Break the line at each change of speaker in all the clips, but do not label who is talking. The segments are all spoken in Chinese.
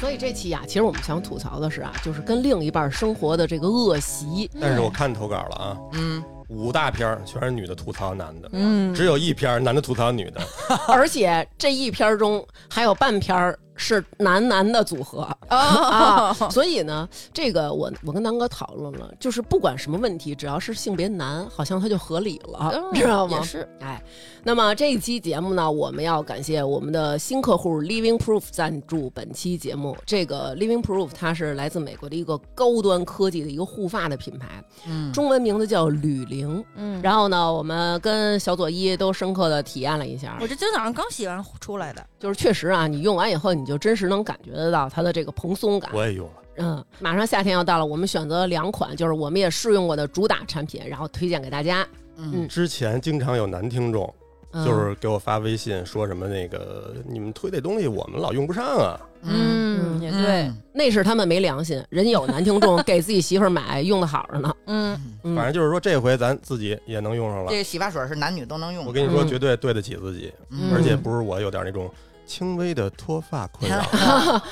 所以这期啊，其实我们想吐槽的是啊，就是跟另一半生活的这个 恶习。
嗯但是我看投稿了啊，
嗯
五大篇儿全是女的吐槽男的，
嗯，
只有一篇儿男的吐槽女的，
而且这一篇儿中还有半篇儿是男男的组合 啊，
嗯
哦
所以呢，这个我我跟南哥讨论了，就是不管什么问题，只要是性别男，好像它就合理了，知道吗
哦也？是，
哎，那么这一期节目呢，我们要感谢我们的新客户 Living Proof 赞助本期节目。这个 Living Proof 它是来自美国的一个高端科技的一个护发的品牌，
嗯
中文名字叫吕玲。
嗯，
然后呢，我们跟小左一都深刻的体验了一下，
我这今儿早上刚洗完出来的，
就是确实啊，你用完以后，你就真实能感觉得到它的这个蓬松感。
我也用了。
嗯，马上夏天要到了，我们选择了两款，就是我们也试用过的主打产品，然后推荐给大家。
嗯
之前经常有男听众
嗯、
就是给我发微信说什么那个你们推这东西我们老用不上啊，
嗯
也
嗯
对，，
那是他们没良心，人有男听众给自己媳妇儿买，用的好着呢。
嗯，
嗯、
反正就是说这回咱自己也能用上了
这。个洗发水是男女都能用的，
我跟你说，
嗯
绝对对得起自己，
嗯
而且不是我有点那种轻微的脱发 困扰，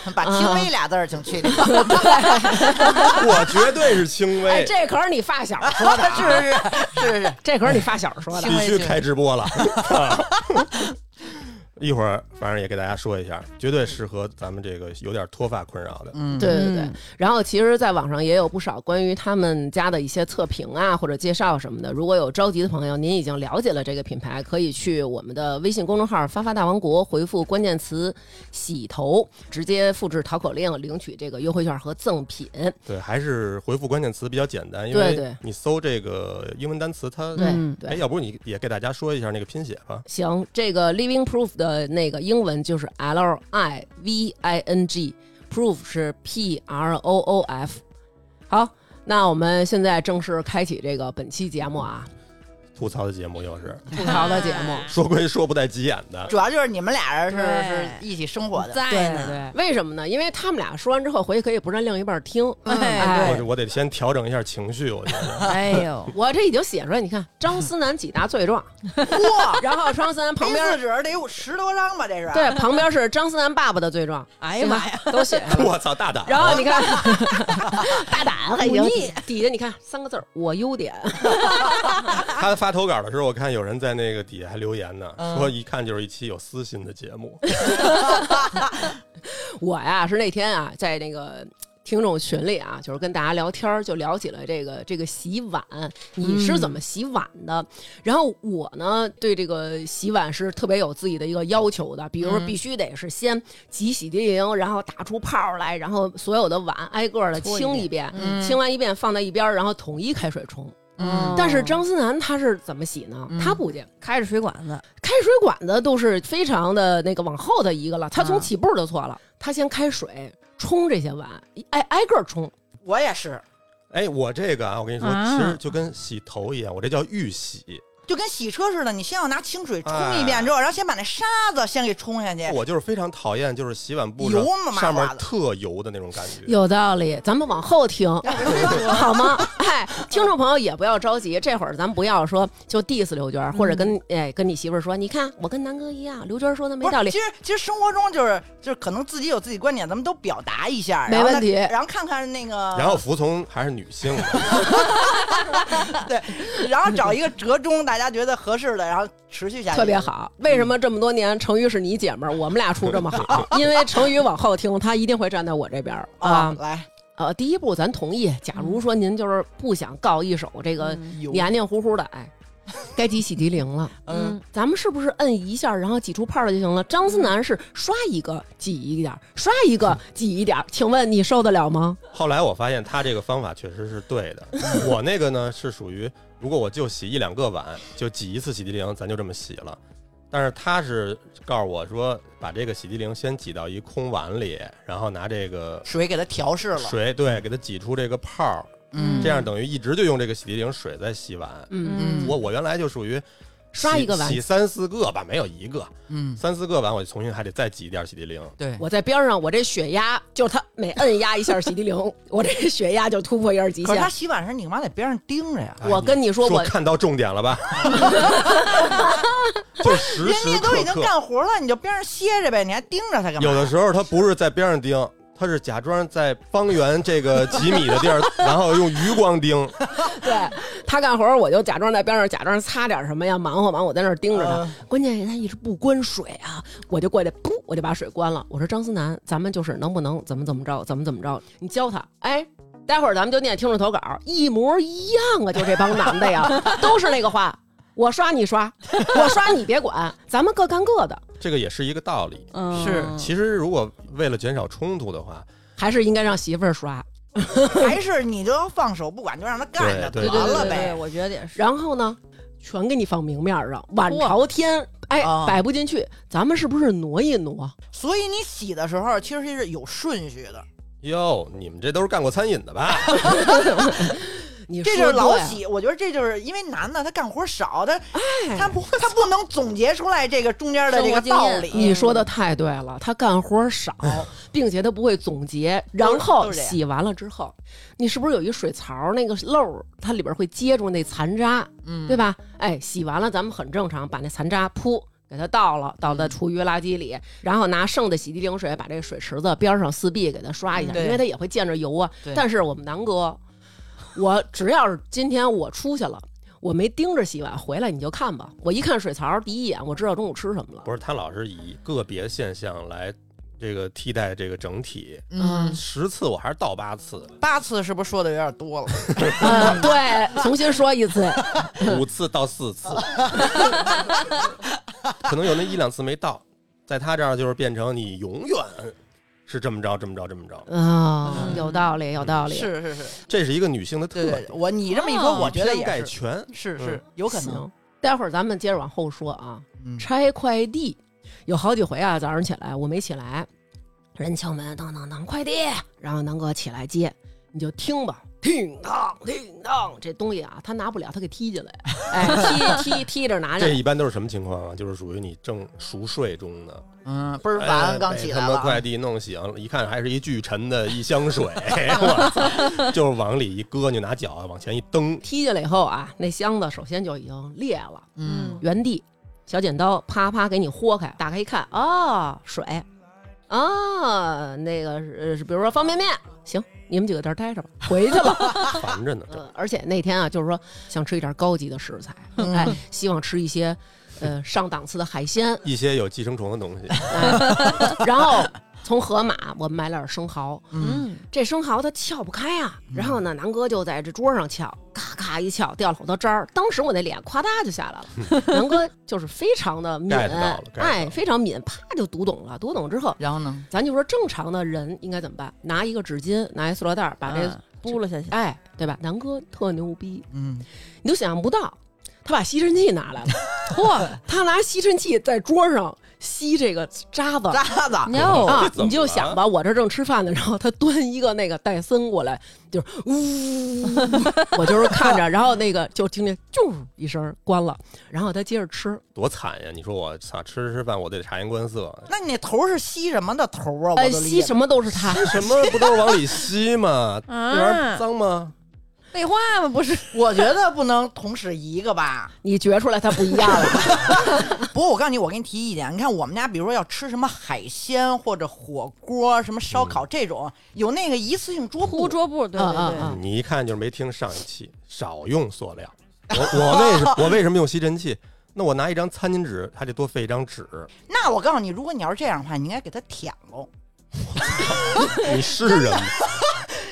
嗯把“轻微”俩字儿请去掉，
我绝 对是轻
哎，
微。
这可是你发小说 的，啊
是是是是是，
这可是你发小说的啊
行。
必须开直播了。 一会儿反正也给大家说一下，绝对适合咱们这个有点脱发困扰的。
嗯，
对对对，然后其实，在网上也有不少关于他们家的一些测评啊，或者介绍什么的。如果有着急的朋友，您已经了解了这个品牌，可以去我们的微信公众号“发发大王国”回复关键词“洗头”，直接复制淘口令领取这个优惠券和赠品。
对，还是回复关键词比较简单，因
对
为
对
你搜这个英文单词，它
对、
嗯
对
哎，。要不你也给大家说一下那个拼写吧？
行，这个 Living Proof 的那个英文就是 L I V I N G，Proof 是 P R O O F。好，那我们现在正式开启这个本期节目啊，
吐槽的节目又是
吐槽的节目。
哎
说归说不带急眼的，
主要就是你们俩人是
对
是一起生活的，
在
对
呢，
对，为什么呢？因为他们俩说完之后，回去可以不让另一半听。
哎
哎
我，我得先调整一下情绪，我觉 得。
哎 呦，
我这已经写出来，你看张思楠几大罪状，
哎
哇，
然后张思楠旁
A4
边
纸得有十多张吧，这是，
对旁边是张思楠爸爸的罪状，
哎呀妈呀，
都写了。
我操，大胆！啊
然后你 看，大胆还行
忤逆，
底下你看三个字儿，我优点。
他发投稿的时候，我看有人在那个底下还留言呢，
嗯
说一看就是一期有私心的节目。
我呀是那天啊，在那个听众群里啊，就是跟大家聊天儿，就聊起了这个这个洗碗，你是怎么洗碗的？然后我呢，对这个洗碗是特别有自己的一个要求的，比如说必须得是先挤洗涤灵，然后打出泡儿来，然后所有的碗挨个的
搓一
清
遍
一遍，哦
嗯
清完一遍放在一边儿，然后统一开水冲。
嗯
但是张思楠他是怎么洗呢？他不去。
开着水管子，
开水管子都是非常的那个往后的一个了，他从
嗯
啊
起步就错了，他先开水冲这些碗，一挨挨个儿冲，
我也是，
哎，我这个啊，我跟你说，
啊
其实就跟洗头一样，我这叫预洗，
就跟洗车似的，你先要拿清水冲一
哎
遍之后，然后先把那沙子先给冲下去，
我就是非常讨厌就是洗碗布
哎油
上
麻麻
上面
的
特油的那种感觉。
有道理，咱们往 后听，好吗？哎，听众朋友也不要着急，这会儿咱不要说就 diss 刘娟儿，
嗯
或者跟哎跟你媳妇儿说，你看我跟南哥一样，刘娟儿说的没
不
道
是，
理
其，实其实生活中就是就是可能自己有自己观点，咱们都表达一下，
没
然后
问
呢
题
然后看看那个，
然后服从还是女性的，
对，然后找一个折中，大家觉得合适的，然后持续下去，
特别。好。为什么这么多年成语是你姐 们儿，我们俩处这么好？因为成语往后听，他一定会站在我这边儿
啊
啊。，
来，
呃，第一步咱同意。假如说您就是不想告一手这个
嗯
油
黏黏糊糊的，哎，该挤洗涤灵了，
呃
嗯，
咱们是不是摁一下，然后挤出泡儿就行了？张思楠是刷一个挤一点儿，刷一个挤一点儿，请问你受得了吗？
后来我发现他这个方法确实是对的。我那个呢是属于，如果我就洗一两个碗，就挤一次洗涤灵，咱就这么洗了。但是他是告诉我说，把这个洗涤灵先挤到一空碗里，然后拿这个
水给它调试了，
水对给它挤出这个泡儿，
嗯
这样等于一直就用这个洗涤灵水在洗碗。
嗯，
嗯
我我原来就属于
刷
洗
一个碗
洗三四个吧，没有一个
嗯，
三四个碗，我就重新还得再挤一点洗涤灵。
对，
我在边上，我这血压就是他每摁压一下洗涤灵， 我这血压就突破一下极
可是他
限。
洗碗时你妈在边上盯着呀，
哎
我跟你说，我
看到重点了吧？就时
人
时
家都
刻
已经
刻，
干活了，你就边上歇着呗，你还盯着他干嘛？
有的时候他不是在边上盯，他是假装在方圆这个几米的地儿，然后用余光盯，
对他干活儿，我就假装在边上假装擦点什么呀，忙活忙活，我在那儿盯着他。
嗯
关键他一直不关水啊，我就过去，噗，我就把水关了。我说张思楠，咱们就是能不能怎么怎么着，怎么怎么着，你教他，哎。待会儿咱们就念听众投稿，一模一样啊！就这帮男的呀，都是那个话，我刷你刷，我刷你别管，咱们各干各的，
这个也是一个道理。
嗯
是
其实如果为了减少冲突的话，
还是应该让媳妇儿刷。
还是你就要放手不管，就让他干着，
对
得
对
了
对对
呗。
我觉得也是。
然后呢，全给你放明面儿上，碗
嚯
朝天，哎，
哦
摆不进去。咱们是不是挪一挪？
所以你洗的时候其实是有顺序的，
哟，你们这都是干过餐饮的吧？
你
这
说
就是老
对
洗。我觉得这就是因为男的他干活少，他他不他不能总结出来这个中间的这个
生活经
道
验
理。
你说的太对了，他干活少，并且他不会总结，然后
都是这样
洗完了之后，你是不是有一水槽那个漏儿，它里边会接住那残渣，
嗯
对吧？哎，洗完了咱们很正常，把那残渣噗给它倒了，倒
嗯
在厨余垃圾里，然后拿剩的洗涤灵水把这个水池子边上四壁给它刷一下，
嗯对
因为它也会溅着油啊
对。
但是我们南哥，我只要是今天我出去了。我没盯着洗碗，回来你就看吧。我一看水槽，第一眼我知道中午吃什么了。
不是，他老是以个别现象来这个替代这个整体，
嗯，
十次我还是倒八 次，
八次是不是说的有点多了？
嗯，对，重新说一次。啊
五次到四 次，可能有那一两次没到，在他这儿就是变成你永远是这么着，这么着，这么着，
啊，有道理，有道理。
嗯是是是，
这是一个女性的特
对对，
点
对，我你这么一说，
哦
我觉得
以偏概
也是，
全。
是
嗯
是有可能。
行，待会儿咱们接着往后说啊。
嗯
拆快递有好几回啊，早上起来我没起来，人敲门，当当当，快递，然后南哥起来接，你就听吧。叮当，叮当，这东西啊，他拿不了，他给踢进来，哎，踢踢踢着拿着
这，一般都是什么情况啊？就是属于你正熟睡中呢，
嗯，倍儿烦，
哎
刚
被
起
他
来
妈
了。啊
快递弄醒，一看还是一巨沉的一箱 水，我操，就是往里一搁，你拿脚啊往前一 蹬，
踢进来以后啊，那箱子首先就已经裂了，
嗯，
原地，小剪刀啪啪给你豁开，打开一看，哦，水，啊，那个是，比如说方便面，行，你们几个在这儿待着吧，回去了。
烦着呢。这
嗯，而且那天啊，就是说想吃一点高级的食材，
嗯
哎，希望吃一些呃上档次的海鲜，哎
一些有寄生虫的东西，
然后从盒马我们买了点生蚝，
嗯，
这生蚝它撬不开啊，
嗯
然后呢，南哥就在这桌上撬，咔咔一撬，掉了好多渣儿。当时我那脸夸嗒就下来 了，南哥就是非常的敏
get 到了，get 到，了
哎，非常敏，啪就读懂了。读懂之后，
然后呢？
咱就说正常的人应该怎么办？拿一个纸巾，拿一塑料袋儿把这，
嗯拨了下去，
哎，对吧？南哥特牛逼，
嗯，
你都想象不到，他把吸尘器拿来了，嚯，他拿吸尘器在桌上吸这个渣子。
渣子，
no，
啊，
怎么
你就想吧，我这正吃饭呢，然后他端一个那个戴森过来，就是呜，我就是看着，然后那个就听见啾一声关了，然后他接着吃，
多惨呀！你说我操，吃着吃饭我得察言观色，
那你那头是吸什么的头啊？我
呃，
都理
吸
解
什么都是他，
什么不都是往里吸吗？
啊
那玩意儿脏吗？
废话嘛，不 是？
不了我觉得不能同时一个吧。
你觉出来他不一样了，
不过我告诉你，我给你提意见，你看我们家，比如说要吃什么海鲜或者火锅、什么烧烤这种，有那个一次性桌
铺
布，
桌布，对
嗯
对
嗯
对，
嗯
你一看就是没听上一期，少用塑料。我我为什么我为什么用吸尘器？那我拿一张餐巾纸还得多费一张纸，
那我告诉你，如果你要是这样的话，你应该给它舔喽。
你是人吗？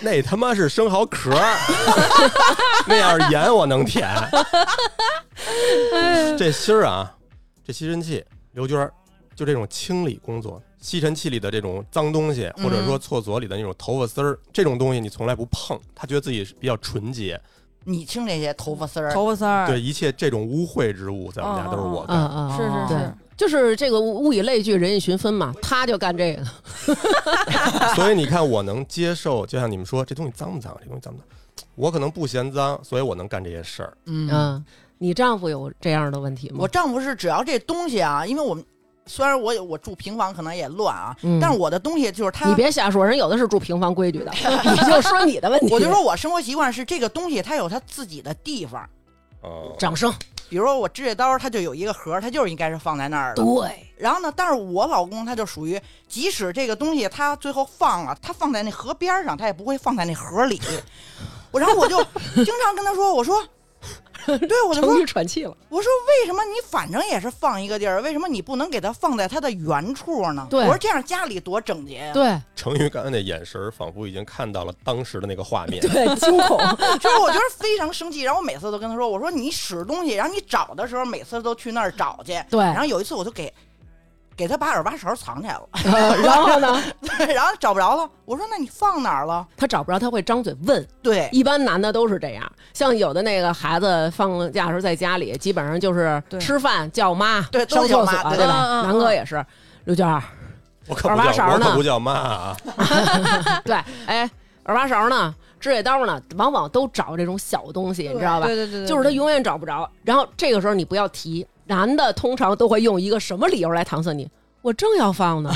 那他妈是生蚝壳儿， 那样盐我能舔。这芯儿啊，这吸尘器，刘娟儿，就这种清理工作，吸尘器里的这种脏东西，或者说厕所里的那种头发丝儿，这种东西你从来不碰，她觉得自己是比较纯洁。
你清这些头发丝儿，
头发丝儿，
对一切这种污秽之物，在我们家都是我干。
嗯嗯，
是是
对
是，
就是这个物物以类聚，人以群分嘛，他就干这个。
所以你看，我能接受，就像你们说，这东西脏不脏？这东西脏不脏？我可能不嫌脏，所以我能干这些事儿。
嗯，
嗯，你丈夫有这样的问题吗？
我丈夫是只要这东西啊，因为我们虽然我有我住平房，可能也乱啊，
嗯
但是我的东西就是他
你别瞎说，人有的是住平房规矩的，你就说你的问题。
我就说我生活习惯是这个东西，它有它自己的地方。
哦，
掌声，
比比如说我指甲刀，它就有一个盒儿，它就是应该是放在那儿的。
对，
然后呢，但是我老公他就属于，即使这个东西他最后放了，他放在那河边儿上，他也不会放在那河里。我然后我就经常跟他说，我说， 对，我就说
成语喘气了。
我说为什么你反正也是放一个地儿，为什么你不能给它放在它的原处呢？
对
我说这样家里多整洁呀、
对
成宇刚才那眼神儿，仿佛已经看到了当时的那个画面。
对，惊恐。
就是我觉得非常生气，然后我每次都跟他说，我说你使东西，然后你找的时候每次都去那儿找去，
对，
然后有一次我就给给他把耳挖勺藏起来了，
呃然后呢，
对，然后找不着了，我说那你放哪儿了？
他找不着，他会张嘴问。
对
一般男的都是这样，像有的那个孩子放假的时候在家里，基本上就是
对
吃饭叫妈，
对
上厕
都是
所啊
叫妈对
对
嗯
吧？
嗯
南哥也是，刘娟儿，
我可
二
不
八勺
叫，我
呢
可不叫妈啊！
对，哎，耳挖勺呢，指甲刀呢，往往都找这种小东西，你知道吧？
对对对，对
就是他永远找不着。然后这个时候你不要提，男的通常都会用一个什么理由来搪塞你？我正要放 呢，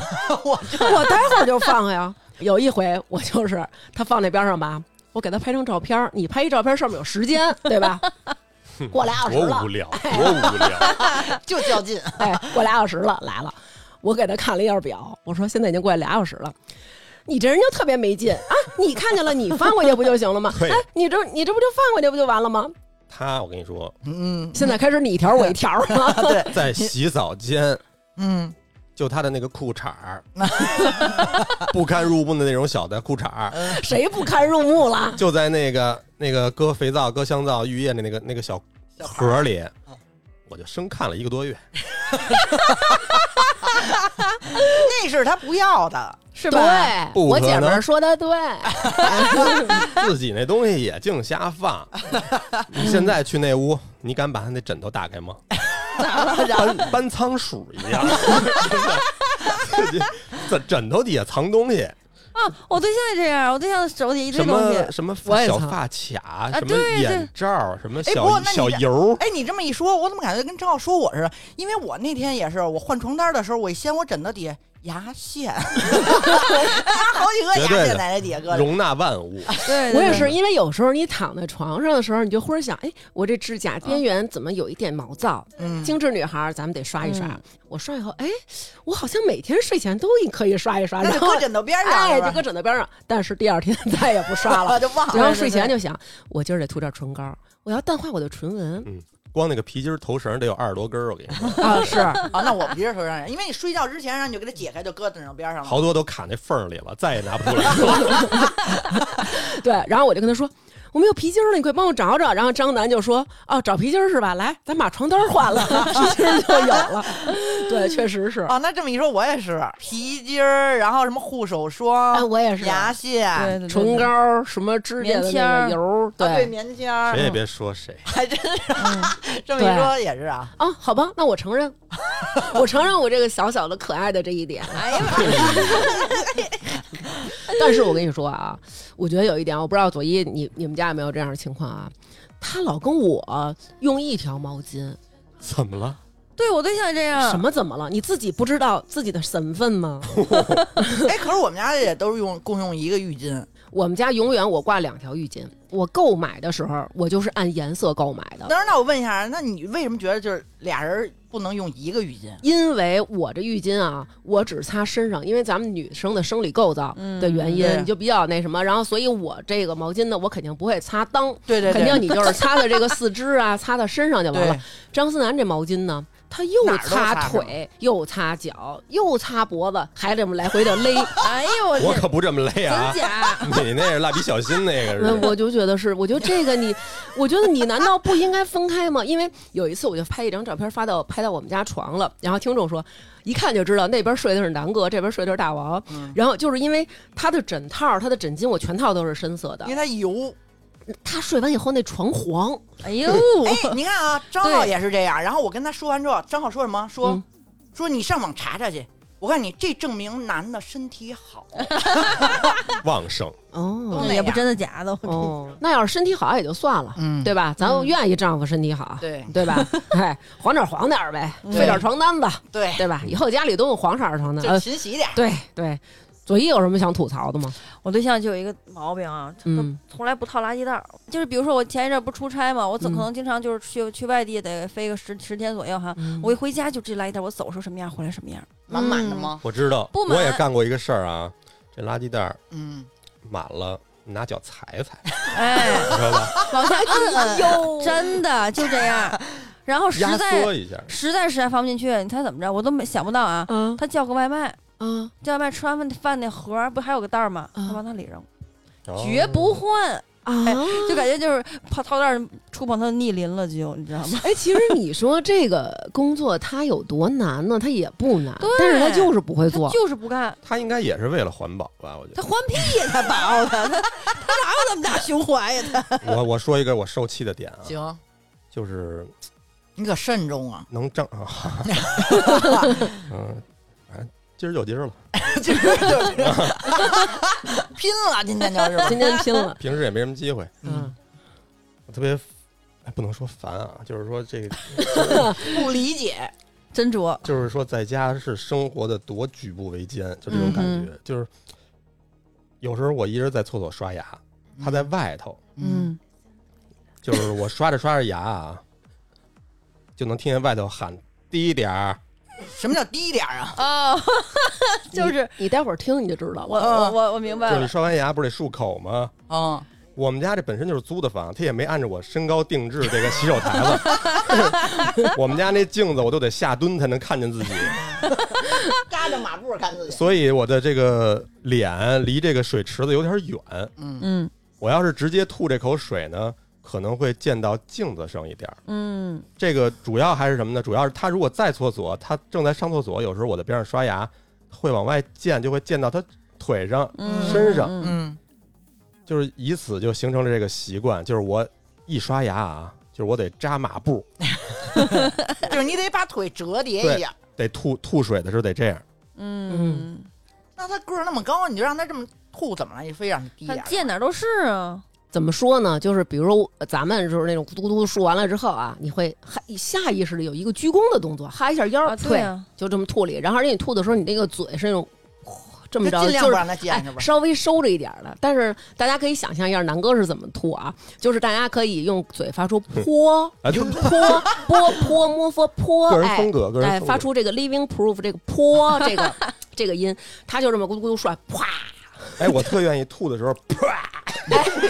我
我待会儿就放呀。有一回我就是他放那边上吧，我给他拍张照片儿，你拍一照片儿上面有时间，对吧？过俩小时
我
了
无，聊，我无聊。
就较劲，
哎，过俩小时了，来了。我给他看了一下表，我说现在已经过去俩小时了。你这人就特别没劲啊！你看见了，你翻过去不就行 了吗？
对
哎，你这你这不就翻过去不就完了吗？
他，我跟你说，
嗯，
现在开始你一条我一条 了。
对，
在洗澡间，
嗯，
就他的那个裤衩儿，不堪入目的那种小的裤衩儿，
谁不堪入目了？
就在那个那个搁肥皂、搁香皂、浴液的那个那个小盒儿里
嗯，
我就生看了一个多月。
那是他不要的，
是吧？
对，
不
我
可
姐们儿
能
说的 对，
自己那东西也净瞎放。你现在去那屋，你敢把他那枕头打开吗？搬搬仓鼠一 样，自己枕枕头底下藏东西，
啊，我对象也这样，我对象的手底下一
什
堆东西
么，什么
我也
小
藏
发卡，
啊
什么
对哎
眼罩，什么
不过
小
那你
小
这
油，
哎，你这么一说，我怎么感觉跟张浩说我似的？因为我那天也是，我换床单的时候，我一掀我枕头底下牙线， 好几个
绝对
牙线
的
在那底下搁着。
容纳万物。
对，对
我也
对
是，因为有时候你躺在床上的时候，你就忽然想，哎，我这指甲边缘怎么有一点毛躁？
嗯
精致女孩儿，咱们得刷一刷
嗯。
我刷以后，哎，我好像每天睡前都可以刷一刷，
那
然
就
后
搁枕头边上，
哎，
是
就
吧
搁枕头边上，但是第二天 再也不刷 了。
啊就忘了。
然后
对对
睡前就想，我今儿得涂点唇膏，我要淡化我的唇纹
光那个皮筋儿头绳儿得有二十多根儿，我跟你说，
啊，是
啊，那我不是说让人，因为你睡觉之前让你就给它解开，就搁枕头边上了。
好多都卡那缝儿里了，再也拿不出 来。
对。然后我就跟他说。我没有皮筋儿了，你快帮我找找。然后张楠就说：“哦，找皮筋儿是吧？来，咱把床单儿换了， 皮筋儿就有了。”对，确实
哦
是。
啊，那这么一说，我也是皮筋儿，然后什么护手霜，
哎，我也是。
牙线，
对对对
唇膏、什么指甲的
棉签
那
儿哦
个油儿，
啊对
对
棉签儿
谁，也别说谁，
还真是啊。这么
对
一说也是 啊，
啊，好吧，那我承认，我承认我这个小小的可爱的这一点。
哎呀，
但是我跟你说啊，我觉得有一点，我不知道左一你你们家有没有这样的情况啊？他老跟我用一条毛巾，
怎么了？
对我对象也这样，
什么怎么了？你自己不知道自己的身份吗？
哎，可是我们家也都是用共用一个浴巾，
我们家永远我挂两条浴巾，我购买的时候我就是按颜色购买的，
但是那我问一下，那你为什么觉得就是俩人不能用一个浴巾？
因为我这浴巾啊，我只擦身上，因为咱们女生的生理构造的原因，
嗯对
你就比较那什么。然后，所以我这个毛巾呢，我肯定不会擦裆，
对对对，
肯定你就是擦的这个四肢啊，擦到身上就完了
对。
张思楠这毛巾呢，他又
哪儿都擦
擦腿，又擦脚，又擦脖子，还这么来回的 勒。
哎呦我
我
天，
可不这么累啊
真！假？嗯
你那是蜡笔小新那个
那
是吧？
我就觉得是，我觉得这个你，我觉得你难道不应该分开吗？因为有一次我就拍一张照片发到拍到我们家床了，然后听众说一看就知道那边睡的是南哥，这边睡的是大王。
嗯
然后就是因为他的枕套、他的枕巾，我全套都是深色的
因为。它 油。
他睡完以后那床黄，
哎呦，
哎，你看啊，张浩
对
也是这样。然后我跟他说完之后，张浩说什么？说、
嗯
说你上网查查去。我告诉你，这证明男的身体好。
呃
旺盛，
都
哦
那
也
样
不真的假的，我
哦，那要是身体好也就算了，
嗯
对吧？咱
嗯
愿意丈夫身体好，
对
对吧？ 哎，黄点儿黄点儿呗，
嗯
费点儿床单子，
对，
对吧？以后家里都用黄色儿的床单，
就
呃
勤洗点儿。
对对，左一有什么想吐槽的吗？
我对象就有一个毛病啊，他都
嗯
从来不套垃圾袋儿。就是比如说我前一阵儿不出差嘛，我怎
嗯
可能经常就是去去外地得飞个十十天左右哈。
嗯
我一回家就这垃圾袋儿，我走的时候什么样，回来什么样。
满满的吗？
我知道，
不满
我也干过一个事儿啊，这垃圾袋儿
嗯，
满了，你拿脚踩踩，
哎，
知道吧？
往下摁摁，
哟
哎 真的就这样。然后实
压
在
缩一下，
实在实在放不进去，你猜怎么着？我都没想不到啊。
嗯
他叫个外卖，
嗯，
叫外卖吃完饭饭那盒儿不还有个袋儿吗？他
嗯
往那里扔，
哦
绝不换，
啊
哎 就感觉就是泡套袋儿触碰他的逆鳞了，就你知道吗？
哎，其实你说这个工作它有多难呢？它也不难
对，
但是他就是不会
他
做。
就是不干，
他应该也是为了环保吧？我觉
他
得。
还屁呀！他包的，他他哪有那么大胸怀呀？ 他
我我说一个我受气的点啊，
行，
就是
你可慎重 啊！
能挣 啊，嗯，反正今儿就今儿了，
今儿 就是拼了，今天就是
今天拼了，
平时也没什么机会，
嗯，
我特别。哎不能说烦啊，就是说这，
不理解，
斟酌，
就是说在家是生活的多举步维艰，就这种感觉。就是有时候我一人在厕所刷牙，他在外头，
嗯，
嗯，
就是我刷着刷着牙啊，就能听见外头喊低点儿，
什么叫低点儿啊？
哦， 就是
你待会儿听你就知道
我
了。
我我我明
就
白
是
了
你，刷完牙不是得漱口吗？
嗯，
我们家这本身就是租的房，他也没按照我身高定制这个洗手台子。我们家那镜子我都得下蹲才能看见自己，
扎着马步看自己，
所以我的这个脸离这个水池子有点远。
嗯，
嗯
我要是直接吐这口水呢，可能会溅到镜子上一点儿。
嗯
这个主要还是什么呢？主要是他如果在厕所，他正在上厕所，有时候我在边上刷牙，会往外溅，就会溅到他腿上，
嗯，
身上
嗯
嗯，
就是以此就形成了这个习惯，就是我一刷牙啊，就是我得扎马步，
就是你得把腿折叠一下。
得吐吐水的时候得这样，
嗯
那他个儿那么高，你就让他这么吐，怎么了？你非让他低
他
点儿？
见哪儿都是啊，
怎么说呢？就是比如说呃咱们就是那种嘟嘟漱完了之后啊，你会哈下意识的有一个鞠躬的动作，哈一下腰，
啊对啊，
就这么吐里。然后而且你吐的时候，你那个嘴是那种呼这么
就
着，
尽量
就
不
是
让他见是
哎
吧，？
稍微收着一点儿的。但是大家可以想象一下南哥是怎么吐啊，就是大家可以用嘴发出泼
啊，就
泼泼泼摸佛泼，
个人
哎
风格，个人
哎，
风格。
发出这个 living proof 这个 泼这个这个音，他就这么咕嘟咕嘟说，啪，
哎，我特愿意吐的时候，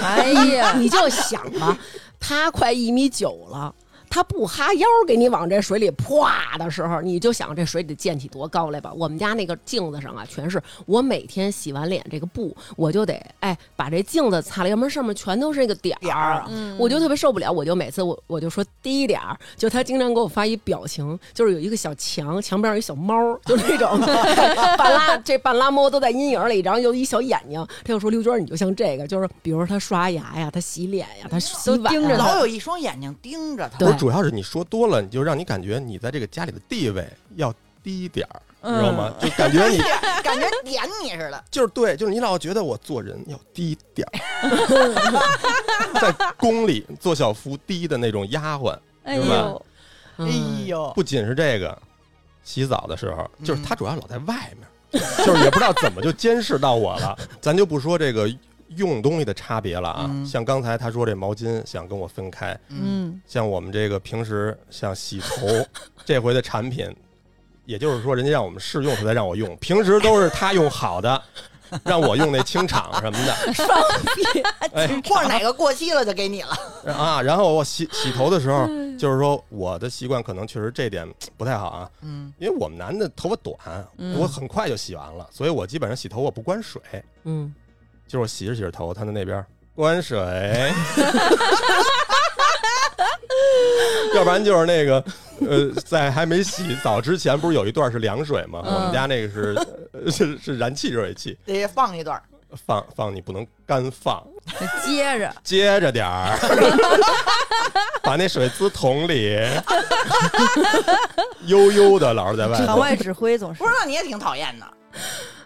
哎呀，
你就想吧，他快一米九了。他不哈腰给你往这水里啪的时候，你就想这水得溅起多高来吧？我们家那个镜子上啊，全是我每天洗完脸这个布，我就得哎把这镜子擦了，要不然上面全都是那个点
点
儿
儿啊
嗯
我就特别受不了，我就每次我我就说低点儿，就他经常给我发一表情，就是有一个小墙，墙边有一小猫儿，就那 种 半拉这半拉猫都在阴影里，然后有一小眼睛。他就说刘娟儿，你就像这个，就是比如说他刷牙呀，他洗脸呀，他洗碗呀嗯
盯着他
老有一双眼睛盯着他
对
我主要是你说多了，你就让你感觉你在这个家里的地位要低点儿，你知道吗？就感觉你
感觉点你似的。
就是对，就是你老觉得我做人要低点儿，在宫里做小伏低的那种丫鬟。
哎
是
呦
吧，
哎
嗯
哎呦，
不仅是这个，洗澡的时候，就是他主要老在外面，就是也不知道怎么就监视到我了。咱就不说这个用东西的差别了啊，
嗯
像刚才他说这毛巾想跟我分开，
嗯，
嗯，
像我们这个平时像洗头这回的产品，也就是说人家让我们试用，他才让我用，平时都是他用好的。让我用那清场什么的，
嗯或者哪个过期了就给你了。
啊，然后我洗洗头的时候，就是说我的习惯可能确实这点不太好啊，
嗯，
因为我们男的头发短，我很快就洗完了，所以我基本上洗头我不关水，
嗯，
就是我洗着洗着头，他在那边关水，要不然就是那个呃，在还没洗澡之前，不是有一段是凉水吗？
嗯
我们家那个是呃是是燃气热水器，
得放一段儿。
放放你不能干放，
接着
接着点儿， 把那水滋桶里，悠悠的老是在外
场
头。
外指挥总是
不知道你也挺讨厌的，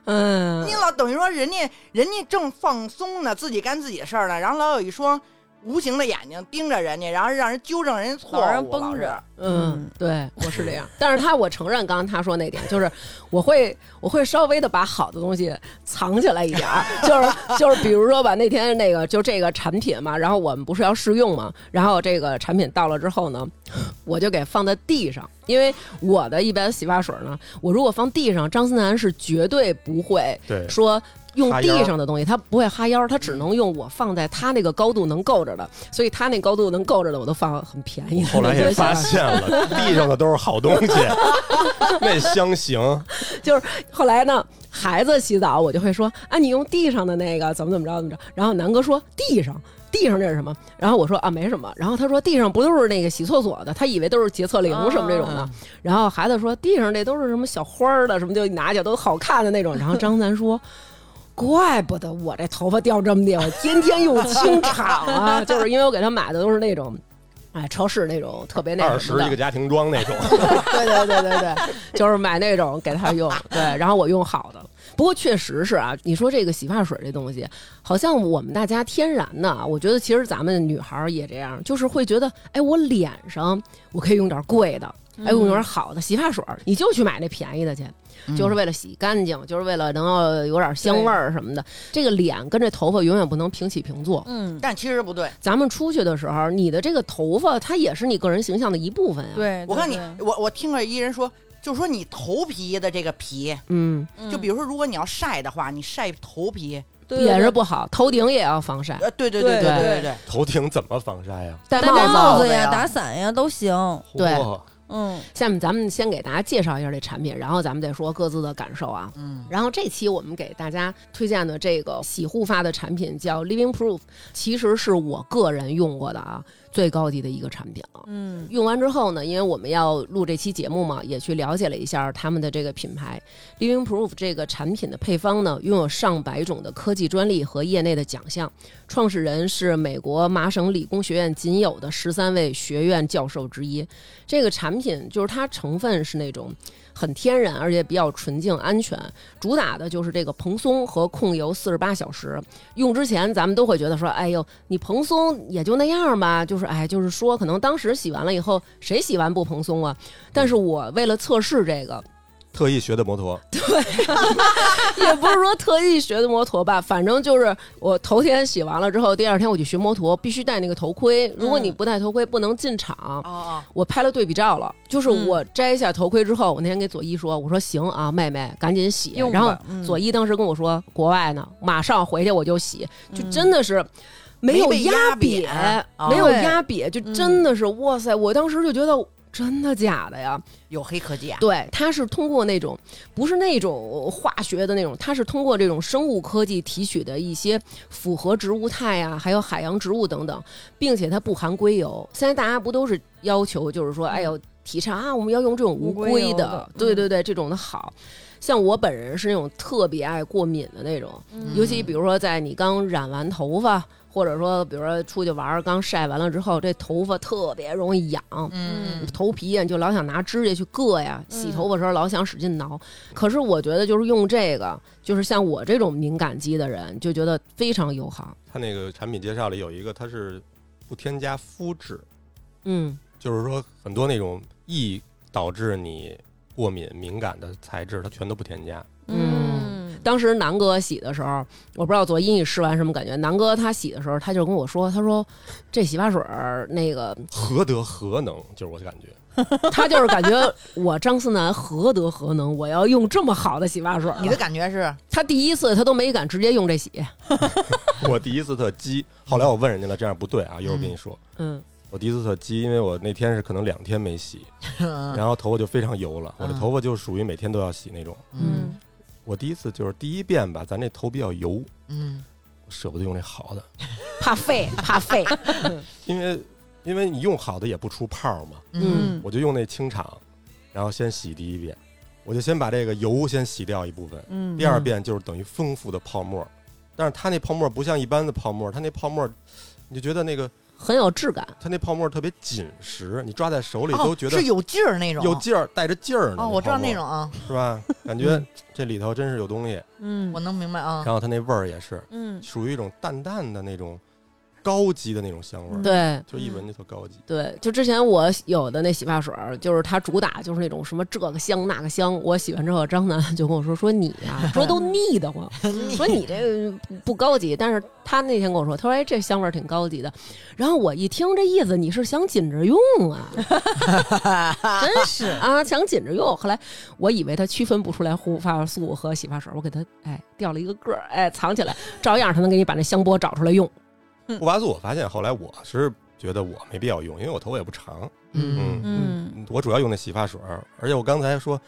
嗯
你老等于说人家人家正放松呢，自己干自己的事儿呢，然后老有一双无形的眼睛盯着人家，然后让人纠正人家错误，
老让人绷
老
着
是。，
嗯，对，我是这样。但是他，我承认刚刚他说那点，就是我会我会稍微的把好的东西藏起来一点儿，就是就是比如说吧，那天那个就这个产品嘛，然后我们不是要试用嘛，然后这个产品到了之后呢，我就给放在地上，因为我的一般洗发水呢，我如果放地上，张思楠是绝对不会
对
说用
哈腰
地上的东西，他不会哈腰，他只能用我放在他那个高度能够着的，所以他那高度能够着的，我都放很便宜的
后来
那些
也发
洗发水
现了，地上的都是好东 西，那香型
后来呢，孩子洗澡我就会说啊，你用地上的那个怎么怎么着怎么着。然后南哥说地上。地上这是什么？然后我说啊，没什么。然后他说地上不都是那个洗厕所的？他以为都是洁厕灵什么这种的。
哦
然后孩子说地上这都是什么小花儿的，什么就拿起来都好看的那种。然后张楠说， 怪不得我这头发掉这么地，我天天用清场啊，就是因为我给他买的都是那种，哎，超市那种特别那
二
什
十
么的
一个家庭装那 种，
对对对对对，就是买那种给他用，对，然后我用好的。不过确实是啊，你说这个洗发水这东西，好像我们大家天然的啊，我觉得其实咱们女孩儿也这样，就是会觉得，哎，我脸上我可以用点贵的，哎，用
嗯
点好的洗发水儿，你就去买那便宜的去，就是为了洗干净，就是为了能够有点香味儿什么的。这个脸跟这头发永远不能平起平坐，
嗯，
但其实不对，
咱们出去的时候，你的这个头发它也是你个人形象的一部分呀、，啊
对，
我看你
对，
我我听了一人说，就是说你头皮的这个皮，
嗯，
就比如说如果你要晒的话，你晒头皮，
对
也是
对
不好，头顶也要防晒。
呃，对对
对
对
啊对
对对，
头顶怎么防晒呀？
戴
戴帽
帽
子
子。
子呀、
呀
打伞呀都行。
对
嚯
嗯，
下面咱们先给大家介绍一下这产品，然后咱们再说各自的感受啊。
嗯，
然后这期我们给大家推荐的这个洗护发的产品叫 Living Proof，其实是我个人用过的啊最高级的一个产品了。
嗯，
用完之后呢，因为我们要录这期节目嘛，也去了解了一下他们的这个品牌 Living Proof 这个产品的配方呢，拥有上百种的科技专利和业内的奖项。创始人是美国麻省理工学院仅有的十三位学院教授之一。这个产品就是它成分是那种很天然，而且比较纯净、安全，主打的就是这个蓬松和控油四十八小时。用之前咱们都会觉得说，哎呦，你蓬松也就那样吧，就是哎，就是说可能当时洗完了以后，谁洗完不蓬松啊？但是我为了测试这个，
特意学的摩托，
也不是说特意学的摩托吧，反正就是我头天洗完了之后，第二天我去学摩托，必须戴那个头盔。如果你不戴头盔，不能进场。
哦哦，
我拍了对比照了，就是
嗯
我摘下头盔之后，我那天给左一说，我说行啊，妹妹，赶紧洗。
用吧
然后
嗯
左一当时跟我说，国外呢，马上回去我就洗，
嗯
就真的是。没有
没被压
瘪
扁，哦
没有
对嗯
压瘪，就真的是哇塞！我当时就觉得真的假的呀？
有黑科技啊，
对，它是通过那种不是那种化学的那种，它是通过这种生物科技提取的一些复合植物肽啊，还有海洋植物等等，并且它不含硅油。现在大家不都是要求，就是说，哎呦，提倡啊，我们要用这种无
嗯无硅
硅
油
的
的，
对
嗯
对对，这种的好。像我本人是那种特别爱过敏的那种，
嗯
尤其比如说在你刚染完头发，或者说比如说出去玩儿刚晒完了之后，这头发特别容易痒，
嗯，
头皮呀，你就老想拿指甲去硌呀，洗头发时候老想使劲挠。可是我觉得就是用这个，就是像我这种敏感肌的人，就觉得非常友好。
它那个产品介绍里有一个，它是不添加肤质，
嗯，
就是说很多那种易导致你过敏敏感的材质，它全都不添加。
嗯当时南哥洗的时候，我不知道左一你试完什么感觉。南哥他洗的时候，他就跟我说，他说这洗发水儿那个，
何德何能？就是我感觉，
他就是感觉我张思楠何德何能，我要用这么好的洗发水儿
你的
了。
感觉是
他第一次他都没敢直接用这洗，
我第一次特激，后来我问人家了，这样不对啊，一会儿我跟你说。
嗯，
我第一次特激，因为我那天是可能两天没 洗，然后头发就非常油了。我这
嗯
头发就属于每天都要洗那种。
嗯
嗯
我第一次就是第一遍吧，咱这头比较油，
嗯，
我舍不得用那好的，
怕废怕废，
嗯
因为因为你用好的也不出泡嘛，
嗯
我就用那清场，然后先洗第一遍，我就先把这个油先洗掉一部分，
嗯
第二遍就是等于丰富的泡沫，但是它那泡沫不像一般的泡沫，它那泡沫你就觉得那个
很有质感。
它那泡沫特别紧实，你抓在手里
哦
都觉得
是有劲儿
啊
那种，
有劲儿，带着劲儿呢。
哦，我知道那
泡沫
种嗯啊，
是 吧？感觉这里头真是有东西，
嗯
我能明白啊
然，后它那味儿也是
嗯
属于一种淡淡的那种高级的那种香味儿，
对
就一闻就特高级。
对，就之前我有的那洗发水儿，就是它主打就是那种什么这个香那个香。我洗完之后，张楠就跟我说：“说你啊，说都腻得慌，
嗯
嗯
说你这个不高级。”但是他那天跟我说，他说：“哎，这香味儿挺高级的。”然后我一听这意思，你是想紧着用啊？真是啊，想紧着用。后来我以为他区分不出来护发素和洗发水儿，我给他哎掉了一个个儿，哎藏起来，照样他能给你把那香波找出来用。
护发素我发现后来我是觉得我没必要用，因为我头发也不长，
嗯
嗯
我主要用那洗发水儿。而且我刚才说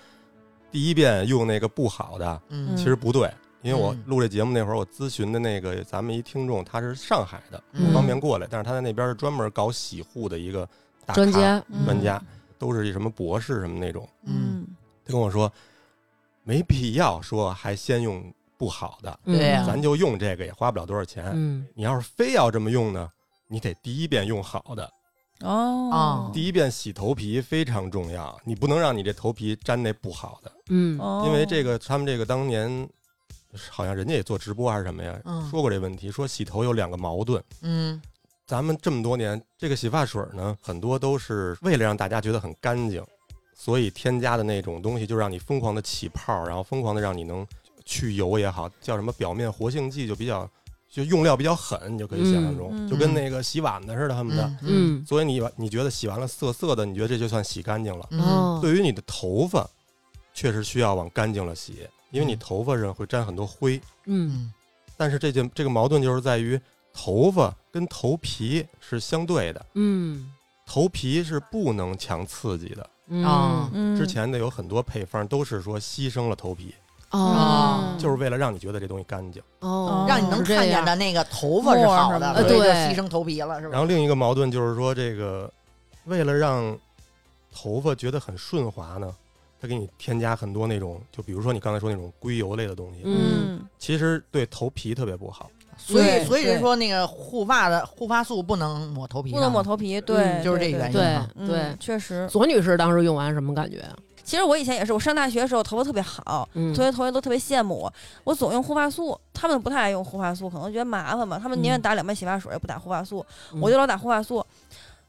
第一遍用那个不好的，
嗯
其实不对，因为我
嗯
录这节目那会儿，我咨询的那个咱们一听众，他是上海的，
嗯
不方便过来，但是他在那边是专门搞洗护的一个大咖
专家，
专家，都是一什么博士什么那种。
嗯
嗯，
他跟我说，没必要说还先用不好的，
对呀
咱就用这个也花不了多少钱。
嗯
你要是非要这么用呢，你得第一遍用好的，
哦
哦，
第一遍洗头皮非常重要，你不能让你这头皮沾那不好的，
嗯
哦
因为这个他们这个当年好像人家也做直播还是什么呀，
嗯
说过这问题，说洗头有两个矛盾。
嗯
咱们这么多年，这个洗发水呢，很多都是为了让大家觉得很干净，所以添加的那种东西就让你疯狂的起泡，然后疯狂的让你能去油也好，叫什么表面活性剂，就比较就用料比较狠，你就可以想象中，
嗯嗯
就跟那个洗碗的似的，他们的。
嗯嗯
嗯
所以你把你觉得洗完了涩涩的，你觉得这就算洗干净了。
嗯
哦
对于你的头发，确实需要往干净了洗，因为你
嗯
头发上会沾很多灰。
嗯
嗯
但是这件这个矛盾就是在于头发跟头皮是相对的，
嗯
头皮是不能强刺激的。
嗯
啊
嗯
之前的有很多配方都是说牺牲了头皮，
哦
嗯
就是为了让你觉得这东西干净。
哦，
让你能
是这
看见
样
的那个头发是好的，
沫儿什么的
所以就
对
牺牲头皮了，是
嗯
然
吧？
后另一个矛盾就是说，这个为了让头发觉得很顺滑呢，它给你添加很多那种，就比如说你刚才说那种硅油类的东西，
嗯
其实对头皮特别不好。
所以
对
所以人
对
说那个护发的护发素不能抹头皮上，
不能抹头皮，对，
嗯就是
对
这个原因
对
哈。
对
对
嗯，确实。
左女士当时用完什么感觉？啊
其实我以前也是，我上大学的时候头发特别好，
嗯
同学同学都特别羡慕我，我总用护发素，他们不太爱用护发素，可能觉得麻烦嘛，他们宁愿
嗯
打两杯洗发水，不打护发素，
嗯
我就老打护发素。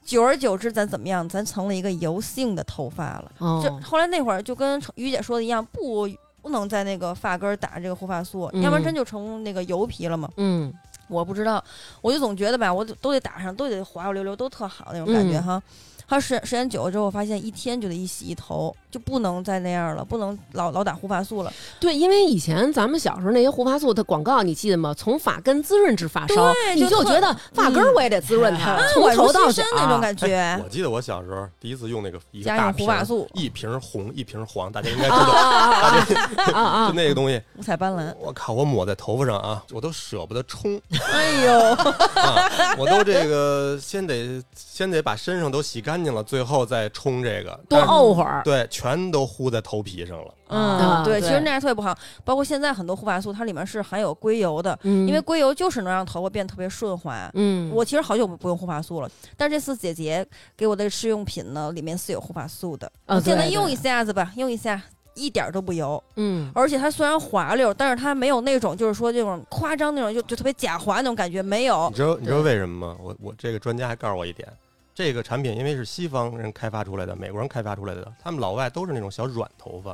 久而久之，咱怎么样？咱成了一个油性的头发了。就
哦，
后来那会儿就跟于姐说的一样，不不能在那个发根儿打这个护发素，
嗯
要不然真就成那个油皮了嘛。
嗯
我不知道，我就总觉得吧，我都得打上，都得滑滑溜溜，都特好那种感觉
嗯
哈。后来时时间久了之后，我发现一天就得一洗一头，就不能再那样了，不能老老打护发素了。
对，因为以前咱们小时候那些护发素的广告，你记得吗？从发根滋润至发梢，
对
你
就
就
特
觉得发根儿我也得滋润它，
啊，
从
我
头到
如新
脚
生那种感觉，
哎
我记得我小时候第一次用那个一个
哎加
大
上
瓶
护
儿
发素，
一瓶红一瓶黄，大家应该知
啊
道，
啊
大家
啊啊
就
啊！
那个东西，
五彩斑斓。
我靠，我抹在头发上啊，我都舍不得冲，
哎呦，
啊，我都这个先得先得把身上都洗干净了，最后再冲这个，
多
但是
沤会儿，
对，全都糊在头皮上了。
嗯，
啊
对，
对
其实那样特别不好。包括现在很多护发素，它里面是含有硅油的，
因
因为硅油就是能让头发变得特别顺滑。
嗯，
我其实好久不不用护发素了，但是这次姐姐给我的试用品呢，里面是有护发素的。
啊
我现在
对
用
对
一下子吧，用一下。一点儿都不油，
嗯
而且它虽然滑溜，但是它没有那种就是说这种夸张那种就就特别假滑那种感觉，没有
你。知道你知道为什么吗？我我这个专家还告诉我一点，这个产品因为是西方人开发出来的，美国人开发出来的，他们老外都是那种小软头发，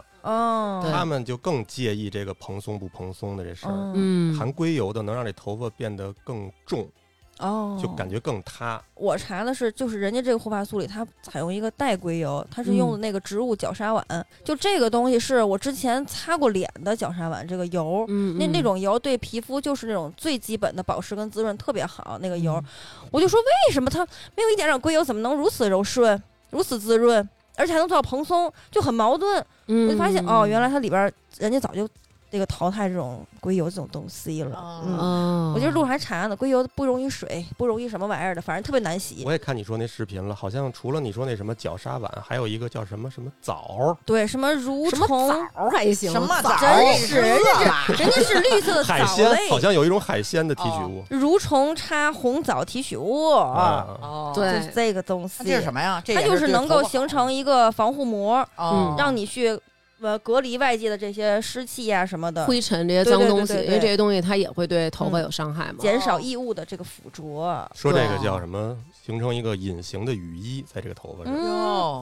嗯
哦，
对
他们就更介意这个蓬松不蓬松的这事儿。
嗯，
嗯，
含硅油的能让这头发变得更重，
哦，
就感觉更塌。
我查的是，就是人家这个护发素里，它采用一个代硅油，它是
嗯
用的那个植物角鲨烷。就这个东西是我之前擦过脸的角鲨烷这个油，
嗯
那
嗯
那种油对皮肤就是那种最基本的保湿跟滋润特别好那个油。
嗯
我就说为什么它没有一点点硅油，怎么能如此柔顺，如此滋润，而且还能做到蓬松，就很矛盾。
嗯
我就发现、哦，原来它里边儿人家早就这个淘汰这种硅油这种东西了。嗯
哦，
我今儿路上还查呢，硅油不溶于水，不溶于什么玩意儿的，反正特别难洗。
我也看你说那视频了，好像除了你说那什么角鲨烷，还有一个叫什么什么枣儿，
对，什么蠕
什么
虫，
枣儿还行，
什么
枣
枣？
儿
真是
人家
人家是绿色的
海
藻
鲜，好
呃类，
像有一种海鲜的提取物
蠕虫叉红藻提取物，
啊，
哦，
对
就是这个东西。
那这是什么呀？这
它
也
就是是
对嗯
能够
头发
形成一个防护膜，
哦
嗯，
让你去呃隔离外界的这些湿气啊什么的，
灰尘这些
对
脏
对
东
对
西，
对
因为这些东西它也会对头发
嗯
有伤害嘛。
减
哦
少异物的这个附着。
说这个
对
叫什么？形成一个隐形的雨衣，在这个头发上。
哟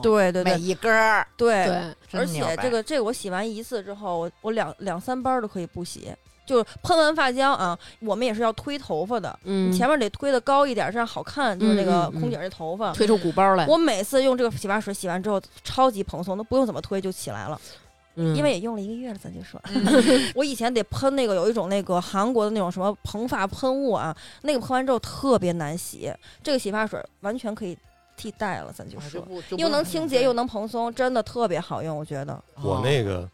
嗯，对对
每
对
一根儿，
对
对，
真
而
牛
且
掰
这 个 这个我洗完一次之后，我我两两三班儿都可以不洗，就是喷完发胶啊，我们也是要推头发的，
嗯，
你前面得推的高一点，这样好看，就是那个
嗯嗯嗯
空姐儿这头发。
推出鼓包来，
我每次用这个洗发水洗完之后，超级蓬松，都不用怎么推就起来了，
嗯
因为也用了一个月了，咱就说，
嗯
我以前得喷那个有一种那个韩国的那种什么蓬发喷雾啊，那个喷完之后特别难洗，这个洗发水完全可以替代了，咱
啊
就说，又能清洁又能哦蓬松，真的特别好用，我觉得。
我那个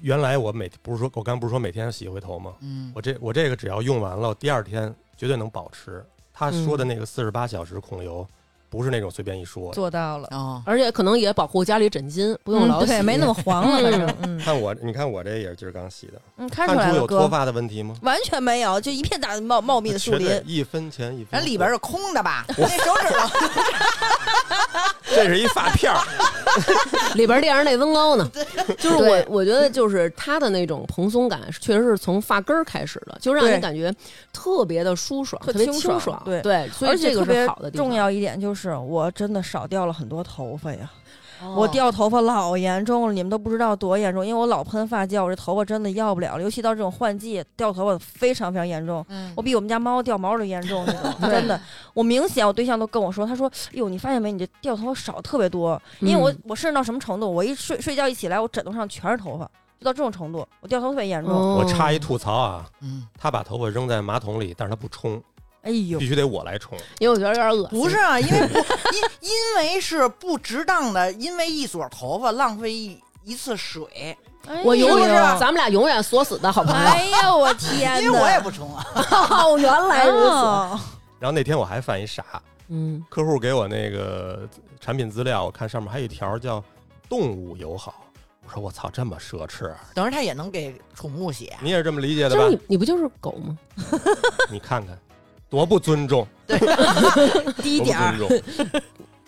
原来我每不是说我刚不是说每天洗一回头吗？
嗯
我这我这个只要用完了，我第二天绝对能保持。他说
嗯
的那个四十八小时控油，不是那种随便一说。
做到了，
哦，
而且可能也保护家里枕巾，不用
嗯
老洗，
对，没那么黄了，反正嗯
看我，你看我这也是今儿刚洗的，
嗯，看
看
出来
出
了，
有脱
哥，
发的问题吗？
完全没有，就一片大茂茂密的树
绝
林，
对一分钱一分
然
货。
后里边是空的吧？
我
那手 指头，
这是一发片 儿，
里边垫着内增高呢。就是我，我觉得就是它的那种蓬松感，确实是从发根儿开始的，就让
对
你感觉特别的舒爽，
特
特别
清
清
爽对
对，所
而
以
且
这
特
个
别
是好的地方
重。要一点就是，我真的少掉了很多头发呀，
哦
我掉头发老严重了，你们都不知道多严重，因为我老喷发胶，我这头发真的要不了了，尤其到这种换季，掉头发非常非常严重。
嗯
我比我们家猫掉毛都严重那种，真的。我明显我对象都跟我说，他说：“哟，你发现没？你这掉头发少特别多。”因为我
嗯
我甚至到什么程度，我一睡睡觉一起来，我枕头上全是头发，就到这种程度，我掉头发特别严重。
哦
我插一吐槽啊，
嗯，
他把头发扔在马桶里，但是他不冲，
哎呦
必，须得我来冲。
因为我觉得有点恶心。
不是啊，因为 不因因为是不值当的，因为一撮头发浪费一一次水，
我永
哎
远
呦，
咱们俩永远锁死的好朋友。
哎呀，我天哪！
因为我也不冲啊。
哦，原
哦
然后那天我还犯一傻，
嗯，
客户给我那个产品资料，我看上面还有一条叫“动物友好”，我说我操，这么奢侈啊，
等于他也能给宠物写，
你也是这么理解的
就是
吧
你？，你不就是狗吗？
你看看，多不尊重，
低
多不尊，重。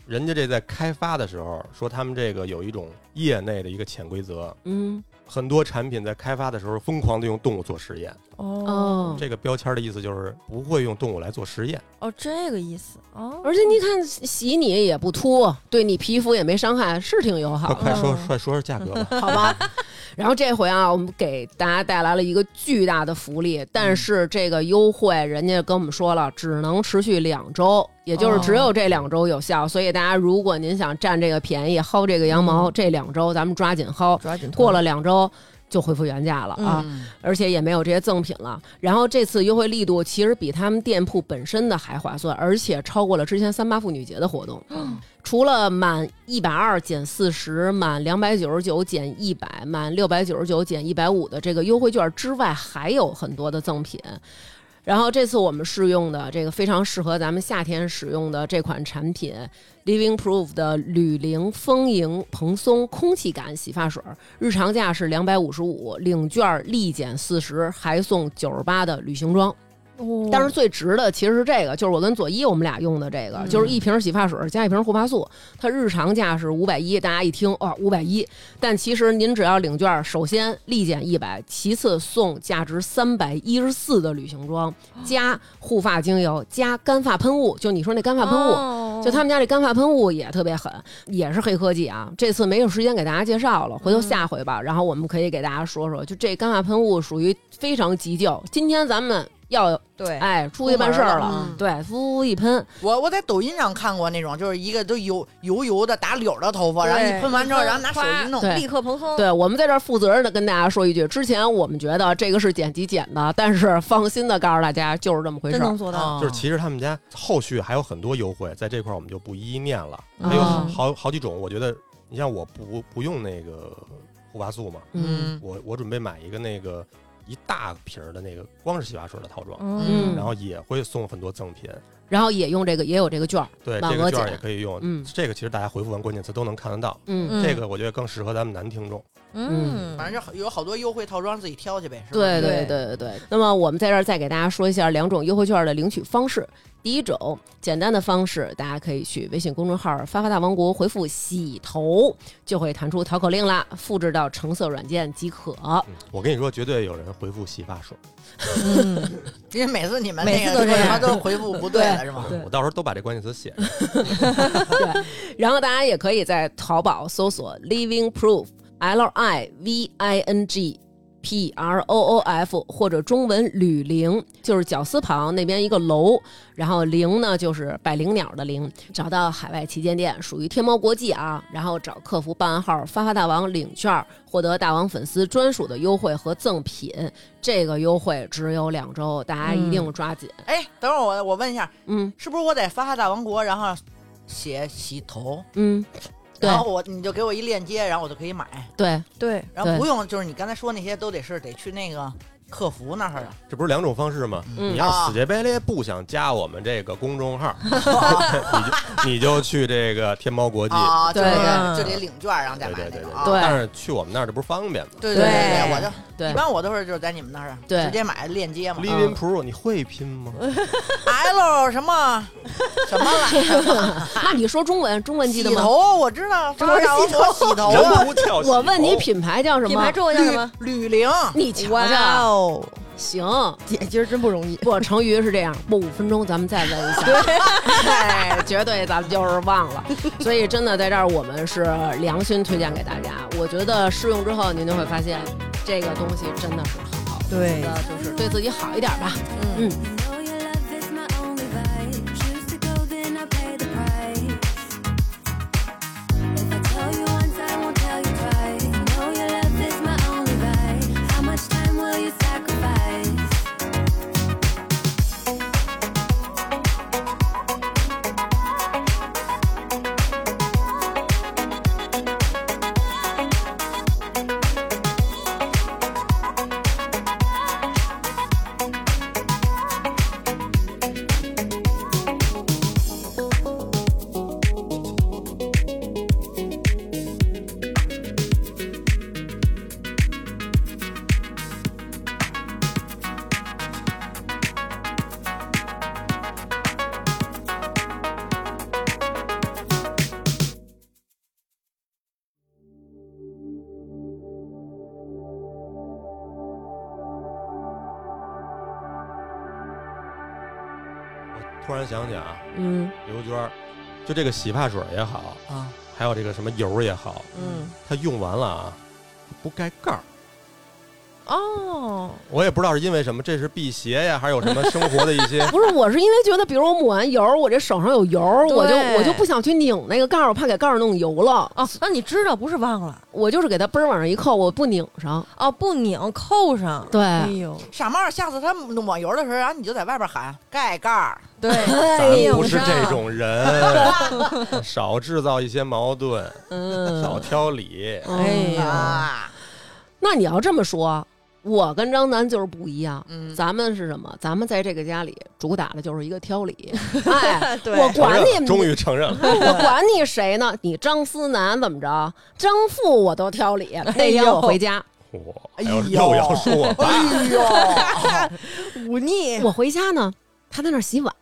人家这在开发的时候说，他们这个有一种业内的一个潜规则，
嗯，
很多产品在开发的时候疯狂的用动物做实验。
哦
哦，
这个标签的意思就是不会用动物来做实验。
哦，这个意思哦。
而且你看洗你也不秃，对你皮肤也没伤害，是挺友好
快
的。
快说
嗯
快说说价格吧。
好吧。然后这回啊，我们给大家带来了一个巨大的福利，但
嗯
是这个优惠人家跟我们说了，只能持续两周，也就是只有这两周有效。所以大家如果您想占这个便宜、薅这个羊毛，这两周咱们抓紧薅，
抓紧
过了两周就恢复原价了啊。
嗯
而且也没有这些赠品了。然后这次优惠力度其实比他们店铺本身的还划算，而且超过了之前三八妇女节的活动。除了满一百二减四十、满两百九十九减一百、满六百九十九减一百五的这个优惠券之外，还有很多的赠品。然后这次我们试用的这个非常适合咱们夏天使用的这款产品，Living Proof 的铝零丰盈蓬松空气感洗发水，日常价是两百五十五，领券儿立减四十，还送九十八的旅行装。
哦
当时最值的其实是这个，就是我跟左一我们俩用的这个，就是一瓶洗发水加一瓶护发素，它日常价是五百一，大家一听哦五百一，但其实您只要领券儿，首先立减一百，其次送价值三百一十四的旅行装，加护发精油，加干发喷雾，就你说那干发喷雾。
雾
就他们家这干发喷雾也特别狠，也是黑科技啊。这次没有时间给大家介绍了，回头下回吧。然后我们可以给大家说说，就这干发喷雾属于非常急救。今天咱们要
对
哎出去办事儿
出门
了，
了
嗯
对，呼一喷，
我我在抖音上看过那种，就是一个都油油油的打绺儿的头发，然后
对
你喷完之后，然后拿手一弄，
对
立刻蓬松。
对我们在这儿负责任的跟大家说一句，之前我们觉得这个是剪辑剪的，但是放心的告诉大家，就是这么回
真
事儿
能。做
哦
到，
就是其实他们家后续还有很多优惠，在这块儿我们就不一一念了。
嗯
还有好好好几种，我觉得你像我不不用那个护发素嘛，
嗯，
嗯
我我准备买一个那个一大瓶儿的那个光是洗发水的套装，
嗯，
然后也会送很多赠品。
然后也用这个，也有这个券儿，
对，
满
这
额
个券儿
减
也可以用。
嗯
这个其实大家回复完关键词都能看得到。
嗯
嗯
这个我觉得更适合咱们男听众，
嗯
反正就有好多优惠套装自己挑去呗，是吧？
对对
对
对对对。那么我们在这儿再给大家说一下两种优惠券的领取方式。第一种简单的方式，大家可以去微信公众号“发发大王国”回复“洗头”，就会弹出淘口令啦，复制到橙色软件即可。
嗯我跟你说，绝对有人回复洗发水，
嗯，
因为每次你们
每
那
次
个
都这
说什
样
么都回复不对了，是吗？
对
我到时候都把这关键词写上。
然后大家也可以在淘宝搜索 “Living Proof” L I V I N G。P R O O F 或者中文吕玲，就是绞丝旁那边一个楼，然后玲呢就是百灵鸟的灵。找到海外旗舰店，属于天猫国际啊，然后找客服办暗号“发发大王”领券，获得大王粉丝专属的优惠和赠品。这个优惠只有两周，大家一定抓紧。
哎，等会儿我我问一下，
嗯
是不是我在发发大王国，然后写洗头，
嗯，对
然后我你就给我一链接，然后我就可以买，
对，
对，
然后
对
不用就是你刚才说那些都得是得去那个客服那儿啊。
这不是两种方式吗？
嗯
你要是死乞白赖不想加我们这个公 众号，你就你就去这个天猫国际。
啊，就
对
是
对
就得领券，然后再
对对
买那
对
种
对
对
啊。
但是去我们那儿这不是方便吗
对
对
对，我就
对
一般我都是就是在你们那儿啊
对
直接买链接嘛
？Living Pro，你会拼吗？
，L 什么什么来着？
那你说中文，中文记
洗
得吗？
头我知道，
中国人
发
洗
大王国洗
人
头啊，
不跳洗头
哦我问你品牌叫什么？
品牌中文叫什么？
吕吕玲，
你瞧
哇
瞧，
哦，
行，
姐今儿真不容易。
不，成语是这样，过五分钟咱们再问一下， 哎，绝对咱们就是忘了，所以真的在这儿我们是良心推荐给大家，我觉得试用之后您就会发现这个东西真的是好，
对
觉得就是对自己好一点吧， 嗯。
You know your love is my only vice. Choose to go, then I pay the price. If I tell you once, I won't tell you twice. You know your love is my only vice. How much time will you sacrifice?
我哦突然想起啊，
嗯，
刘娟儿，就这个洗发水也好
啊，
还有这个什么油也好，
嗯，
它用完了啊，它不盖盖儿。
哦，
我也不知道是因为什么，这是辟邪呀，还是有什么生活的一些
不是，我是因为觉得，比如我抹完油，我这手上有油，我就
对
我就不想去拧那个盖儿，我怕给盖儿弄油了，
哦，那你知道不是忘了
我就是给它嘣儿往上一扣，我不拧上，嗯
哦，不拧扣上。
对
哎呦，
傻帽儿，下次他抹油的时候，然后你就在外边喊盖盖儿，
对，
咱
哎
拧
不是
上
这种人， 少制造一些矛盾，
嗯，
少挑理。
哎呀，
啊，
那你要这么说，我跟张楠就是不一样。
嗯
咱们是什么？咱们在这个家里主打的就是一个挑 理。哎，
对
我
承
管
认
你
了，终于承认了。
我管你谁呢？你张思楠怎么着？张富我都挑 理。那天我回家，
我
哎
又
呦
又要说我爸，
哎 呦，
忤
哎
逆。
我回家呢，他在那儿洗碗，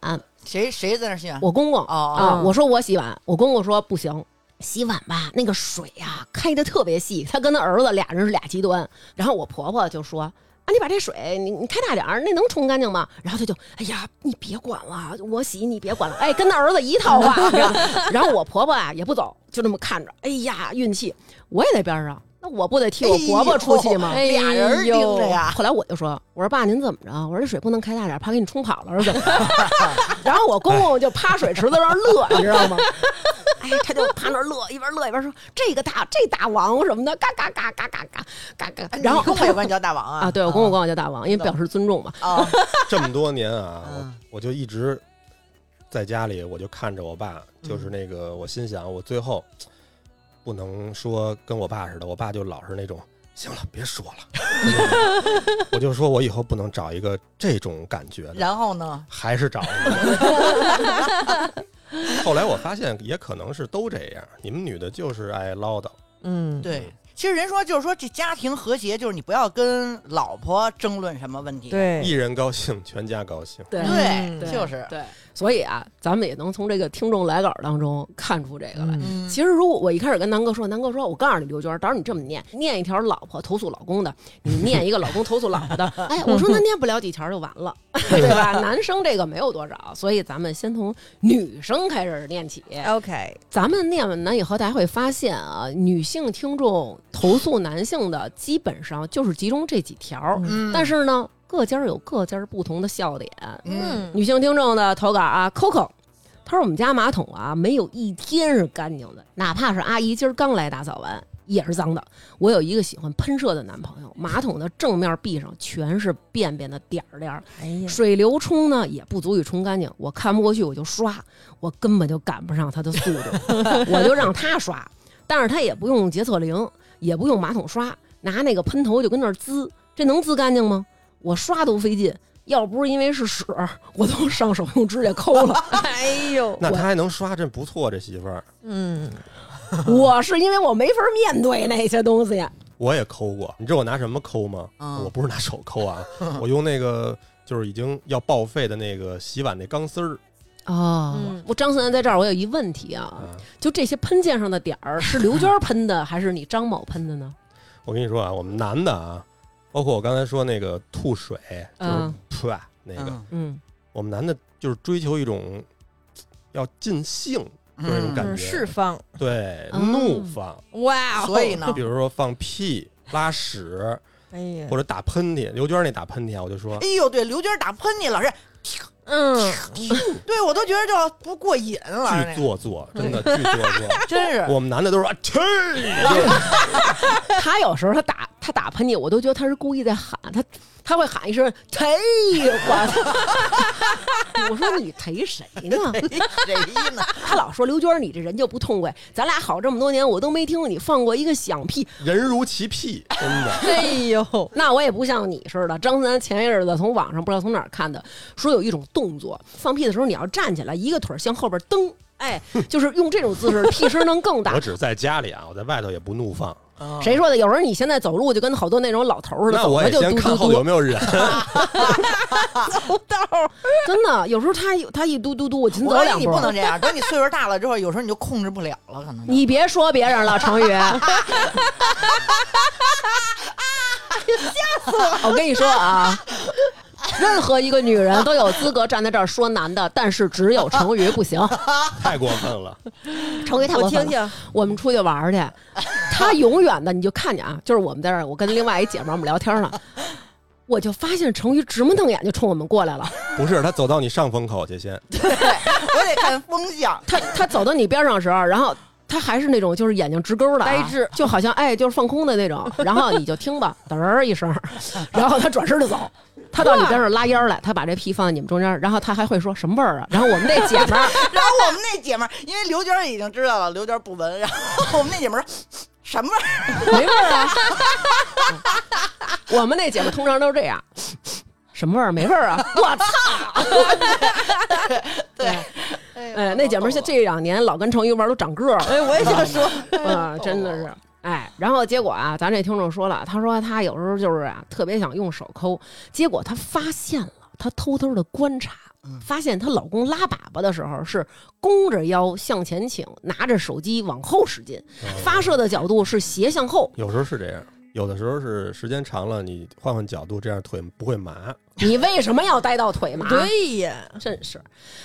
谁谁在那儿洗碗？
我公公
啊哦
啊，我说我洗碗，我公公说不行。洗碗吧，那个水呀、开的特别细，他跟他儿子俩人是俩极端。然后我婆婆就说：“啊，你把这水你你开大点儿，那能冲干净吗？”然后他就：“哎呀，你别管了，我洗你别管了。”哎，跟他儿子一套话。 然后我婆婆啊也不走，就这么看着。哎呀，运气，我也在边上，那我不得替我婆婆出气吗？哎
哎
俩人儿盯着呀，
后来我就说：“我说爸，您怎么着？我说这水不能开大点，怕给你冲跑了，是怎么
哦
着？”然后我公公就趴水池子上乐， 你知道吗？哎，他就趴那儿乐，一边乐一边说：“这个大，这大王什么的，嘎嘎嘎嘎嘎嘎嘎嘎。”然后
哎你跟我有关系叫大王啊
啊，对我公公管我叫大王，因为表示尊重嘛。
啊，
这么多年 啊，我
嗯
我就一直在家里，我就看着我爸，
嗯
就是那个，我心想，我最后不能说跟我爸似的，我爸就老是那种，行了，别说了， 我就说我以后不能找一个这种感觉的，
然后呢？
还是找了。 后来我发现，也可能是都这样，你们女的就是爱唠叨，
嗯，
对，
其实人说就是说这家庭和谐，就是你不要跟老婆争论什么问题。
一
对，
人高兴，全家高兴。
对
嗯
对，
嗯对
就是
对，所以啊，咱们也能从这个听众来稿当中看出这个来。
嗯
其实，如果我一开始跟南哥说，南哥说，我告诉你，刘娟，到时候你这么念，念一条老婆投诉老公的，你念一个老公投诉老婆的，哎，我说那念不了几条就完了，对吧？男生这个没有多少，所以咱们先从女生开始念起。
OK，
咱们念完以后，大家会发现啊，女性听众投诉男性的基本上就是集中这几条，
嗯
但是呢，各家有各家不同的笑点。
嗯，
女性听众的投稿啊，Coco，她说我们家马桶啊没有一天是干净的，哪怕是阿姨今儿刚来打扫完也是脏的。我有一个喜欢喷射的男朋友，马桶的正面壁上全是便便的点儿点儿，
哎呀，
水流冲呢也不足以冲干净。我看不过去我就刷，我根本就赶不上他的速度，我就让他刷，但是他也不用洁厕灵，也不用马桶刷，拿那个喷头就跟那儿滋，这能滋干净吗？我刷都费劲。要不是因为是屎，我都上手用指甲抠了。
哎呦，
嗯
那他还能刷，真不错，这媳妇儿。
嗯，
我是因为我没法面对那些东西。
我也抠过，你知道我拿什么抠吗？
嗯
我不是拿手抠 啊，我用那个就是已经要报废的那个洗碗那钢丝儿。
哦
嗯
我张思楠在这儿，我有一问题啊，
啊
就这些喷溅上的点儿是刘娟喷的，还是你张某喷的呢？
我跟你说啊，我们男的啊，包括我刚才说那个吐水，就是
嗯
噗啊那个，
嗯
嗯，
我们男的就是追求一种要尽兴，就那种感
就
觉，
是释放，
对，
哦
怒放。
哇
啊
哦，
所以呢
比，如说放屁、拉屎
哎呀
或，者打喷嚏，刘娟那打喷嚏啊，我就说
哎呦，对，刘娟打喷嚏老是，
嗯，
对我都觉得这不过瘾了，
巨 做作，真的巨做 作。
真是。
我们男的都说啊去，就是
他有时候他打他打喷嚏，我都觉得他是故意在喊他，他会喊一声“忒”，我 我说你忒谁呢？
谁 哎呢？
他老说刘娟儿你这人就不痛快，咱俩好这么多年，我都没听过你放过一个响屁，
人如其屁，真的。
哎呦，
那我也不像你似的。张三前些日子从网上不知道从哪儿看的，说有一种动作，放屁的时候你要站起来，一个腿儿向后边蹬，哎，就是用这种姿势，屁声能更
我
大。
只在家里啊，我在外头也不怒放。
谁说的？有时候你现在走路就跟好多那种老头儿似的，
那
走
我
着
也
就
先
嘟
看
嘟
后
嘟
有。没有人。
真的，有时候他一他一嘟嘟嘟，我紧
我
走
告诉
两
你，你
步。
不能这 样。等你岁数大了之后，有时候你就控制不了了，可能就。
你别说别人了，成 宇。吓死我！我跟你说啊，任何一个女人都有资格站在这儿说男的，但是只有成宇不行。
太过分了，
成宇太
我
过分
听
了。
听，
我们出去玩儿 去，他永远的你就看见啊，就是我们在这儿，我跟另外一姐们儿我们聊天 呢，我就发现成宇直目瞪眼就冲我们过来了。。
不是他走到你上风口去先，
我得看风向
他他走到你边上的时候，然后他还是那种就是眼睛直勾的、啊，
呆滞，
就好像哎就是放空的那 种。然后你就听吧，嘚儿一声，然后他转身就走。他到你边上拉烟儿来，他把这屁放在你们中间，然后他还会说什么味儿啊？然后我们这姐们 儿，
然后我们那姐们儿，因为刘娟儿已经知道了，刘娟儿不闻。然后我们那姐们儿说什么味儿？
没味儿啊。我们那姐们通常都是这样，什么味儿？没味儿 啊！我操！对，哎，那姐们儿现这两年老跟成鱼玩儿都长个儿了，
哎，我也想 说，
嗯，真的是。哎，然后结果啊，咱这听众说了，他说他有时候就是啊，特别想用手抠，结果他发现了，他偷偷的观察，发现她老公拉粑粑的时候是弓着腰向前倾，拿着手机往后使劲，发射的角度是斜向后，
有时候是这样，有的时候是时间长了，你换换角度，这样腿不会麻。
你为什么要待到腿麻？，
对呀，
真是。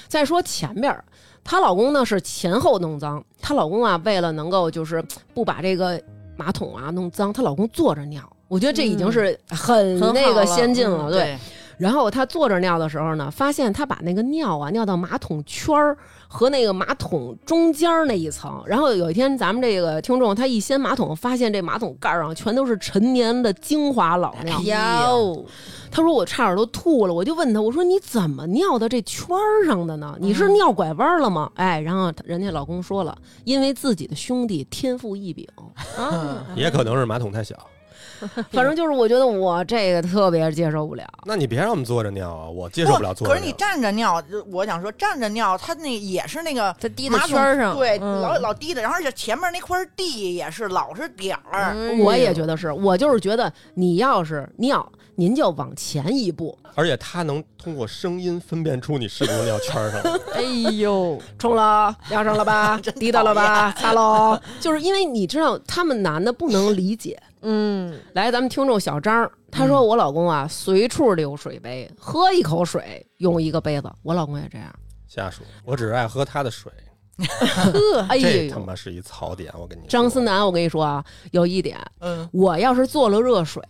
再说前面儿，她老公呢是前后弄脏，她老公啊为了能够就是不把这个马桶啊弄脏，她老公坐着尿。我觉得这已经是很
嗯很好
那个
了
先进
嗯
了，对。，然后她坐着尿的时候呢，发现她把那个尿啊尿到马桶圈儿和那个马桶中间儿那一层。然后有一天，咱们这个听众他一掀马桶，发现这马桶盖儿上全都是陈年的精华老尿。
有，
他说我差点都吐了，我就问他，我说你怎么尿到这圈儿上的呢？你是尿拐弯了吗？哎，然后人家老公说了，因为自己的兄弟天赋异禀，
啊
也可能是马桶太小，
反正就是我觉得我这个特别接受不了。
那你别让我们坐着尿啊，我接受不了坐着
可
尿。
是你站着尿，就我想说站着尿，它那也是那个
在滴
马
的
桶
圈儿上，
对，
嗯
老老滴的，然后而且前面那块地也是老是点
嗯
儿。
我也觉得是，我就是觉得你要是尿，您就往前一步
而且他能通过声音分辨出你是不是尿圈儿 上了。
哎呦，
冲了，尿上了吧，滴到了吧，擦喽。 就是因为你知道，他们男的不能理解。
嗯，
来，咱们听众小张儿，他说我老公啊，随处留水杯，喝一口水用一个杯子。我老公也这样。
下属，我只是爱喝他的水，
呵，
哎
这他
呦，
妈是一槽点，我跟你说。
张思楠，我跟你说啊，有一点，
嗯，
我要是做了热水，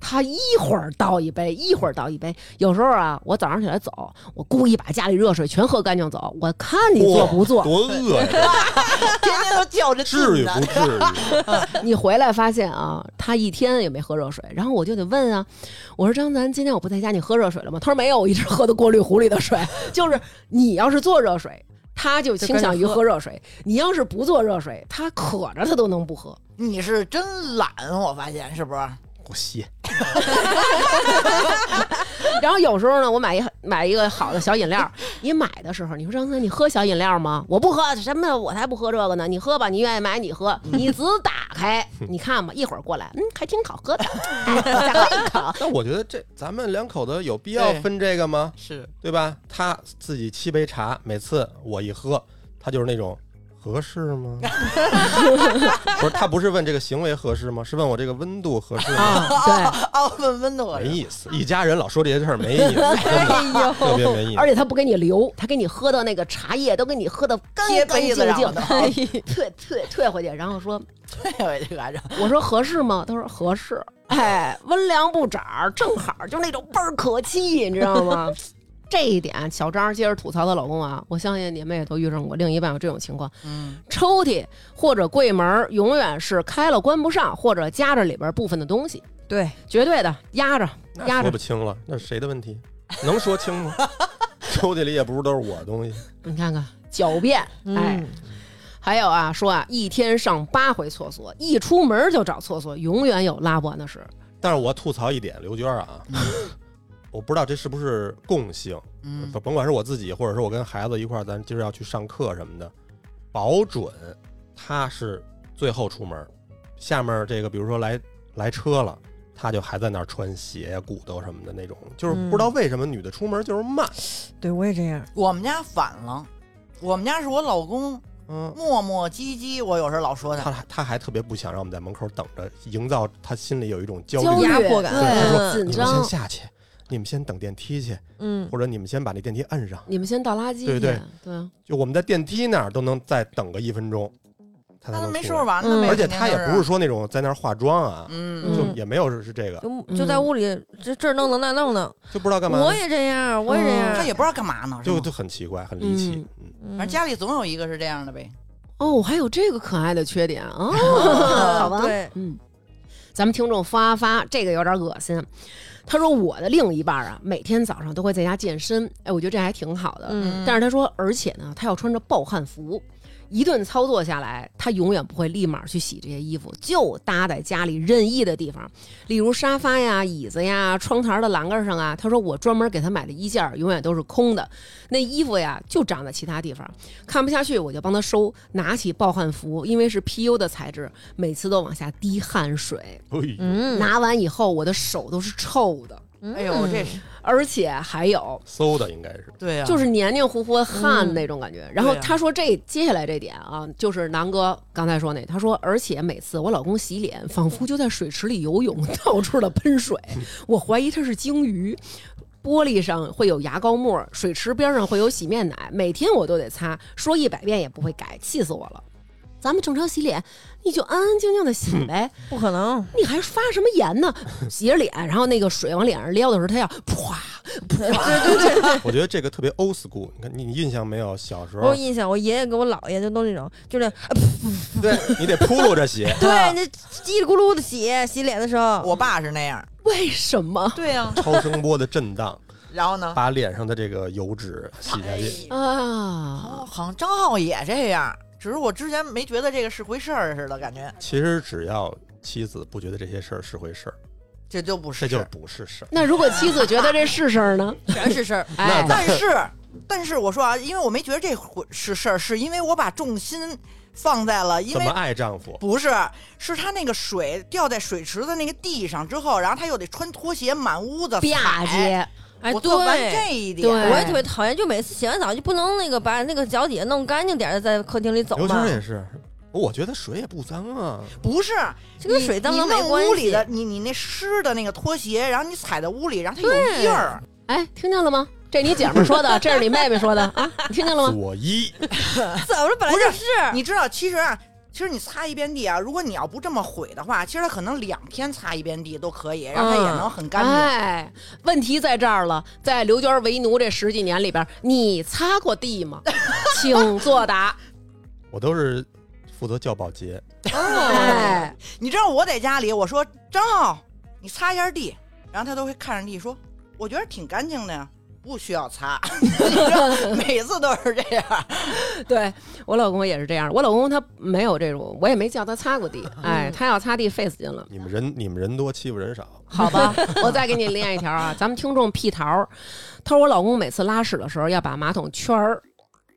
他一会儿倒一杯，一会儿倒一杯。有时候啊，我早上起来走，我故意把家里热水全喝干净走，我看你做不做。
多恶 呀！
天天都叫着劲
至于
呢
不至于？
你回来发现啊，他一天也没喝热水，然后我就得问啊，我说张楠，今天我不在家，你喝热水了吗？他说没有，我一直喝的过滤壶里的水。 就是你要是做热水。他就倾向于喝热水，你要是不做热水，他渴着他都能不喝。
你是真懒，我发现是不是？
我歇，
然后有时候呢，我买一买一个好的小饮料，你买的时候，你说张三，你喝小饮料吗？我不喝，什么我才不喝这个呢？你喝吧，你愿意买你喝，你只打开，你看吧，一会儿过来，嗯，还挺好喝的，哎再喝一口。
但我觉得这咱们两口子有必要
对
分这个吗？
是，
对吧？他自己沏杯茶，每次我一喝，他就是那种合 适吗？不是，他不是问这个行为合适吗？是问我这个温度合适吗？
啊，对，
哦，问温度
没意思，一家人老说这些事儿没意 思，真的
哎
特别没意思
而。且他不给你留，他给你喝的那个茶叶都给你喝的干
贴
干
杯
净
子上
净
的，
退退退回去，然后 说，
对，我就感觉
我说合适吗？他说合适，哎，温良不长，正好就那种倍儿可气，你知道吗？ 这一点，小张接着吐槽她老公啊，我相信你们也都遇上过另一半有这种情况，
嗯，
抽屉或者柜门儿永远是开了关不上，或者夹着里边部分的东西，
对，
绝对的压着压
那
着
说不。清了，那是谁的问题？能说清吗？抽屉里也不是都是我的东西，
你看看狡辩，哎，
嗯，
还有啊，说啊，一天上八回厕所，一出门就找厕所，永远有拉不完的事。
但是我吐槽一点，刘娟儿啊，我不知道这是不是共性，
嗯
甭管是我自己，或者是我跟孩子一块儿，咱今儿要去上课什么的，保准他是最后出门儿，下面这个比如说来来车了。他就还在那儿穿鞋呀、鼓捣什么的那种，就是不知道为什么女的出门就是慢，
对我也这样，
我们家反了，我们家是我老公
嗯，
磨磨唧唧，我有时候老说他，
他他还特别不想让我们在门口等着，营造他心里有一种焦
焦虑
虑。
压迫感，
对
嗯
紧
你们
张
先下去，你们先等电梯去，
嗯，
或者你们先把那电梯摁上。
你们先倒垃圾去，
对对
对
就我们在电梯那儿都能再等个一分钟，他才
他
能
没
出
收拾
来。
完呢
嗯
呗，
而且
肯定
他也
就
啊
不是说那种在那儿化妆啊，
嗯，
就
嗯
也没有是是这个，
就就在屋里这这儿弄弄那弄弄，
就不知道干嘛，
我也这样，我也这样，
他也不知道干嘛呢，是
就
吗
就很奇怪，很离奇。嗯，
嗯，
反正家里总有一个是这样的呗。
哦，还有这个可爱的缺点 啊，好吧，
对，
嗯，咱们听众发发这个有点恶心。他说我的另一半啊，每天早上都会在家健身，哎，我觉得这还挺好的。
嗯
但是他说，而且呢，他要穿着暴汗服，一顿操作下来，他永远不会立马去洗这些衣服，就搭在家里任意的地方，例如沙发呀、椅子呀、窗台的栏杆上啊。他说我专门给他买的衣架永远都是空的，那衣服呀就长在其他地方，看不下去我就帮他收，拿起暴汗服，因为是 PU 的材质，每次都往下滴汗水，
哎呦
嗯，
拿完以后我的手都是臭的，
哎呦，这是
而且还有
馊的应该是
对呀，啊
就是黏黏糊糊的汗
嗯
那种感觉。然后
对呀啊
他说这接下来这点啊，就是南哥刚才说那，他说而且每次我老公洗脸，仿佛就在水池里游泳， 到处的喷水，我怀疑他是鲸鱼。玻璃上会有牙膏沫，水池边上会有洗面奶，每天我都得擦，说一百遍也不会改，气死我了。咱们正常洗脸，你就安安静静的洗 呗，
不可能，
你还发什么言呢？洗着脸，然后那个水往脸上撩的时候，他要啪啪，
我觉得这个特别 old school。你看，你你印象没有？小时
我有
候，
印象，我爷爷跟我姥爷就都那种，就是
对你得铺路着洗，
对，那叽里咕噜的洗洗脸的时候，
我爸是那样。
为什么？
对
啊
呀，
超声波的震荡，
然后呢？
把脸上的这个油脂洗下去。
啊，
哦，好像张浩也这样，只是我之前没觉得这个是回事儿似的，感觉。
其实只要妻子不觉得这些事儿是回事儿，
这就不
这
是
就不是事儿。
那如果妻子觉得这是事儿呢？
全是事儿。
哎，
但是，但是我说啊，因为我没觉得这回是事儿，是因为我把重心放在了，因
怎
为
么爱丈夫？
不是，是他那个水掉在水池子那个地上之后，然后他又得穿拖鞋满屋子
吧
踩。
唧，
哎，
我
对，
就完这一点，
对
我也特别讨厌，就每次洗完澡就不能那个把那个脚底下弄干净点儿，在客厅里走
刘
嘛
娟。也是，我觉得水也不脏啊，
不是
这跟
你
水脏
你
脏没
弄
关
屋里
系
的你你那湿的那个拖鞋，然后你踩在屋里，然后它有印儿。
哎，听见了吗？这你姐们儿说 的，这是你妹妹说的啊，你听
嗯
见了吗？
左一
怎么了？本来
不
就是是，
你知道，其实啊，其实你擦一遍地啊，如果你要不这么毁的话，其实它可能两天擦一遍地都可以，然后它也能很干净。
哎，问题在这儿了，在刘娟为奴这十几年里边，你擦过地 吗？请作 答。
我都是负责叫保洁，
哎，
你知道我在家里，我说张浩，你擦一下地，然后他都会看着地说，我觉得挺干净的呀，不需 要擦。你知道，每次都是这样。
对我老公也是这样，我老公他没有这种，我也没叫他擦过地，哎，他要擦地费死劲了。
你们人你们人多欺负人少，
好吧， 我再给你练一条啊。咱们听众屁桃儿，他说我老公每次拉屎的时候要把马桶圈儿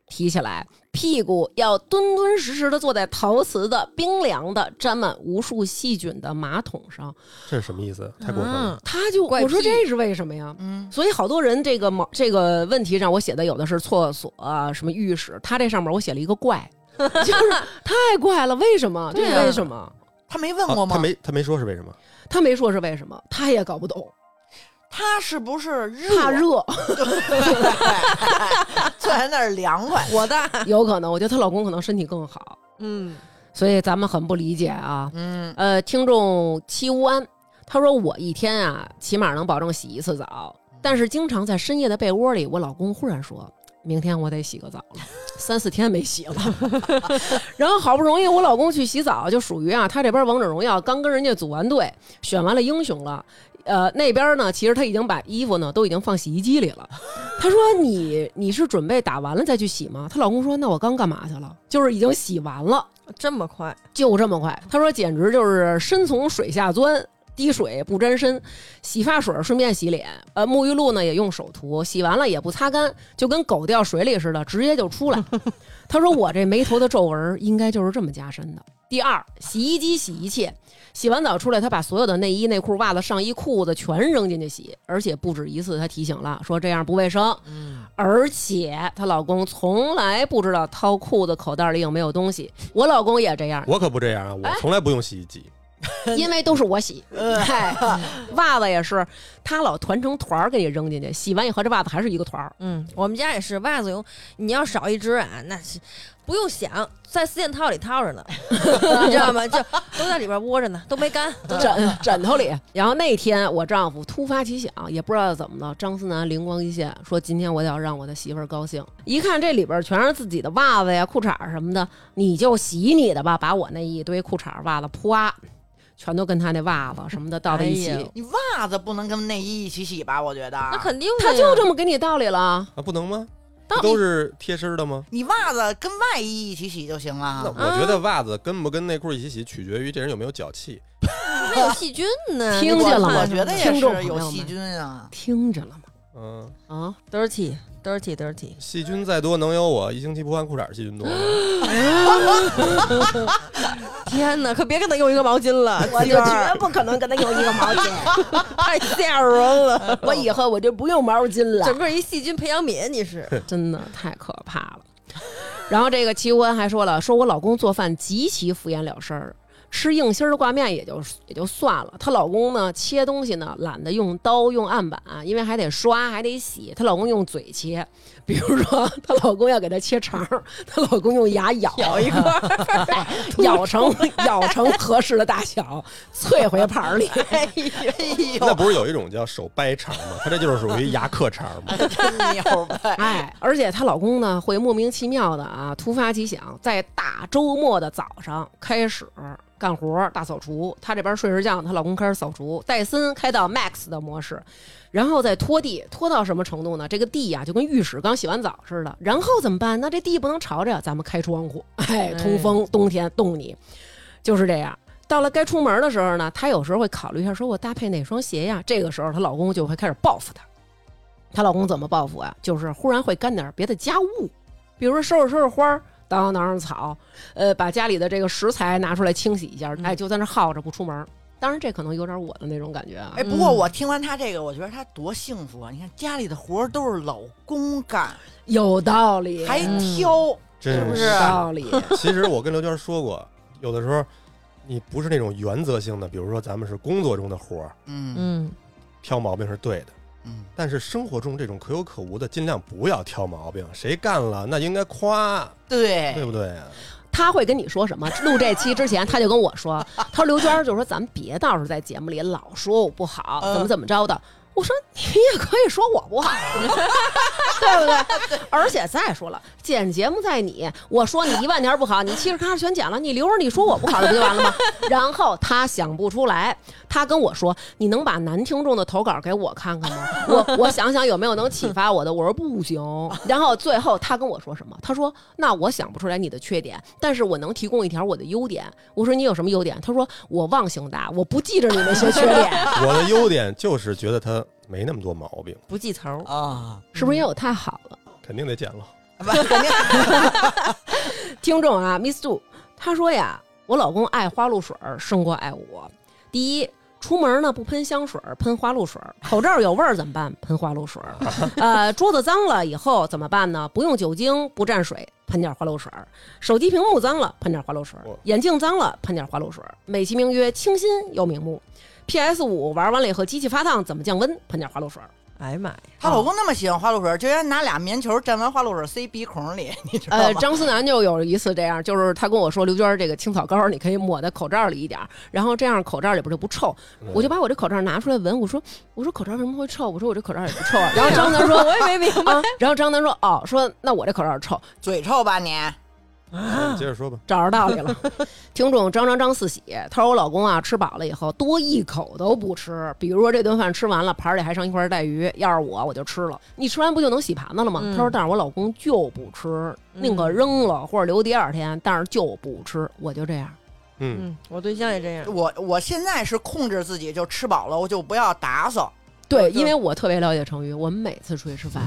提起来，屁股要敦敦实实的坐在陶瓷的冰凉的、沾满无数细菌的马桶上。
这是什么意思？
嗯
太过分了。
他就
怪
我说
癖
这是为什么呀？所以好多人这个毛这个问题上，我写的有的是厕所、啊、什么浴室，他这上面我写了一个怪， 就是太怪了，为什么？这
对啊
是为什么？
他没问
啊
过吗？
他没他没说是为什么？
他没说是为什么，他也搞不懂，
他是不是热？
啊
怕 热。
坐在那儿凉快。
火大，
有可能，我觉得她老公可能身体更好，
嗯，
所以咱们很不理解啊。
嗯，
呃，听众戚无安他说：“我一天啊，起码能保证洗一次澡，但是经常在深夜的被窝里，我老公忽然说。”明天我得洗个澡了， 三四天没洗了。 然后好不容易我老公去洗澡，就属于啊，他这边王者荣耀刚跟人家组完队，选完了英雄了，呃，那边呢，其实他已经把衣服呢都已经放洗衣机里了。 她说你你是准备打完了再去洗吗？她老公说那我刚干嘛去了？就是已经洗完了，
这么快，
就这么快。她说简直就是身从水下钻。滴水不沾身，洗发水顺便洗脸，呃，沐浴露呢也用手涂，洗完了也不擦干，就跟狗掉水里似的，直接就出来。她说我这眉头的皱纹应该就是这么加深的。第二，洗衣机洗一切，洗完澡出来，她把所有的内衣、内裤、袜子、上衣、裤子全扔进去洗，而且不止一次，她提醒了，说这样不卫生。而且她老公从来不知道掏裤子口袋里有没有东西，我老公也这
哎
样，
我可不这样啊，我从来不用洗衣机。
因为都是我洗。 哎，袜子也是，他老团成团儿给你扔进去，洗完以后这袜子还是一个团儿。
嗯，我们家也是袜子用，你要少一只啊，那是不用想，在四件套里套 着呢，你知道吗？就都在里边窝着呢，都没干，都在
枕枕头里， 然后那天我丈夫突发奇想，也不知道怎么了，张思南灵光一现，说今天我得要让我的媳妇儿高兴。一看这里边全是自己的袜子呀、裤衩儿什么的，你就洗你的吧，把我那一堆裤衩儿、袜子，啪，全都跟他那袜子什么的倒在一起
哎，呦
你袜子不能跟内衣一起洗吧？我觉得
那肯定的呀，
他就这么给你道理了。
啊，不能吗？
当
不都是贴身的吗？
你袜子跟外衣一起洗就行
那
了。
我觉得袜子跟不跟内裤一起洗，取决于这人有没有脚气。
没有细菌呢，
听见了吗
我觉得也
听众朋
是
友们
有细菌啊。
听着了吗？
嗯，
啊，
？dirty dirty dirty，
细菌再多，能有我一星期不换裤衩儿细菌 多吗？
天哪，可别跟他用一个毛巾了，
我就
娟儿
绝不可能跟他用一个毛巾，
太吓人了，
我以后我就不用毛巾了
整。个一细菌培养皿，你 是
真的太可怕了。然后这个齐无恩还说了，说我老公做饭极其敷衍了事儿，吃硬心儿挂面也就也就算了，她老公呢切东西呢懒得用刀用案板，因为还得刷还得洗，她老公用嘴切，比如说她老公要给她切肠 儿，她老公用牙咬咬一块， 咬成咬成合适的大 小，啐回盘儿里。
哎
哎
那不是有一种叫手掰肠吗？它这就是属于牙克肠 吗？
牛掰！
哎，而且她老公呢，会莫名其妙的啊，突发奇想，在大周末的早上开始干活，大扫除。她这边睡着觉，她老公开始扫除，戴森开到 max 的模式，然后再拖地，拖到什么程度呢？这个地呀、就跟浴室刚洗完澡似的。然后怎么办？那 哎这地不能朝着，咱们开窗户，哎，通风，冬天冻你，就是这样。到了该出门的时候呢，她有时候会考虑一下，说我搭配哪双鞋呀？这个时候她老公就会开始报复她。她老公怎么报复啊？就是忽然会干点别的家务，比如说收拾收拾花儿，当上当上草，呃，把家里的这个食材拿出来清洗一下，
嗯
哎，就在那儿耗着不出门。当然，这可能有点我的那种感觉啊。
哎，不过我听完她这个，我觉得她多幸福啊！你看家里的活儿都是老公干，
有道理，嗯
还挑，
真
不
有
是啊
啊
道理。
其实我跟刘娟说过，有的时候你不是那种原则性的，比如说咱们是工作中的活儿，
嗯
嗯，
挑毛病是对的，
嗯，
但是生活中这种可有可无的，尽量不要挑毛病。谁干了，那应该夸，对
哎
对，
不对啊？
他会跟你说什么？录这期之前，他就跟我说，他说刘娟儿就说咱们别到时候在节目里老说我不好，
嗯
怎么怎么着的。我说你也可以说我不好， 对不对？而且再说了，剪节目在你，我说你一万条不好，你七十咔全剪了，你留着你说我不好不就完了吗？然后他想不出来，他跟我说：“你能把男听众的投稿给我看看吗？我我想想有没有能启发我的。”我说不行。然后最后他跟我说什么？他说：“那我想不出来你的缺点，但是我能提供一条我的优点。”我说：“你有什么优点？”他说：“我忘性大，我不记着你那些缺 点，
我的优点就是觉得他没那么多毛病，
不记仇儿，
啊，
是不是因为我太好了？”
肯定得捡了。
不肯定
听众啊，Miss Du，他说呀，我老公爱花露水儿胜过爱我。第一，出门呢不喷香水儿，喷花露水儿；口罩有味儿怎么办？喷花露水儿。呃，桌子脏了以后怎么办呢？不用酒精，不沾水，喷点花露水儿。手机屏幕脏了，喷点花露水儿
我；
眼镜脏了，喷点花露水儿。美其名曰清新又明目。PS 五玩完了以后，机器发烫怎么降温？喷点花露水儿。
哎呀 妈呀，
她老公那么喜欢花露水，居然拿俩棉球蘸完花露水塞鼻孔里，你知道
呃，
吗？
张思楠就有一次这样，就是他跟我说，刘娟儿这个青草膏儿你可以抹在口罩里一点儿，然后这样口罩里边儿就不臭。
嗯
我就把我这口罩拿出来闻，我说我说口罩为什么会臭？我说我这口罩也不 臭啊。然后张楠说
我也没明白
啊， 然后张楠说哦，说那我这口罩臭，
嘴臭吧你？
嗯接着说吧，
找着道理了。听众张张张四喜，他说我老公啊吃饱了以后多一口都不吃，比如说这顿饭吃完了，盘儿里还剩一块儿带鱼，要是我我就吃了。你吃完不就能洗盘子了吗？
嗯
他说但是我老公就不吃，宁可扔了或者留第二天，但是就不吃，我就这样。
嗯，
嗯，我对象也这样，
我我现在是控制自己，就吃饱了我就不要打扫。
对，
就
因为我特别了解成宇，我们每次出去吃饭，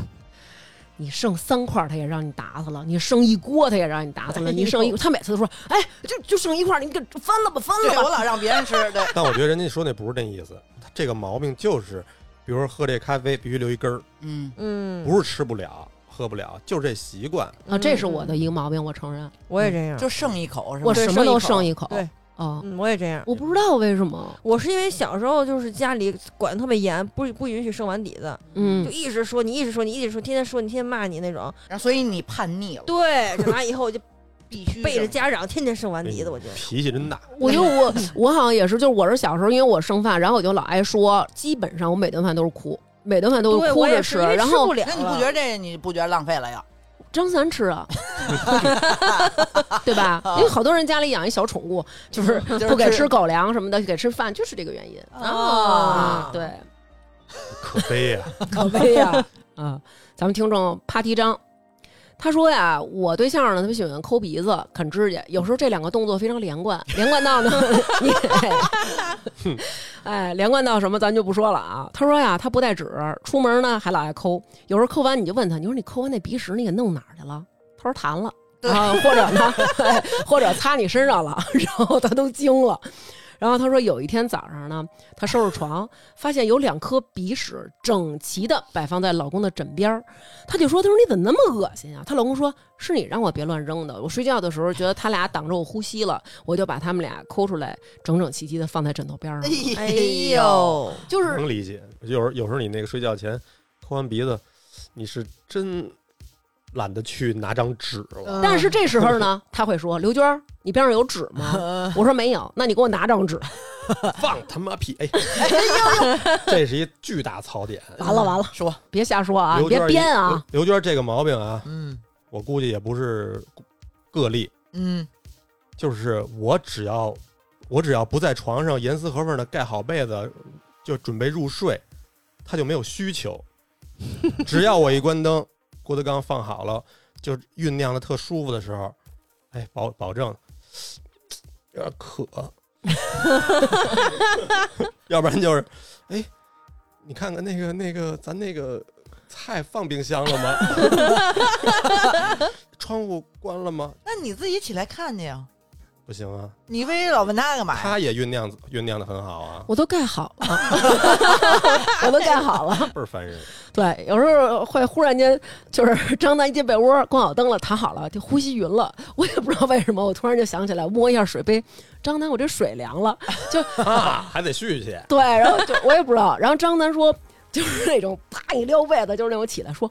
你剩三块儿他也让你打死了，你剩一锅他也让你打死了，你剩一，他每次都说，哎，就就剩一块儿，你给翻了吧，翻
对
了吧。
我老让别人吃，对，
但我觉得人家说那不是那意思，他这个毛病就是，比如说喝这咖啡必须留一根儿，
嗯，
嗯，
不是吃不了。喝不了，就是这习惯。
啊，这是我的一个毛病，我承认，啊
我也这样，
就剩一口是吧
我？什么都剩
剩
一口。
对，
哦，
嗯，我也这样。
我不知道为什么，
我是因为小时候就是家里管得特别严，不不允许剩碗底子，就
嗯，
一直说你，一直说你，一直说，天天说你，天天骂你那种。
然后所以你叛逆了，
对，长大 以后我就
必须
背着
剩
家长天天剩碗底子，我
哎
觉得。
脾气真大。
我 就我我好像也是，就是我是小时候，因为我剩饭，然后我就老挨说，基本上我每顿饭都是哭，每顿饭都
对，
是哭
我也
着
是，因为
然
吃
后哎
不了
那你不觉得这你不觉得浪费了 呀？
张三吃 啊， 对吧？
啊
因为好多人家里养一小宠物， 就是
就是
不给
吃
吃狗粮什么的，给吃饭，就是这个原因
啊
对，
可悲啊呀、
可悲呀、啊！咱们听众啪提张，他说呀，我对象呢特别喜欢抠鼻子、啃指甲，有时候这两个动作非常连贯，连贯到呢， 你哎，连贯到什么咱就不说了啊。他说呀，他不带纸，出门呢还老爱抠，有时候抠完你就问他，你说你抠完那鼻屎你给弄哪儿去了？他说弹了。啊，或者呢， 哎或者擦你身上了，然后他都惊了。然后他说，有一天早上呢，他收拾床，发现有两颗鼻屎整齐的摆放在老公的枕边儿，他就说：“他说你怎么那么恶心啊？”她老公说：“是你让我别乱扔的。我睡觉的时候觉得他俩挡着我呼吸了，我就把他们俩抠出来，整整齐齐的放在枕头边儿上。
哎，呦，
就是
能理解。有时候有时候你那个睡觉前抠完鼻子，你是真懒得去拿张纸了。
但是这时候呢，他会说：“刘娟儿，你边上有纸
嗯
吗？”我说：“没有。”那你给我拿张纸。呃
放他妈屁！哎， 这是一巨大槽点。
完了完了，
说，
别瞎说啊，你
刘娟
别
儿嗯
编啊。
刘刘娟这个毛病啊，
嗯
我估计也不是个例，
嗯，
就是我只要我只要不在床上严丝合缝的盖好被子，就准备入睡，他就没有需求。 只要我一关灯，郭德纲放好了，就酝 酿的特舒服的时候，哎，保保证，有点渴， 要不然就是，哎，你看看那个那个咱那个菜放冰箱了吗？ 窗户关了吗？
那你自己起来看去呀，
不行啊，
你为老问那干嘛呀？
他也酝酿酝酿的很好啊，
我都盖好了， 我都盖好了。
倍儿烦人。
对，有时候会忽然间就是张楠一进被窝，关好灯了，躺好了，就呼吸匀了。我也不知道为什么，我突然就想起来摸一下水杯，张楠，我这水凉了。
啊， 还得续去。
对，然后就我也不知道。然后张楠说，就是那种啪一撩被子，就是那种起来说，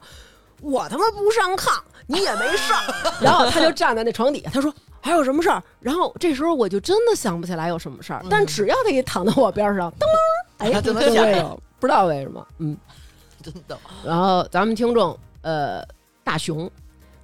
我他妈不上炕，你也没上。然后他就站在那床底下，他说还有什么事儿？然后这时候我就真的想不起来有什么事儿，但只要他一躺到我边上，噔噔，哎，
嗯就能
就
想
会
起来
有，不知道为什么，嗯。
真的，
然后咱们听众呃大熊，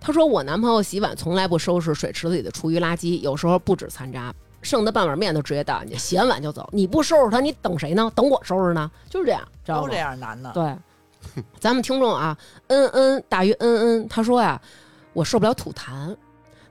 他说我男朋友洗碗从来不收拾水池子里的厨余垃圾，有时候不止残渣，剩的半碗面都直接倒进去，洗完碗就走。你不收拾它，你等谁呢？等我收拾呢？就是这样，知道
都
吗
这？样男的。
对， 咱们听众啊，恩恩大于恩恩，他说呀，我受不了吐痰。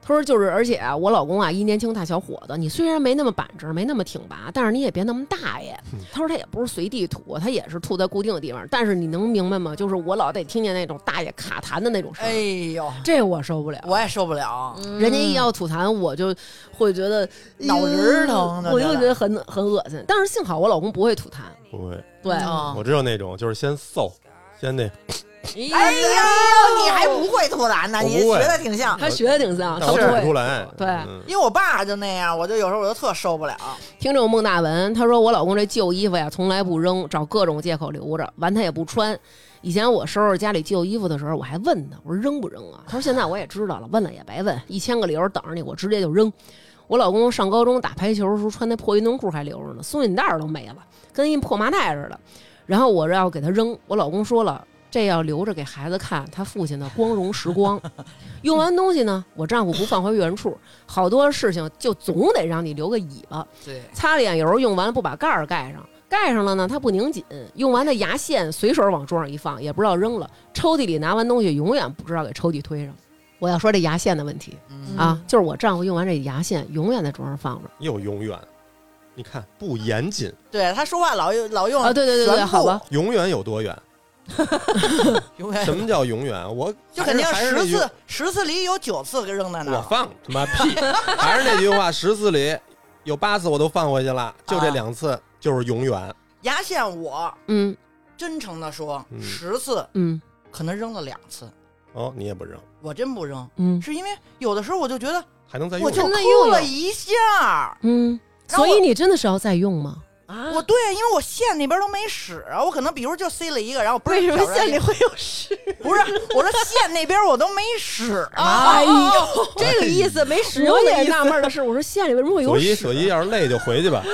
他说就是，而且啊，我老公啊，一年轻大小伙子，你虽然没那么板正，没那么挺拔，但是你也别那么大爷。他说他也不是随地吐，他也是吐在固定的地方。但是你能明白吗？就是我老得听见那种大爷卡痰的那种声儿，
哎呦，
这我受不了。嗯
我也受不了。
人家一要吐痰，我就会觉得嗯
脑仁儿疼的
我就会
觉得
觉得很很恶心。但是幸好我老公不会吐痰，
不会，
对，
啊
我知道那种就是先嗽，先那，
哎呦，你还不会吐痰呢？
我不
你
会
学的挺像。
他学的挺
啊
像，他
但我
不
吐
会
不出来。
对
嗯
因为我爸就那样，我就有时候我就特受不了。
听众孟大文，他说我老公这旧衣服呀，从来不扔，找各种借口留着，完他也不穿。以前我收拾家里旧衣服的时候，我还问他，我说扔不扔啊？他说现在我也知道了，问了也白 问，一千个理由等着你，我直接就扔。我老公上高中打排球的时候穿那破运动裤还留着呢，松紧带儿都没了，跟一破麻袋似的。然后我要给他扔，我老公说了，这要留着给孩子看他父亲的光荣时光。用完东西呢，我丈夫不放回原处，好多事情就总得让你留个尾巴。
对，
擦脸油用完了不把盖儿盖上，盖上了呢它不拧紧，用完的牙线随手往桌上一放，也不知道扔了。抽屉里拿完东西永远不知道给抽屉推上。我要说这牙线的问题、
嗯
啊，就是我丈夫用完这牙线永远在桌上放着。
又永远，你看不严谨，
对他说话老用老用
啊，对对对对，
旋步
好吧，，
永远有多远？
永远
什么叫永远？我
就肯定
还是
十，啊
还是
次十次里有九次给扔在
那句
那
我
儿。
放他妈屁！ 还是那句话，十次里有八次我都放回去了，就这
啊
两次就是永远。
牙线我
嗯
真诚的说，
嗯
十次
嗯
可能扔了两次，
哦，你也不扔，
我真不扔，
嗯
是因为有的时候我就觉得
还能再用
我就
真的
哭
用
了一下，
嗯，
然后
所
我
以你真的是要再用吗？
啊
我对，因为我线那边都没使啊，我可能比如就塞了一个，然后不是
会有事？
不是，我说线那边我都没 使啊，
哎呦，
哦这个意思没使用
我
的
也
意思。
纳闷的是，我说县里为什
哎
么会有
所以，
屎？
所以要是累就回 去吧，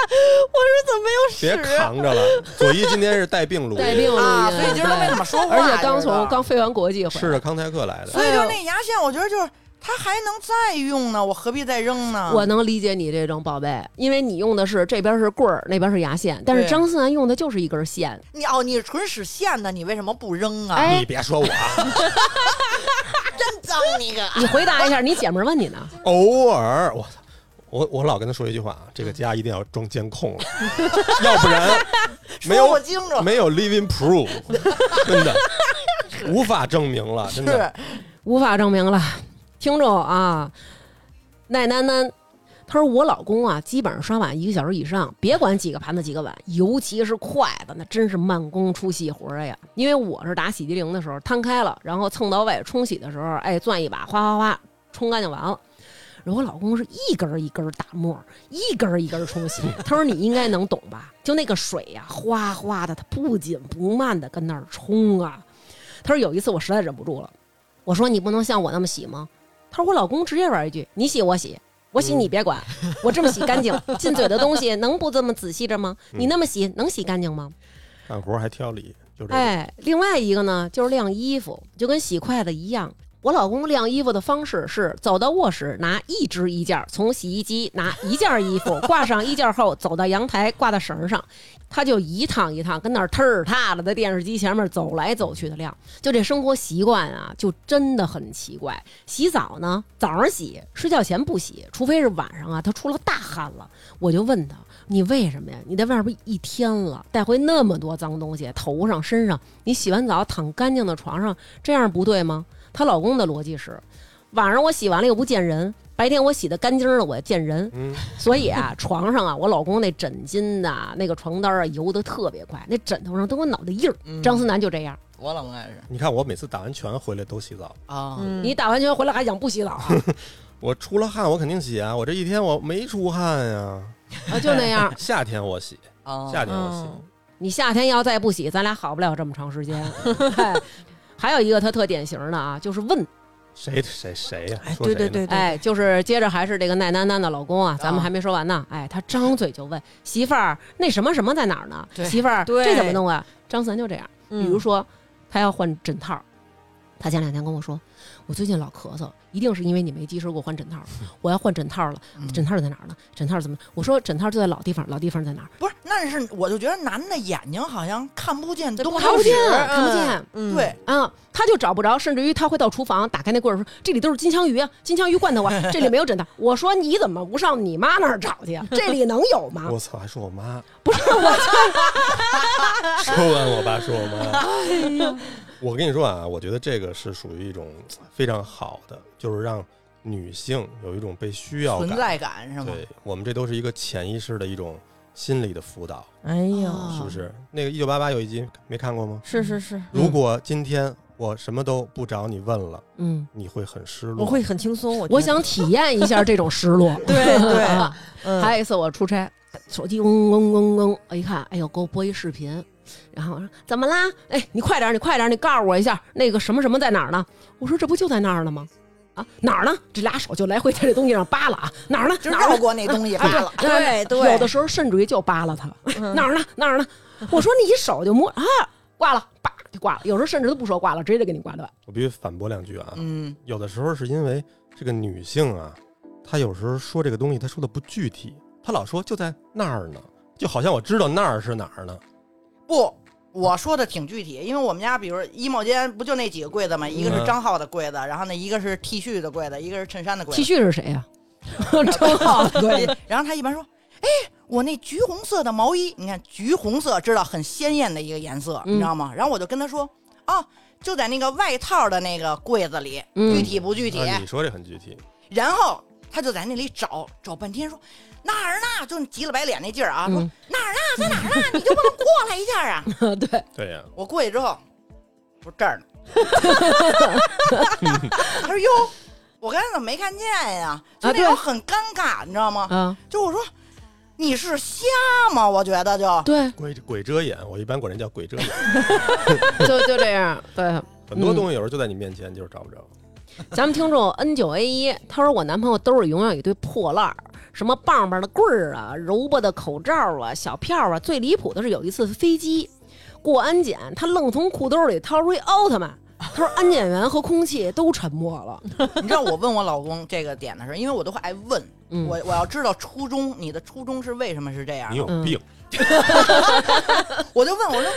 我说
别扛着了。左一今天是带病录
带病
音，
录音，
啊，所以今儿都没
对
怎么说话，
而且刚
你知
从
道吧
刚飞完国际回
吃
来
着。康泰克来
哎
的。
所以就那牙线，我觉得就是它还能再用呢，我何必再扔呢？
我能理解你这种宝贝，因为你用的是这边是棍儿，那边是牙线，但是
对
张思楠用的就是一根线。
你哦，你纯使线的，你为什么不扔啊？
哎
你，别说我啊，
真脏你个！
你回答一下，你姐们儿问你呢？
偶尔我操，我我老跟他说一句话啊，这个家一定要装监控 了，要不然没
说
有
我清楚，
没有 living proof，真 的无法证明了，真的。
是
无法证明了。听众啊，奈楠楠，他说我老公啊，基本上刷碗一个小时以上，别管几个盘子几个碗，尤其是筷子，那真是慢工出细活儿呀。因为我是打洗涤灵的时候摊开了，然后蹭到位冲洗的时候，哎，攥一把，哗哗哗，冲干就完了。然后我老公是一根儿一根儿打沫儿，一根儿一根儿冲洗。他说：“你应该能懂吧？就那个水呀、哗哗的，它不紧不慢的跟那儿冲啊。”他说：“有一次我实在忍不住了，我说你不能像我那么洗吗？他说我老公直接玩一句你洗我洗，我洗你别管，我这么洗干净，进嘴的东西能不这么仔细着吗？你那么洗能洗干净吗？
干活还挑理，就这个。
哎哎，另外一个呢就是晾衣服，就跟洗筷子一样。我老公晾衣服的方式是走到卧室拿一只衣架，从洗衣机拿一件衣服挂上衣架后，走到阳台挂到绳上，他就一趟一趟跟那儿腾儿踏的在电视机前面走来走去的晾。就这生活习惯啊，就真的很奇怪。洗澡呢，早上洗，睡觉前不洗，除非是晚上啊，他出了大汗了，我就问他：“你为什么呀？你在外边一天了，带回那么多脏东西，头上、身上，你洗完澡躺干净的床上，这样不对吗？”她老公的逻辑是：晚上我洗完了又不见人，白天我洗的干净了我见人，
嗯，
所以啊， 床上啊，我老公那枕巾呐、那个床单啊，游得特别快，那枕头上都有脑袋印儿。
嗯
张思南就这样，
我老公也啊是
你看我每次打完拳回来都洗澡，
啊
嗯
你打完拳回来还想不洗澡啊？
我出了汗我肯定洗啊，我这一天我没出汗呀、
啊就那样。
夏天我洗，
啊
夏天我洗，
嗯
你夏天要再不洗，咱俩好不了这么长时间。 哎还有一个他特典型的啊，就是问，
谁谁谁呀、
哎，
说谁
对对
呢
对对，
哎，就是接着还是这个奈楠楠的老公啊，咱们还没说完呢，哎，他张嘴就问媳妇儿那什么什么在哪儿呢？
对
媳妇儿
对
这怎么弄啊？张三就这样。
嗯
比如说他要换枕套，他前两天跟我说，我最近老咳嗽，一定是因为你没及时给我换枕套，
嗯
我要换枕套了，枕套在哪儿呢？枕套怎么？我说枕套就在老地方，老地方在哪儿？
不是，那是我就觉得男的眼睛好像看不见
这
东
不好
西，
不
使
见，看不见。
嗯，
对，
啊，他就找不着，甚至于他会到厨房打开那柜儿说：“这里都是金枪鱼啊，金枪鱼罐头啊，这里没有枕头。”我说：“你怎么不上你妈那儿找去啊？这里能有吗
我操，还说我妈，？”
不是我，
说完我爸说我妈。
哎
我跟你说啊，我觉得这个是属于一种非常好的，就是让女性有一种被需
嗯
要
存
感。
在感是吗？
对我们这都是一个潜意识的一种心理的辅导，
哎呦，
啊
是不是？那个一九八八有一集没看过吗？
是是是，
如果今天我什么都不找你问了，
嗯，
你会很失落。
我会很轻松，我
我
觉得
想体验一下这种失落。
对对
啊
嗯
还有一次我出差，手机嗡嗡嗡嗡，我一看，哎呦，给我播一视频，然后我说怎么啦？哎，你快点儿，你快点儿，你告诉我一下，那个什么什么在哪儿呢？我说这不就在那儿呢吗？啊，哪儿呢？这俩手就来回在这东西上扒拉啊，哪儿呢？
就
哪儿
绕
呢？
过那东西
啊
罢了。
对对
有的时候甚至于就扒拉它，
嗯
哪儿呢？哪儿呢？我说你一手就摸啊，挂了，叭就挂了。有时候甚至都不说挂了，直接就给你挂断。
我必须反驳两句啊，
嗯，
有的时候是因为这个女性啊，她有时候说这个东西，她说的不具体，她老说就在那儿呢，就好像我知道那儿是哪儿呢。
不，我说的挺具体，因为我们家比如衣帽间不就那几个柜子嘛，一个
嗯
是张浩的柜子，然后那一个是 T 恤的柜子，一个是衬衫的柜
T
子。
恤是谁呀、 真好， 对，
然后他一般说：“哎，我那橘红色的毛衣，你看橘红色，知道很鲜艳的一个颜色，
嗯
你知道吗？”然后我就跟他说：“哦，就在那个外套的那个柜子里，
嗯
具体不具体？”
啊你说这很具体，
然后他就在那里找找半天，说哪儿呢？就急了白脸那劲儿啊，说
嗯
哪儿呢，在哪儿呢？你就不能过来一下 啊？
对，
对呀、
我过去之后，我说 这儿呢。他说哟，我刚才怎么没看见呀？就那
啊对
种很尴尬，你知道吗？
啊，
就我说你是瞎吗？我觉得就
对，
鬼鬼遮眼，我一般管人叫鬼 遮眼。
就就这样，对。
很多
嗯
东西有时候就在你面前，就是找不着。
咱们听众 N 九 A 一，他说我男朋友兜里永远有一堆破烂儿，什么棒棒的棍儿啊、揉巴的口罩啊、小票啊。最离谱的是有一次飞机过安检，他愣从裤兜里掏出一奥特曼。他说安检员和空气都沉默了。
你知道我问我老公这个点的时候，因为我都会爱问，
嗯
我我要知道初衷，你的初衷是为什么是这样
你？有
嗯
病，
我就问我说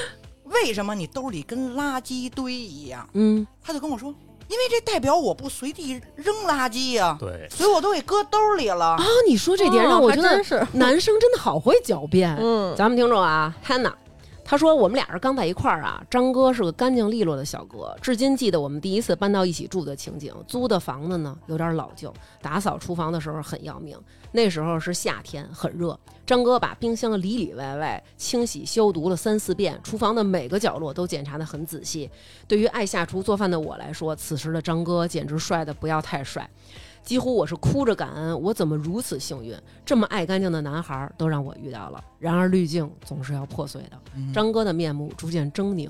为什么你兜里跟垃圾堆一样？
嗯，
他就跟我说，因为这代表我不随地扔垃圾呀、
对，
所以我都给搁兜里了
啊。，你说这点
哦
让我
还
觉得
真是
男生真的好会狡辩。
嗯
咱们听众啊，Hanna，他说我们俩人刚在一块儿啊，张哥是个干净利落的小哥，至今记得我们第一次搬到一起住的情景。租的房子呢有点老旧，打扫厨房的时候很要命。那时候是夏天，很热，张哥把冰箱里里外外清洗消毒了三四遍，厨房的每个角落都检查得很仔细。对于爱下厨做饭的我来说，此时的张哥简直帅的不要太帅。几乎我是哭着感恩，我怎么如此幸运？这么爱干净的男孩儿都让我遇到了。然而滤镜总是要破碎的，
嗯
张哥的面目逐渐狰狞。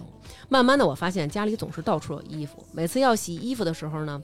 慢慢的，我发现家里总是到处有衣服，每次要洗衣服的时候呢，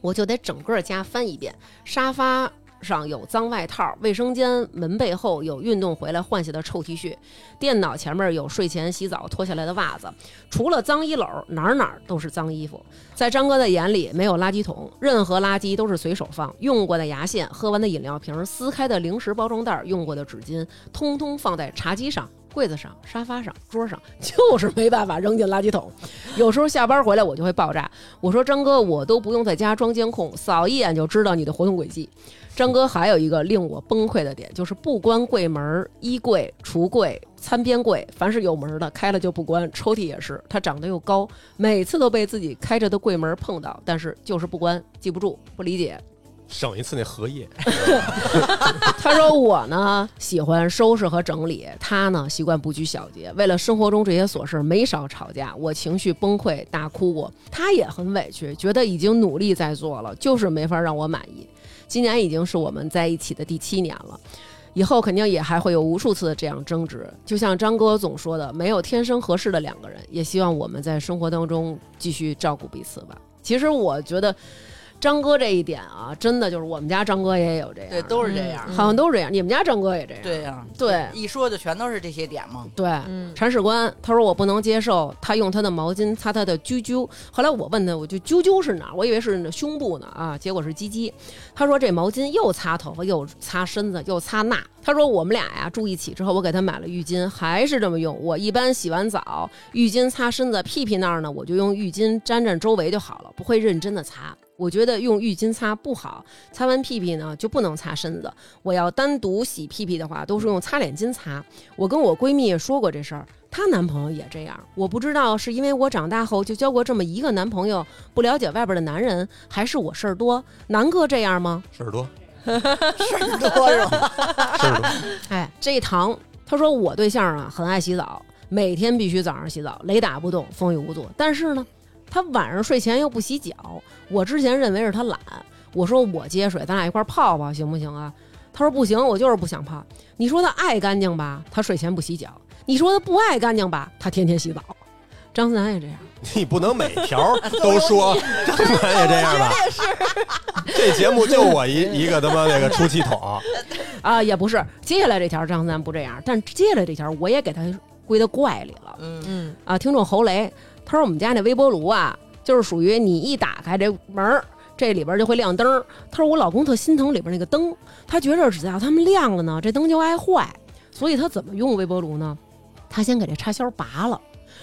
我就得整个家翻一遍，沙发。上有脏外套，卫生间门背后有运动回来换下的臭 T 恤，电脑前面有睡前洗澡脱下来的袜子，除了脏衣篓，哪儿哪儿都是脏衣服。在张哥的眼里，没有垃圾桶，任何垃圾都是随手放，用过的牙线、喝完的饮料瓶、撕开的零食包装袋、用过的纸巾，通通放在茶几上。柜子上、沙发上、桌上， 就是没办法扔进垃圾桶。有时候下班回来，我就会爆炸。我说：“张哥，我都不用在家装监控，扫一眼就知道你的活动轨迹。”张哥还有一个令我崩溃的点，就是不关柜门儿、衣柜、橱柜、餐边柜，凡是有门儿的开了就不关，抽屉也是。他长得又高，每次都被自己开着的柜门碰到，但是就是不关，记不住，不理解。
省一次那荷叶，
他说我呢喜欢收拾和整理，他呢习惯不拘小节。为了生活中这些琐事没少吵架，我情绪崩溃大哭过，他也很委屈，觉得已经努力在做了，就是没法让我满意。今年已经是我们在一起的第七年了。以后肯定也还会有无数次的这样争执，就像张哥总说的，没有天生合适的两个人。也希望我们在生活当中继续照顾彼此吧。其实我觉得张哥这一点啊，真的就是我们家张哥也有这样的，
对，都是这样。
好像都是这样。你们家张哥也这样，
对呀，
对
一说就全都是这些点 嘛。
对。
嗯，
铲屎官他说我不能接受，他用他的毛巾擦他的啾啾。后来我问他，我就啾啾是哪儿？我以为是胸部呢啊，结果是鸡鸡。他说这毛巾又擦头发，又擦身子，又擦那。他说我们俩呀住一起之后，我给他买了浴巾，还是这么用。我一般洗完澡，浴巾擦身子，屁屁那儿呢，我就用浴巾沾沾周围就好了，不会认真的擦。我觉得用浴巾擦不好，擦完屁屁呢就不能擦身子。我要单独洗屁屁的话，都是用擦脸巾擦。我跟我闺蜜也说过这事儿，她男朋友也这样。我不知道是因为我长大后就交过这么一个男朋友，不了解外边的男人，还是我事儿多。南哥这样吗？
事儿 多，
多是吧？
事儿多。
哎，这一堂，他说我对象啊很爱洗澡，每天必须早上洗澡，雷打不动，风雨无阻。但是呢，他晚上睡前又不洗脚。我之前认为是他懒，我说我接水，咱俩一块儿泡泡行不行啊？他说不行，我就是不想泡。你说他爱干净吧，他睡前不洗脚；你说他不爱干净吧，他天天洗澡。张思楠也这样，
你不能每条 都说 张楠也这样吧？这节目就我一一个他妈那个出气筒，
啊，也不是。接下来这条张思楠不这样，但接下来这条我也给他归到怪里了。
嗯，
嗯，
啊，听众侯雷，他说我们家那微波炉啊，就是属于你一打开这门儿，这里边儿就会亮灯儿。他说我老公特心疼里边儿那个灯，他觉着只要他们亮了呢，这灯就爱坏，所以他怎么用微波炉呢？他先给这插销拔了。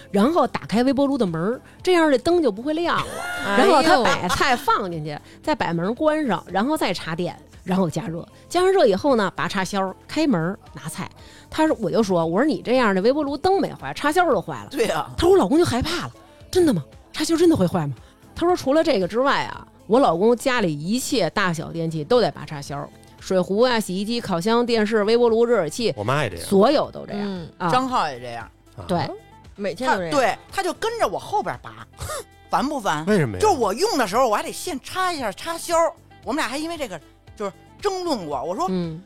然后打开微波炉的门儿，这样这灯就不会亮了。然后他
哎
把菜放进去，再把门关上，然后再插电，然后加热。加上热以后呢，拔插销，开门拿菜。他说我就说我说你这样的微波炉灯没坏，插销都坏了。
对啊呀，
他说我老公就害怕了，真的吗？插销真的会坏吗？他说除了这个之外啊，我老公家里一切大小电器都得拔插销，水壶啊、洗衣机、烤箱、电视、微波炉、热水器，
我妈也这样。
所有都这样、
嗯，
啊。
张浩也这样，
啊
对，
每天
他
都这样，
对他就跟着我后边拔， 烦不烦？
为什么呀？
就是我用的时候，我还得先插一下插销。我们俩还因为这个就是争论过。我说，
嗯，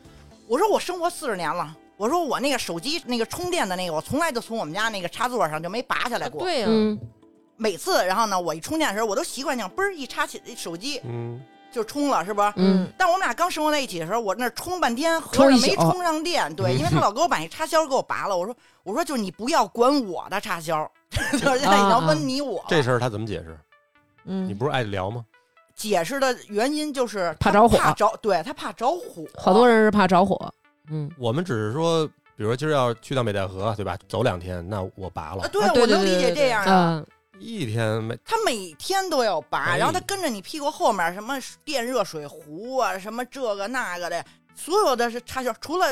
我说我生活四十年了，我说我那个手机那个充电的那个，我从来就从我们家那个插座上就没拔下来过。
对呀，
嗯
每次，然后呢，我一充电的时候，我都习惯性嘣儿一插起手机
嗯，
就充了，是不？
嗯，
但我们俩刚生活在一起的时候，我那儿充半天，合
充
着
一
没
宿嗯
充上电。对，因 为他老给我把那插销给我拔了。我说，我说就是你不要管我的插销，
啊
就是现在你要问你我。
这事儿她怎么解释？你
嗯，
不是爱聊吗？
解释的原因就是
怕
他
着火
怕着对他怕着火，
好多人是怕着火，嗯，
我们只是说，比如说今儿要去趟北戴河，对吧？走两天，那我拔
啊，
了
对
啊对
我
对
能
对
理
对
解
对
这样啊。
啊，
一天没
他每天都要拔，
哎
然后他跟着你屁股后面，什么电热水壶啊，什么这个那个的，所有的是插销，除了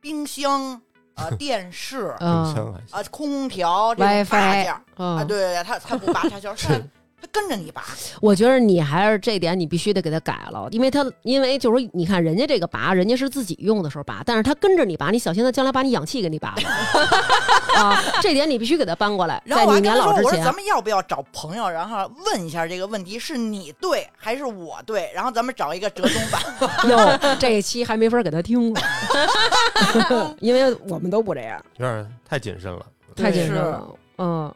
冰箱、 呃电视、
冰
嗯
箱还行。
啊空调这种
WiFi
拔件儿啊，
嗯，
对对对，他他不拔插销，他
是
他跟着你拔，
我觉得你还是这点你必须得给他改了，因为他因为就是说，你看人家这个拔，人家是自己用的时候拔，但是他跟着你拔，你小心他将来把你氧气给你拔了 啊！这点你必须给他搬过来，
然
在
后我
你年
还跟他说，
老之
我说
前
咱。们要不要找朋友，然后问一下这个问题是你对还是我对，然后咱们找一个折中版。
哟，这一期还没法给他听 了，因为我们都不这样，
有点太谨慎了。
太谨慎
是
了。嗯，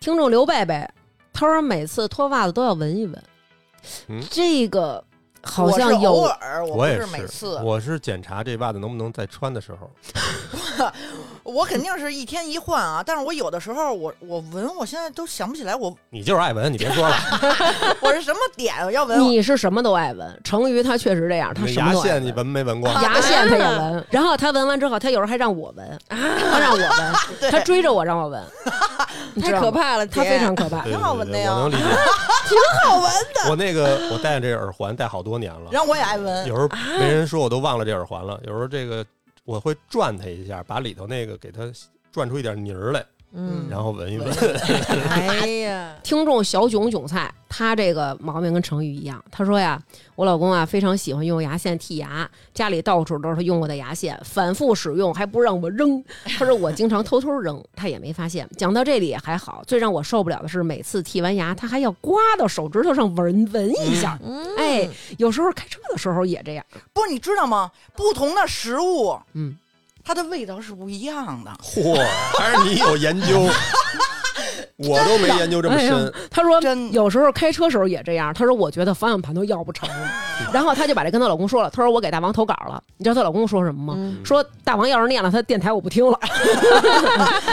听众刘贝贝，他说每次脱袜子都要闻一闻，
嗯
这个 好
我
像
是偶
有
尔，我不
我也
是每次，
我是检查这袜子能不能再穿的时候，
我肯定是一天一换啊。但是我有的时候，我我闻，我现在都想不起来我
你就是爱闻，你别说了，
我是什么点啊要闻。
你是什么都爱闻，成瑜他确实这样，他
你
什么
牙
都爱
线
闻
你闻没闻过？
啊
牙线他也闻，然后他闻完之后，他有时候还让我闻，他让我 闻，他追着我让我闻，你知
太
道吗
可，怕了，
他
姐
非常可怕
对。对
挺好闻
对
的
对
呀
我能理解。
挺好闻的，
我那个我戴这耳环戴好多年了，
然后我也爱闻
有。时候没人说我都忘了这耳环了。有时候这个我会转它一下，把里头那个给它转出一点泥儿来，
嗯，
然后闻一闻。
哎 呀，
听众小囧囧菜，他这个毛病跟成语一样。他说呀，我老公啊非常喜欢用牙线剔牙，家里到处都是他用过的牙线，反复使用还不让我扔。他说我经常偷偷扔，他也没发现。讲到这里也还好，最让我受不了的是每次剔完牙，他还要刮到手指头上闻闻一下。
嗯
哎，有时候开车的时候也这样。
不是你知道吗？不同的食物，
嗯，
它的味道是不一 样的。
嚯，还是你有研究，我都没研究这么
哎
深
呦。她说
真
有时候开车时候也这样，她说我觉得方向盘都要不成了，然后她就把这跟她老公说了，她说我给大王投稿了，你知道她老公说什么吗？
嗯
说大王要是念了，他电台我不听了。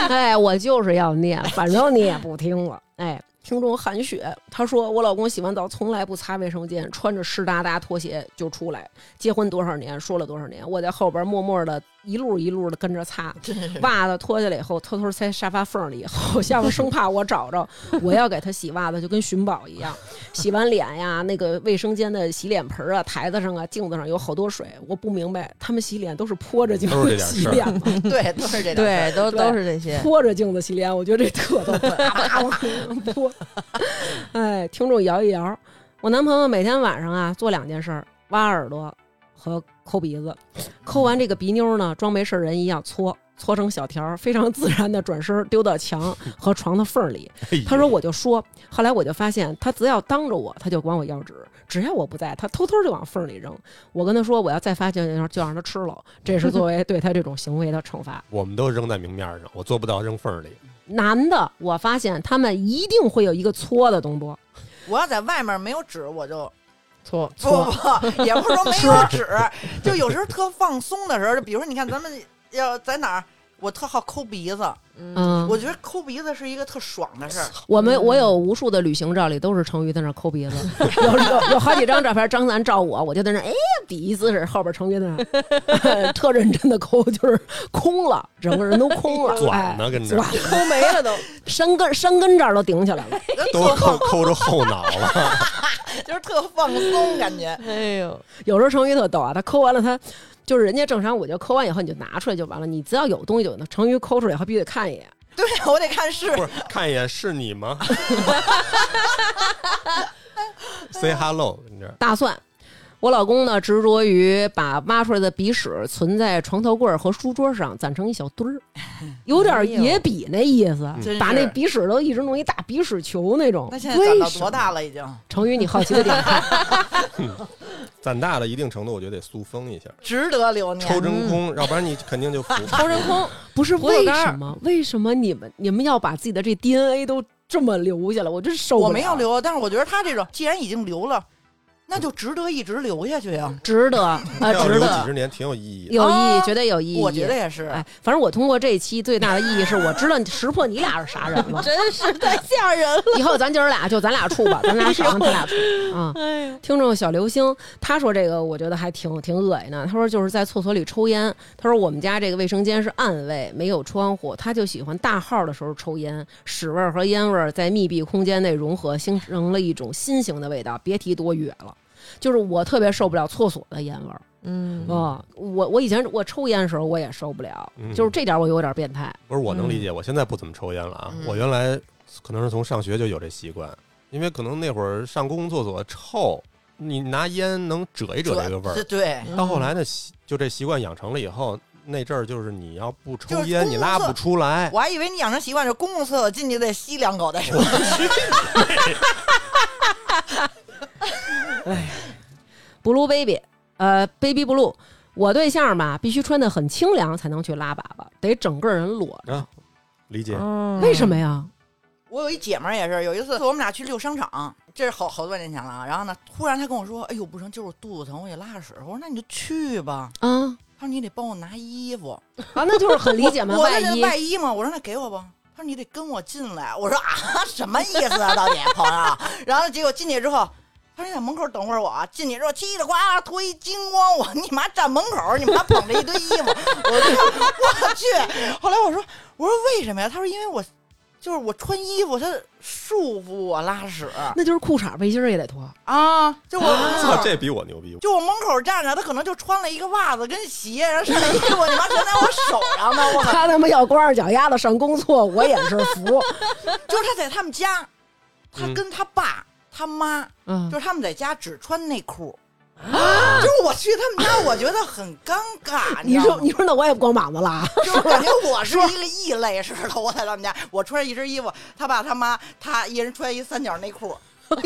哎，我就是要念，反正你也不听了。哎，听众韩雪，她说我老公洗完澡从来不擦卫生间，穿着湿哒哒拖鞋就出来。结婚多少年，说了多少年，我在后边默默的一路一路的跟着擦， 袜子脱下来以后，偷偷塞沙发缝里，好像我生怕我找着。我要给他洗袜子，就跟寻宝一样。 洗完脸呀，那个卫生间的洗脸盆啊、台子上啊、镜子上有好多水，我不明白他们洗脸都是泼着镜
都是
子
这点
洗
事儿
脸吗？
对，都是这种。
对，都
对
都是这些。
泼着镜子洗脸，我觉得这特逗，啪啪泼。哎，听众摇一摇，我男朋友每天晚上啊做两件事儿：挖耳朵和抠鼻子。抠完这个鼻妞呢，装没事人一样搓。搓成小条儿，非常自然的转身丢到墙和床的缝儿
哎
里。他说我就说，后来我就发现他只要当着我，他就管我要纸；只要我不在，他偷偷就往缝儿里扔。我跟他说我要再发现，就让他吃了。这是作为对他这种行为的惩罚。
我们都扔在明面上，我做不到扔缝儿里。
男的，我发现他们一定会有一个搓的动作，
我要在外面没有纸，我就
搓
不
搓，
不，也不是说没有纸，就有时候特放松的时候，就比如说你看咱们要在哪儿，我特好抠鼻子，
嗯，
嗯，
我觉得抠鼻子是一个特爽的 事儿。
我们我有无数的旅行照里都是成瑜在那儿抠鼻子，有有有好几张照片，张楠照我，我就在那儿哎呀比一姿势，后边成瑜在那儿特认真的抠，就是空了，整个人都空 了，
转
哎
呢，跟 着
转抠没了都，山根山根这儿都顶起来了，
都抠抠着后脑了。
就是特放松感觉。
哎呦，
有时候成瑜特逗啊，他抠完了他。就是人家正常，我就抠完以后你就拿出来就完了。你只要有东西就能成瑜抠出来以后必须得看一眼，
对，我得看是
不是，看一眼是你吗？Say hello，你这
大蒜。我老公呢，执着于把挖出来的鼻屎存在床头柜儿和书桌上，攒成一小 堆儿，
哎
有点儿野比那意思，
嗯
真
把那
是
鼻屎都一直弄一大鼻屎球那种。
嗯那现在长到
为什
多
么？
大了已经？
成宇，你好奇的点看，
攒大了一定程度，我觉得得塑封一下，
值得留
抽
念。
真空，
嗯
要不然你肯定就服。
抽真 空，
不是
葡萄
为
干儿
什么？为什么你们你们要把自己的这 DNA 都这么留下来？我真受不了。
我没有，留，但是我觉得他这种既然已经留了，那就值得一直留下去呀。
值得啊，
要
值
留几
得，
十年挺有意义的。
有意义，
啊
绝对有
嗯
意义。
我觉得也是。
哎，反正我通过这一期最大的意义是我知道你识破你俩是啥人了。
嗯真是太吓人了。
以后咱姐儿俩就咱俩处吧，咱俩少让他俩处啊。
哎呦，
听众小流星他说这个，我觉得还挺挺恶心的。他说就是在厕所里抽烟，他说我们家这个卫生间是暗卫，没有窗户，他就喜欢大号的时候抽烟，屎味儿和烟味儿在密闭空间内融合，形成了一种新型的味道，别提多远了。就是我特别受不了厕所的烟味儿
嗯，
啊、我我以前我抽烟的时候我也受不了，
嗯
就是这点我有点变态。
不是我能理解，
嗯
我现在不怎么抽烟了啊。我原来可能是从上学就有这习惯，因为可能那会儿上公共厕所臭，你拿烟能遮一遮 这个味
对
儿。
对，
嗯
到后来呢，习就这习惯养成了以后，那阵儿就是你要不
就
抽
是
烟，
公
你
共
拉
厕
不出来。
我还以为你养成习惯是公共厕所进去得吸两口 再说。
Blue Baby，呃，Baby Blue，我对象吧必须穿的很清凉才能去拉粑粑，得整个人裸着。
啊，理解。
嗯
为什么呀？
我有一姐们儿也是，有一次我们俩去溜商场，这是好好多年前了。啊。然后呢，忽然她跟我说：“哎呦，不成，就是我肚子疼，我得拉屎。”我说：“那你就去吧。
啊”
她说：“你得帮我拿衣服。
啊，那就是很理解嘛，
我
外
那
衣
外衣嘛，我说：“那给我吧。”她说：“你得跟我进来。”我说：“啊，什么意思啊，到底朋友？”然后结果进去之后。她说：“你在门口等会儿我啊。”进去之后，叽里呱啦脱一精光，我你妈站门口，你妈捧着一堆衣服，我就我去。后来我说：“我说为什么呀？”她说：“因为我就是我穿衣服，它束缚我拉屎
那就是裤衩背心儿也得脱。
啊，就我门口
操，这比我牛逼！
就我门口站着，他可能就穿了一个袜子跟鞋，然后剩下衣服你妈全在我手上呢，我
他他妈要光着脚丫子上工作，我也是服。
就是他在他们家，他
嗯
跟他爸、他妈，
嗯啊
就是他们在家只穿内裤。就是我去他们家，我觉得很尴尬，
你
知道
说
吗？
你说那我也不光膀子了啊，
就是感觉我是一个异类似的，我在他们家，我穿着一身衣服，他爸他妈他一人穿一三角内裤，
哎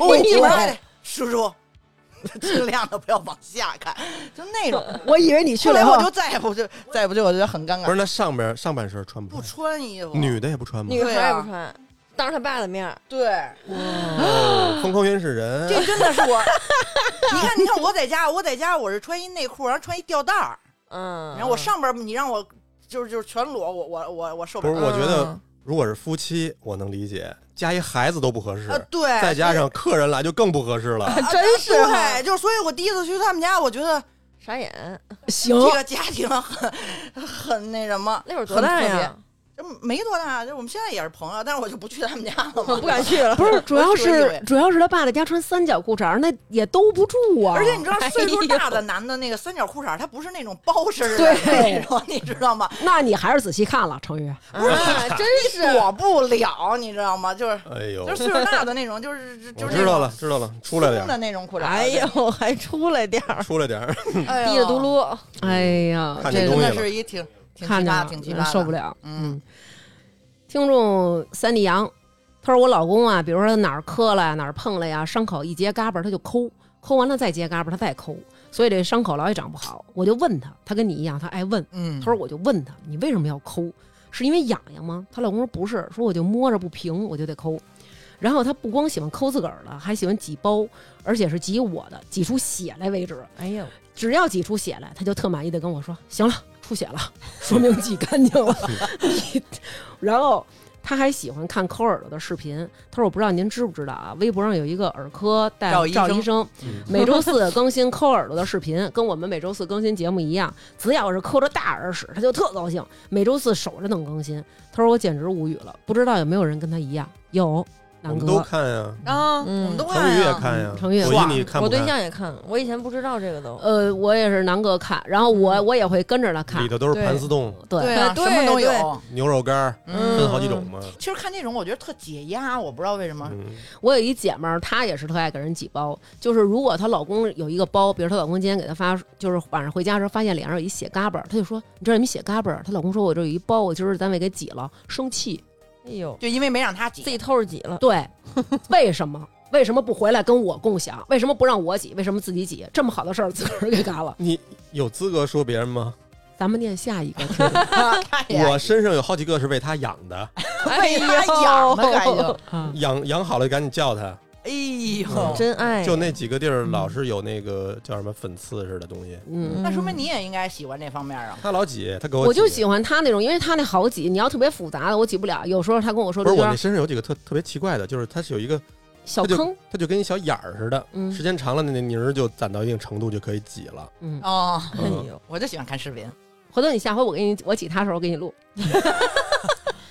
呦喂
一来得叔叔， 尽量的不要往下看，就那种。
我以为你去
后
了
来
以
我
后
就再也不就再也不就我觉得很尴
不是，
尬，
那上边上半身穿
不
不穿？
穿衣服，
女的也不穿吗？
女孩
对啊
也不穿，当着他爸的面儿，
对，
哦，疯狂原始人
这真的是 我。你看，你看我在家，我在家我是穿一内裤，然后穿一吊带儿，
嗯，
然后我上边儿你让我就是就是全裸，我我我我受不
不是？
了。
我觉得
嗯
如果是夫妻，我能理解，加一孩子都不合适
啊，，对，
再加上客人来就更不合适了。
啊
真是哈
对，就是所以，我第一次去他们家，我觉得
傻眼，
行，
这个家庭很很那什么。
那会儿多大呀？
这没多大，就我们现在也是朋友，但是我就不去他们家了 嘛
我。不敢去了。
不是主要
我去过一
是
回
主要是他爸在家穿三角裤衩儿，那也兜不住啊。
而且你知道，岁数
哎
大
呦
的男的那个三角裤衩，他不是那种包身儿的
对
那
哎
种，你知道吗？
那你还是仔细看了，程宇。
啊，真是
躲不了，你知道吗？就是
哎呦
就，是岁数大的那种， 就是就
我
是
知道了，知道了，出来点
松的
儿，
那种裤衩。
哎呦，还出来点儿，
出来点儿。
哎呦，
滴着嘟噜，
哎呀，
看
这
见
真
东西
的
了
是一挺挺奇
看着
葩，挺奇葩的，
受不了。
嗯，
听众三里阳，他说我老公啊，比如说他哪儿磕了呀，哪儿碰了呀，伤口一结嘎巴，他就抠，抠完了再结嘎巴，他再抠，所以这伤口老也长不好。我就问他，他跟你一样，他爱问。
嗯
他说我就问他，你为什么要抠？是因为痒痒吗？她老公说不是，说我就摸着不平，我就得抠。然后他不光喜欢抠自个儿的，还喜欢挤包，而且是挤我的，挤出血来为止。
哎呦，
只要挤出血来，他就特满意的跟我说：“行了，出血了， 说明挤干净了。 你”然后他还喜欢看抠耳朵的视频。他说：“我不知道您知不知道啊，微博上有一个耳科大夫赵
赵医生
医生，每周四更新抠耳朵的视频，跟我们每周四更新节目一样。只要是抠着大耳屎，他就特高兴，每周四守着等更新。他说我简直无语了，不知道有没有人跟他一样？有，
我
南
们都
哥，
看呀，
啊，
嗯
我们都
成
看
宇也
呀，
看呀，
成宇也
我
看
一你看
我
不
对
看？
象也看，我以前不知道这个都。
呃，我也是南哥看，然后我我也会跟着他看
里，头都是
对
盘丝洞、
对
对啊，
对
什么都
对
有。
牛肉干儿，
嗯
分好几种嘛。
其实看这种我觉得特解压，我不知道为什么。
嗯，
我有一姐们儿，她也是特爱给人挤包。就是如果她老公有一个包，比如她老公今天给她发，就是晚上回家的时候发现脸上有一血嘎巴儿，她就说：“你这儿有一血嘎巴儿。”她老公说：“我这有一包，我今儿单位给挤了。”生气，
哎呦，
就因为没让他
自
挤，
己偷着挤了。
对，为什么？为什么不回来跟我共享？为什么不让我挤？为什么自己挤？这么好的事儿自个儿给干了。
你有资格说别人吗？
咱们念下一个 听众
他也
我身上有好几个是为他养的，
哎
为他养的感觉。
啊，
养养好了赶紧叫他。
哎
嗯
呦，
真
哎
爱，
就那几个地儿老是有那个叫什么粉刺似的东西，
嗯。
那说明你也应该喜欢这方面啊。
他老挤，他给我
我就
挤
喜欢她那种，因为她那好挤，你要特别复杂的我挤不了。有时候她跟我说
不
这
是我
边
那身上有几个特特别奇怪的，就是它是有一个，
小坑，
它就跟一小眼儿似的，
嗯
时间长了那那泥儿就攒到一定程度就可以挤了。
嗯，
哦，
哎呦，
我就喜欢看视频。
回头你下回我给你我挤他的时候我给你 录。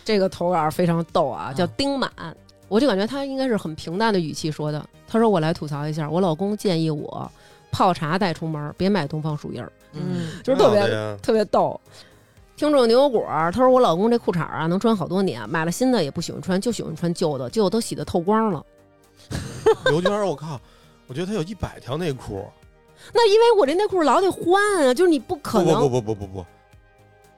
这个投稿非常逗啊，叫丁满，我就感觉他应该是很平淡的语气说的。他说：“我来吐槽一下，我老公建议我泡茶带出门，别买东方树叶儿，
嗯，
就是特别
挺好的啊呀
特别逗。”听众牛油果儿，他说我老公这裤衩儿啊能穿好多年，买了新的也不喜欢穿，就喜欢穿旧的，结果都洗得透光了。
刘娟儿，我靠，我觉得她有一百条内裤，
那因为我这内裤老得换啊，就是你不可
不
能
不不不不不不，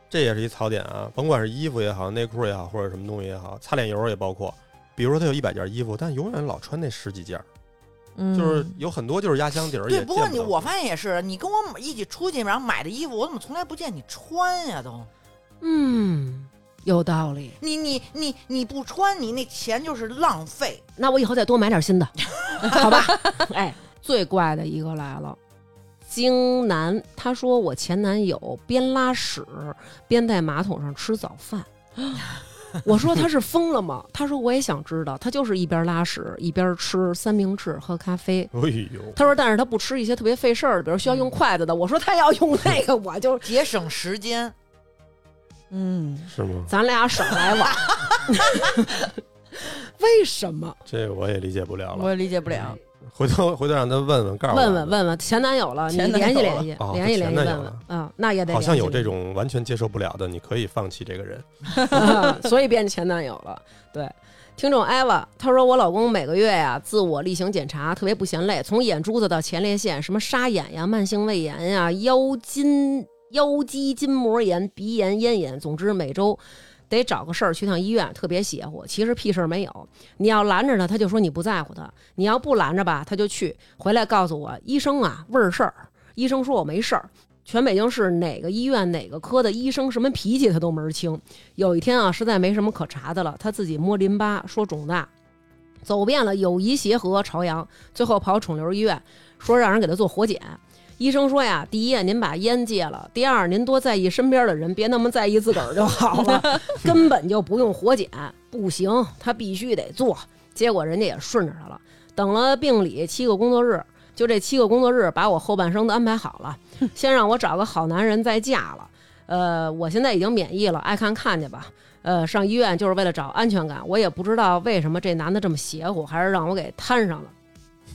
这也是一槽点啊！甭管是衣服也好，内裤也好，或者什么东西也好，擦脸油也包括。比如说她有一百件衣服，但永远老穿那十几件儿，
嗯
就是有很多就是压箱底儿也
对，
见
不
不
过你
到
我发现也是，你跟我一起出去，然后买的衣服，我怎么从来不见你穿呀？都
嗯，有道理。
你你你你不穿，你那钱就是浪费。
那我以后再多买点新的，好吧？哎，最怪的一个来了，京南，他说我前男友边拉屎边在马桶上吃早饭。我说他是疯了吗？他说我也想知道，他就是一边拉屎一边吃三明治喝咖啡。
哎呦，
他说但是他不吃一些特别费事儿的，比如需要用筷子的。我说他要用那个，我就
节省时间，
嗯，
是吗？
咱俩少来往。 为什么？
这个我也理解不了
我
了。
也理解不了。
回头回头让他问问，告诉我
问问，问问前男友了，你
前男友
联系联
了
系
哦，
联系
前
联系
男
问
友
问
了
啊，那也得
好像
联系
有这
联系
种完全接受不了的，你可以放弃这个人。
啊 所以变前男友了。对，听众艾娃他说我老公每个月呀、自我例行检查，特别不嫌累，从眼珠子到前列腺，什么沙眼呀、慢性胃炎呀、腰筋、腰肌筋膜炎、鼻炎、咽炎，总之每周。得找个事儿去趟医院，特别邪乎。其实屁事儿没有。你要拦着他，他就说你不在乎他；你要不拦着吧，他就去。回来告诉我，医生啊，味儿事儿。医生说我没事儿。全北京市哪个医院哪个科的医生什么脾气他都门儿清。有一天啊，实在没什么可查的了，他自己摸淋巴，说肿大，走遍了友谊协和、朝阳，最后跑肿瘤医院，说让人给他做活检。医生说呀，第一，您把烟戒了；第二，您多在意身边的人，别那么在意自个儿就好了，根本就不用活检。不行，他必须得做。结果人家也顺着他了，等了病理七个工作日，就这七个工作日把我后半生都安排好了，先让我找个好男人再嫁了。呃，我现在已经免疫了，爱看看去吧。呃，上医院就是为了找安全感。我也不知道为什么这男的这么邪乎，还是让我给摊上了。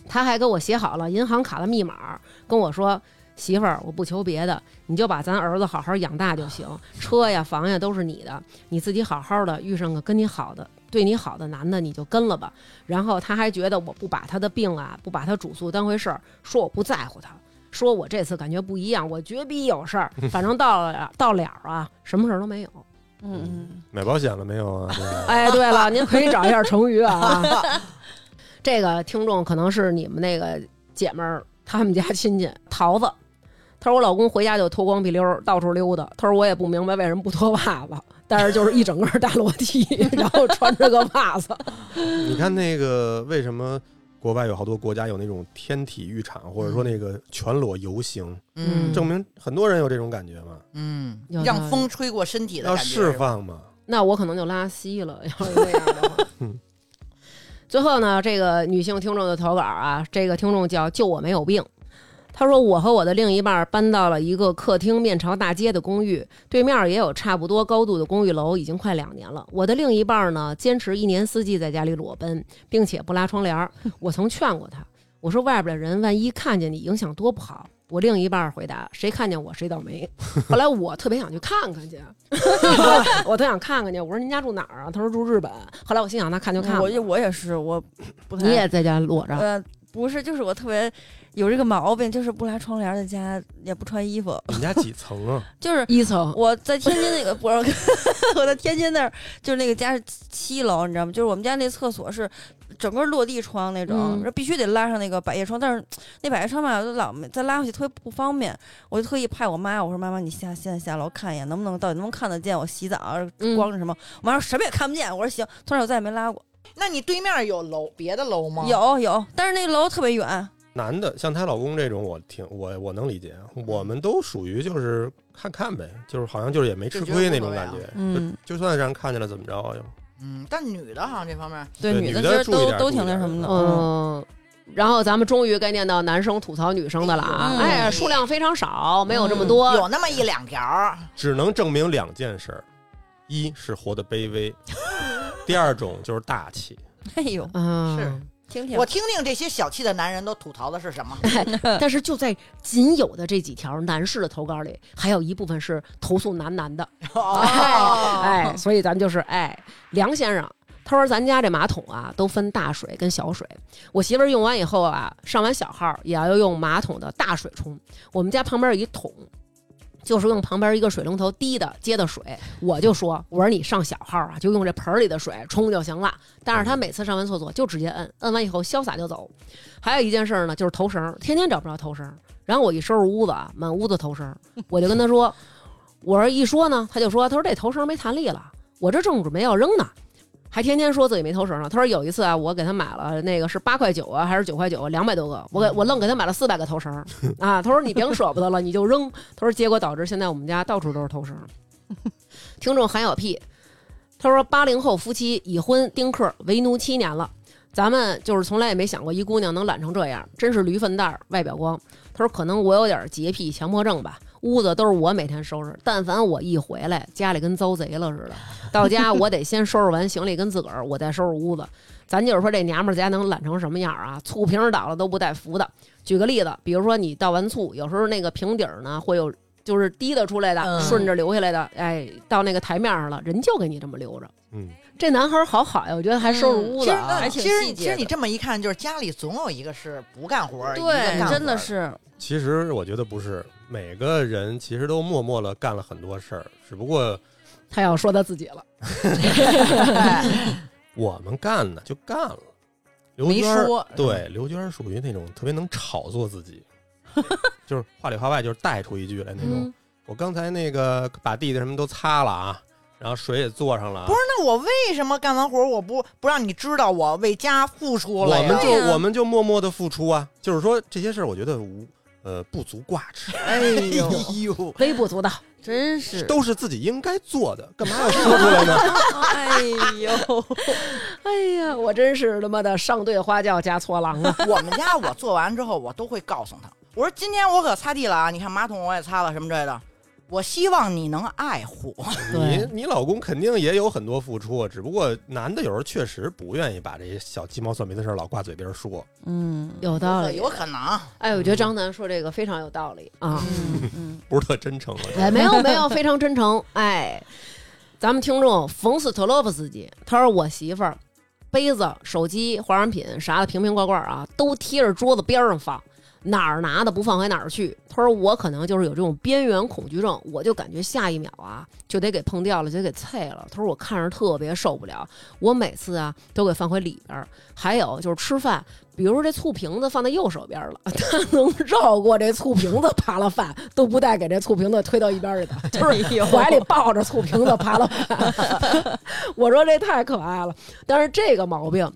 他还给我写好了银行卡的密码，跟我说：“媳妇儿，我不求别的，你就把咱儿子好好养大就行。车呀、房呀都是你的，你自己好好的。遇上个跟你好的、对你好的男的，你就跟了吧。”然后他还觉得我不把他的病啊，不把他主诉当回事儿，说我不在乎他。说我这次感觉不一样，我绝逼有事儿。反正到了到了啊，什么事儿都没有。
嗯
买保险了没有啊？这个
哎，对了，您可以找一下成语啊。这个听众可能是你们那个姐们儿他们家亲戚桃子，她说我老公回家就脱光屁溜儿到处溜达，她说我也不明白为什么不脱袜子，但是就是一整个大裸体， 然后穿着个袜子。
你看那个为什么国外有好多国家有那种天体浴场，或者说那个全裸游行，
嗯
证明很多人有这种感觉嘛，
嗯
有道，理
让风吹过身体的
要
感觉
释放嘛。
那我可能就拉稀了，要是那样的话。最后呢，这个女性听众的投稿啊，这个听众叫“就我没有病”。她说：“我和我的另一半搬到了一个客厅面朝大街的公寓，对面也有差不多高度的公寓楼，已经快两年了。我的另一半呢，坚持一年四季在家里裸奔，并且不拉窗帘儿。我曾劝过他，我说外边的人万一看见你，影响多不好。”我另一半回答：“谁看见我谁倒霉。” 后来我特别想去看看去， 我特想看看去。我说：“您家住哪儿啊？”他说：“住日本。”后来我心想：“那看就看吧。
我也我也是，我不太
嗯你也在家裸着，
呃不是，就是我特别有这个毛病，就是不拉窗帘儿在家，也不穿衣服，
你们家几层啊？
就是
一层
我在天津那个，不是我 在天津那儿，就是那个家是七楼，你知道吗？就是我们家那厕所是整个落地窗那种，
嗯
这必须得拉上那个百叶窗。但是那百叶窗吧，我就老没再拉回去特别不方便，我就特意派我妈，我说妈妈，你下现在下楼看一眼，能不能到底能不能看得见我洗澡光着什么？我妈说什么也看不见。我说行，从此我再也没拉过。
那你对面有楼别的楼吗？，
有有，但是那个楼特别远，
男的像她老公这种，我挺我我能理解，啊我们都属于就是看看呗，就是好像就是也没吃亏那种感觉，
嗯，
就就算让人看见了怎么着啊呀？
嗯，但女的好像这方面，
对，
对
女
女
的
的注
其实
意
都
点儿
都
注意
挺那
点儿
什么的，嗯，
嗯。然后咱们终于该念到男生吐槽女生的了啊！
嗯
哎，数量非常少，没有这么
嗯
多。
有那么一两条儿，
只能证明两件事儿：一是活得卑 微，第二种就是大气。
哎呦，
嗯，
是
听听
我，听听这些小气的男人都吐槽的是什么？
但是就在仅有的这几条男士的投稿里，还有一部分是投诉男男的。
啊
哦
哎，哎，所以咱们就是哎，梁先生。他说：“咱家这马桶啊，都分大水跟小水。我媳妇儿用完以后啊，上完小号也要用马桶的大水冲。我们家旁边有一桶，就是用旁边一个水龙头滴的接的水。我就说，我说你上小号啊，就用这盆儿里的水冲就行了。但是他每次上完厕所就直接摁，摁完以后潇洒就走。还有一件事儿呢，就是头绳儿，天天找不着头绳儿。然后我一收拾屋子啊，满屋子头绳儿，我就跟他说，我说一说呢，他就说，他说这头绳儿没弹力了。我这正准备要扔呢，还天天说自己没头绳呢。他说有一次啊，我给他买了那个是八块九啊，还是九块九，两百多个，我给我愣给他买了四百个头绳啊。他说你别舍不得了，你就扔。他说结果导致现在我们家到处都是头绳。听众喊小屁，他说八零后夫妻已婚丁克为奴七年了。咱们就是从来也没想过一姑娘能懒成这样，真是驴粪蛋儿外表光。他说可能我有点洁癖、强迫症吧，屋子都是我每天收拾，但凡我一回来，家里跟遭贼了似的。到家我得先收拾完行李跟自个儿，我再收拾屋子。咱就是说这娘们儿家能懒成什么样啊？醋瓶儿倒了都不带扶的。举个例子，比如说你倒完醋，有时候那个瓶底儿呢会有。就是滴的出来的，
嗯
顺着流下来的，哎，到那个台面上了，人就给你这么留着。
嗯，
这男孩儿好好呀，我觉得还收拾屋
其实
子、啊
那其
其
实
实
你
你
其
其
实
实
你
你
这
这么一看，就是家里总有一个是不干活儿，一个干
对，
活儿
真的是，
其实我觉得不是每个人其实都默默的干了很多事儿，只不过
他要说他自己了。
我们干呢就干了。刘
没
娟儿
说
对刘娟儿属于那种特别能炒作自己， 就是话里话外就是带出一句来那种。
嗯
我刚才那个把地的什么都擦了啊，然后水也做上了啊。
不是，那我为什么干完活儿我不不让你知道我为家付出
我
了
们就、
呀？
对呀
我们就默默的付出啊。就是说这些事儿，我觉得无呃不足挂齿，
哎 呦，
微不足道，
真是
都是自己应该做的，干嘛要说出来呢？
哎呦，
哎呀，我真是他妈的上对花轿嫁错郎啊！
我们家我做完之后，我都会告诉他，我说今天我可擦地了啊，你看马桶我也擦了什么之类的。我希望你能爱护我，
你你老公肯定也有很多付出，只不过男的有时候确实不愿意把这些小鸡毛蒜皮的事儿老挂嘴边儿说。
嗯
有道理，
有可能。
哎，我觉得张楠说这个非常有道理啊！
嗯嗯，
不是特真诚了。
哎，没有没有，非常真诚。哎，咱们听众冯斯特洛夫斯基，他说我媳妇儿杯子、手机、化妆品啥的瓶瓶罐罐啊，都贴着桌子边儿上放。哪儿拿的不放回哪儿去。他说我可能就是有这种边缘恐惧症，我就感觉下一秒啊就得给碰掉了，就得给碎了。他说我看着特别受不了，我每次啊都给放回里边儿。还有就是吃饭，比如说这醋瓶子放在右手边了， 他能绕过这醋瓶子扒拉饭，都不带给这醋瓶子推到一边儿去的，就是怀里抱着醋瓶子扒拉饭。 我说这太可爱了，但是这个毛病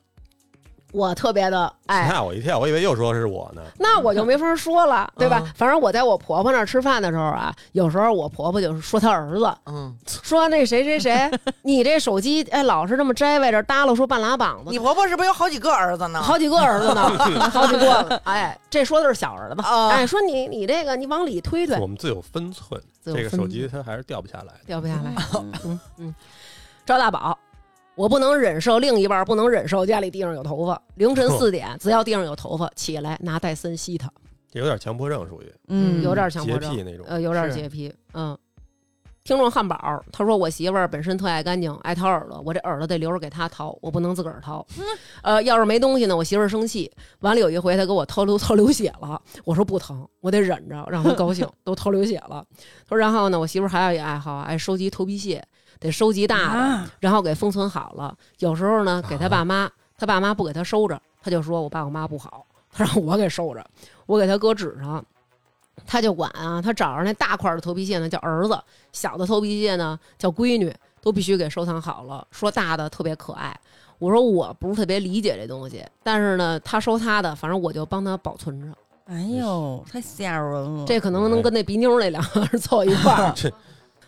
我特别的哎，
吓我一跳，我以为又说是我 呢。
那我就没法说了，对吧？
嗯
反正我在我婆婆那儿吃饭的时候啊，有时候我婆婆就是说她儿子，
嗯，
说那谁谁谁，你这手机哎老是这么摘歪着耷拉出半拉膀
你
子，
婆婆是不是有好几个儿子呢？
好几个儿子 呢，好几个呢，哎，这说的是小儿子吧？
啊
哎，说你你这个你往里推推
我，们自有分寸，
自有
这个
分
手机它还是掉不下来的。
掉不下来。嗯嗯，赵大宝，我不能忍受另一半不能忍受家里地上有头发，凌晨四点只要地上有头发，起来拿戴森吸它，
这有点强迫症，属于
嗯，
有点强
洁
迫症
癖。那种。。
呃，有点儿
是
洁癖，嗯。听众汉堡儿，他说我媳妇儿本身特爱干净，爱掏耳朵，我这耳朵得留着给她掏，我不能自个儿掏。呃，要是没东西呢，我媳妇儿生气。完了有一回，她给我掏流掏流血了，我说不疼，我得忍着，让她高兴，都掏流血了。他说然后呢，我媳妇儿还有一爱好，啊爱收集头皮屑，得收集大的，
啊
然后给封存好了。有时候呢，给他爸妈，他爸妈不给他收着，他就说我爸我妈不好， 他让我给收着，我给他搁纸上。他就管啊，他找着那大块的头皮屑呢叫儿子，小的头皮屑呢叫闺女，都必须给收藏好了。说大的特别可爱，我说我不是特别理解这东西，但是呢，他收他的，反正我就帮他保存着。
哎呦，太吓人了，
这可能能跟那鼻妞那两个 人凑一块儿
这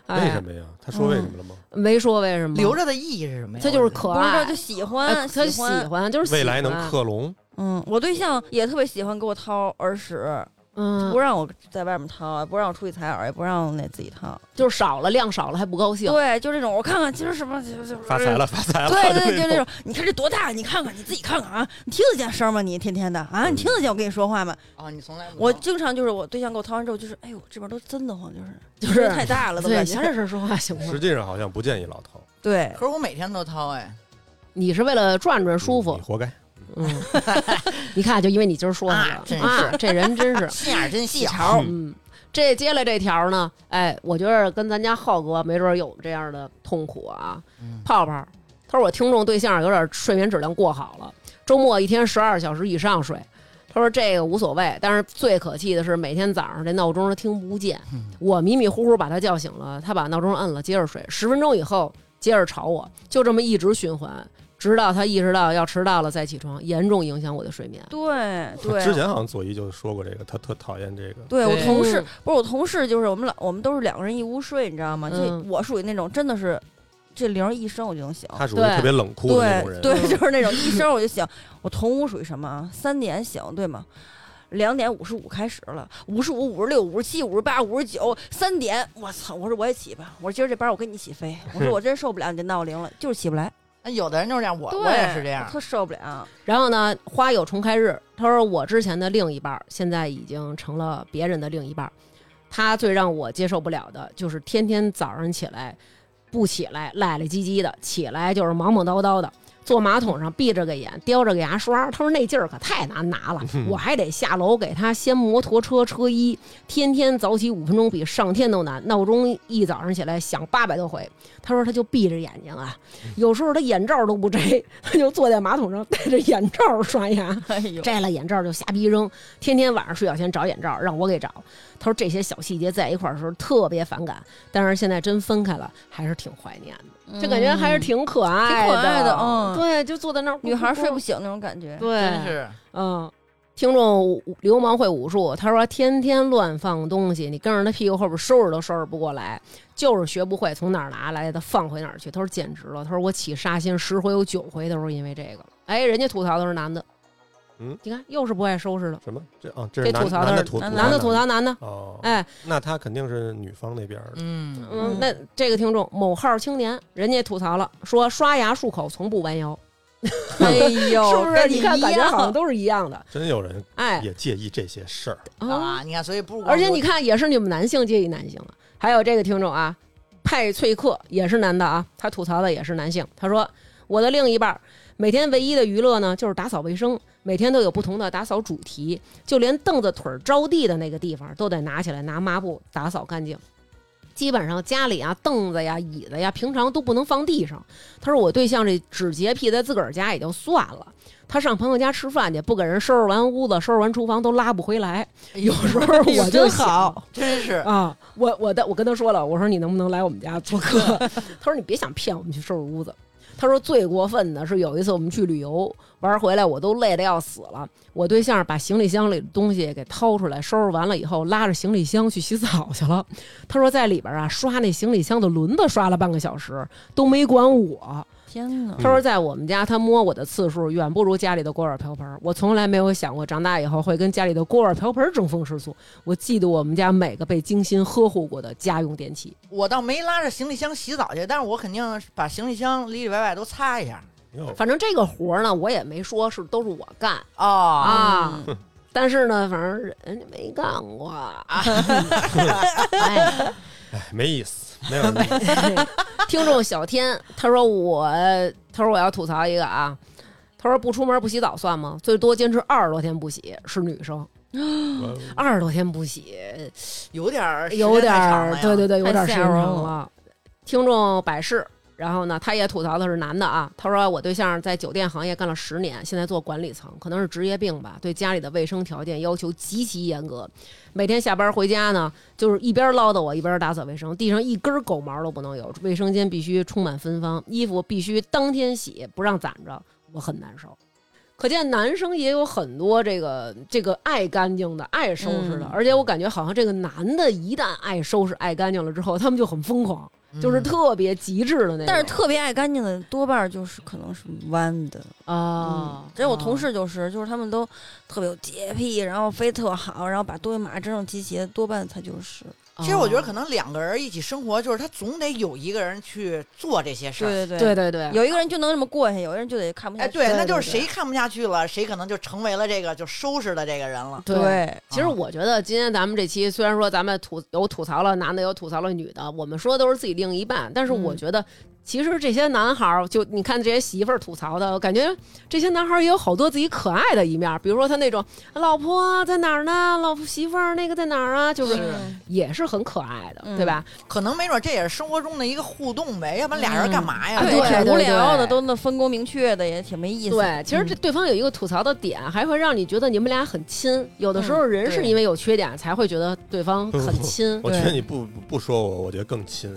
哎 嗯
为什么呀？他说为什么了吗？
没说为什么，
留着的意义是什么呀？
他就是可
不知道
爱，
就喜
哎
欢，
他喜
欢。
欢就是喜
未来能
欢
克隆？
嗯，我对象也特别喜欢给我掏耳屎，
嗯，
不让我在外面掏，啊不让我出去采耳，也不让那自己掏。
就是少了量少了还不高兴。
对，就这种，我看看今儿什么，就是
发财。了，发 财了！
对对，
那
就
种
这种，你看这多大？你看看你自己看看啊！你听得见声吗？你天天的啊，
嗯
你听得见我跟你说话吗？
啊，你从来不
我
弄
经常就是我对象给我掏完之后，就是哎呦，这边都真的慌，就是
就是
声太大了，都
对，
感
想
觉。
点事儿说话行
实
吗？
际上好像不建议老头，
对
可，是我每天都掏哎，
你是为了转转舒服
你，活该。
嗯，你看，就因为你今儿说他
啊
了
真
啊，这人真是，
心眼儿真细。
嗯，这接下来这条呢，哎，我觉得跟咱家浩哥没准儿有这样的痛苦啊。
嗯
泡泡，他说我听众对象有点睡眠质量过好了，周末一天十二小时以上睡。他说这个无所谓，但是最可气的是每天早上这闹钟他听不见，我迷迷糊糊把他叫醒了，他把闹钟摁了，接着睡。十分钟以后，接着吵我，就这么一直循环，直到他意识到要迟到了再起床，严重影响我的睡眠。
对
之
对。
前好像左一就说过这个，他特讨厌这个。
对我
啊对
同事
嗯
不是我同事，就是我们老我们都是两个人一屋睡，你知道吗？这
嗯
我属于那种真的是，这铃儿一声我就能醒。
他属于
对
特别冷酷的那种
对
人，
对，就是那种一声我就醒。我同屋属于什么啊？三点醒，对吗？两点五十五开始了，五十五、五十六、五十七、五十八、五十九，三点，我操！我说我也起吧，我说今儿这班我跟你一起飞，我说我真受不了你这闹铃了，就是起不来。
那有的人就是这样，我
对，
我也是这样
我。特受不了。
然后呢，花有重开日。他说我之前的另一半儿现在已经成了别人的另一半儿。他最让我接受不了的就是天天早上起来不起来，赖赖唧唧的；起来就是忙忙叨叨的，坐马桶上闭着个眼，叼着个牙刷。他说那劲儿可太难拿了，我还得下楼给他掀摩托车车衣。天天早起五分钟比上天都难，闹钟一早上起来响八百多回。他说他就闭着眼睛啊，有时候他眼罩都不摘，他 就坐在马桶上戴着眼罩刷牙，
哎呦，
摘了眼罩就瞎逼扔，天天晚上睡觉前找眼罩，让我给找。他说这些小细节在一块儿的时候特别反感，但是现在真分开了，还是挺怀念的，就感觉还是挺可爱
嗯挺可爱的嗯
对，就坐在那儿，
女孩儿睡不醒那种感觉。
对，
真是，
嗯，听众流氓会武术，他说天天乱放东西，你跟着他屁股后边收拾都收拾不过来，就是学不会从哪儿拿来的放回哪儿去。他说简直了，他说我起杀心十回有九回都是因为这个。哎，人家吐槽都是男的，
嗯，
你看又是不爱收拾的，
什么这啊？这
这
是男
吐槽
男
的
的
是
吐
男
男的吐
男
槽男的，
哦，
哎，
那他肯定是女方那边儿的。
嗯，
嗯
嗯，
那这个听众某号青年，人家吐槽了，说刷牙漱口从不弯腰，
哎呦，
是不是？
跟
你看，
一
感觉好像
样。
都是一样的，
真有人
哎，
也介意这些事儿，
啊
啊，你看，所以不是光
而且
我
你看，也是你们男性介意男性啊。还有这个听众啊，派翠克也是男的啊，他吐槽的也是男性。他说，我的另一半儿每天唯一的娱乐呢就是打扫卫生，每天都有不同的打扫主题，就连凳子腿儿着地的那个地方都得拿起来拿抹布打扫干净。基本上家里啊，凳子呀、椅子呀，平常都不能放地上。他说我对象这只洁癖，在自个儿家也就算了，他上朋友家吃饭去，不给人收拾完屋子、收拾完厨房都拉不回来。 有时候我就
真
想
好
真是，
啊，我我的我跟他说了，我说你能不能来我们家做客？ 他说你别想骗我们去收拾屋子。他说最过分的是有一次我们去旅游玩回来，我都累得要死了。我对象把行李箱里的东西给掏出来，收拾完了以后，拉着行李箱去洗澡去了。他说在里边啊刷那行李箱的轮子刷了半个小时，都没管我。
天
嗯
哪！
他说在我们家，他摸我的次数远不如家里的锅碗瓢盆儿。我从来没有想过长大以后会跟家里的锅碗瓢盆儿争风吃醋。我记得我们家每个被精心呵护过的家用电器。
我倒没拉着行李箱洗澡去，但是我肯定是把行李箱里里外外都擦一下
嗯哟，
反正这个活儿呢，我也没说是都是我干
哦，
啊。但是呢，反正人家没干过，哎，
哎没意思，没有人
听众小天他说我，他说我要吐槽一个啊，他说不出门不洗澡算吗？最多坚持二十多天不洗，是女生，
我
二十多天不洗，
有点儿时间
有点
太长
儿
了，呀
对对对，有点儿时
太
间
吓人
长了。听众百事，然后呢，他也吐槽的是男的啊，他说我对象在酒店行业干了十年，现在做管理层，可能是职业病吧，对家里的卫生条件要求极其严格，每天下班回家呢，就是一边唠叨我，一边打扫卫生，地上一根狗毛都不能有，卫生间必须充满芬芳，衣服必须当天洗，不让攒着，我很难受。可见男生也有很多这个这个爱干净的、爱收拾的，
嗯
而且我感觉好像这个男的一旦爱收拾、爱干净了之后，他们就很疯狂，就是
嗯
特别极致的那种。
但是特别爱干净的多半儿就是可能是弯的，
啊
嗯，，这我同事就是，就是他们都特别有洁癖，然后飞特好，然后把东西码整整齐齐，多半他就是，
啊，
其实我觉得可
能
能两个人一起生活，就是他总得有一个人去做这些事儿。
对对
对对对，
有一个人就能这么过下去，有一个人就得看不下
哎，
去。
对，
对
那就是
对对
谁看不下去了，谁可能就成为了这个就收拾的这个人了。
对。其
啊
实我觉得今天咱们这期虽然说咱们吐有吐槽了男的，有吐槽了女的，我们说的都是自己另一半，但是
嗯
我觉得其实这些男孩儿，就你看这些媳妇儿吐槽的，我感觉这些男孩儿也有好多自己可爱的一面儿，比如说他那种老婆啊在哪儿呢，老婆媳妇儿那个在哪儿啊，就是
嗯
也是很可爱的，
嗯
对吧？
可能没准这也是生活中的一个互动呗，要不然俩人干嘛呀？
嗯
对，
对对
挺无聊
对
的，都那分工明确的，也挺没意思。
对，其实
嗯
这对方有一个吐槽的点，还会让你觉得你们俩很亲。有的时
嗯
候人是因为有缺点才会觉得 对方很亲。
我觉得你不不不说我，我觉得更亲。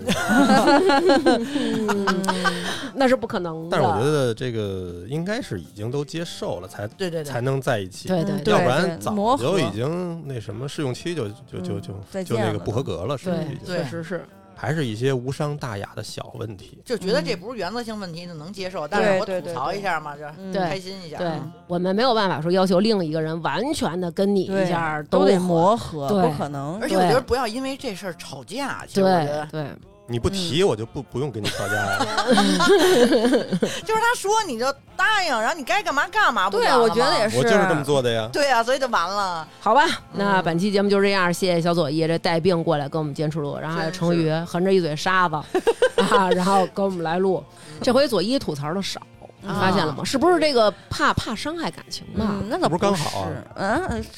那是不可能的。
但是我觉得这个应该是已经都接受了，才
对对
才
对，
能在一起。
对对
嗯
嗯
对
要不然
磨
早就
合
已经那什么试用期就就就就
再
就
见
那个
了
不合格了，是不是
对
已经？
对
确实是，
还是一些无伤大雅的小问题。
就觉得
嗯
这不是原则性问题，就能接受。但是我
对对
吐
对
槽
对
一下嘛，这
嗯
对
开心一下。
对
嗯
我们没有办法说要求另一个人完全的跟你一下
都
得
得。磨合，
对
不可能
而。且我
对
觉得不要因为这事儿吵架。其实我觉
对
得，
对，
你不提我就不不用跟你吵 架了。
就是他说你就答应，然后你该干嘛干嘛，不
对，
完了
我觉得
吗
也是，嗯
我就是这么。做的呀。
对啊，所以就完了。
好吧，那本期节目就这样，谢谢小左一这带病过来跟我们接触录，然后还有成 宇横着一嘴沙子啊，然后跟我们来录。这回左一吐槽的少，你发现了吗？是不是这个怕怕伤害感情吧？
嗯，那倒
不是刚好啊
是嗯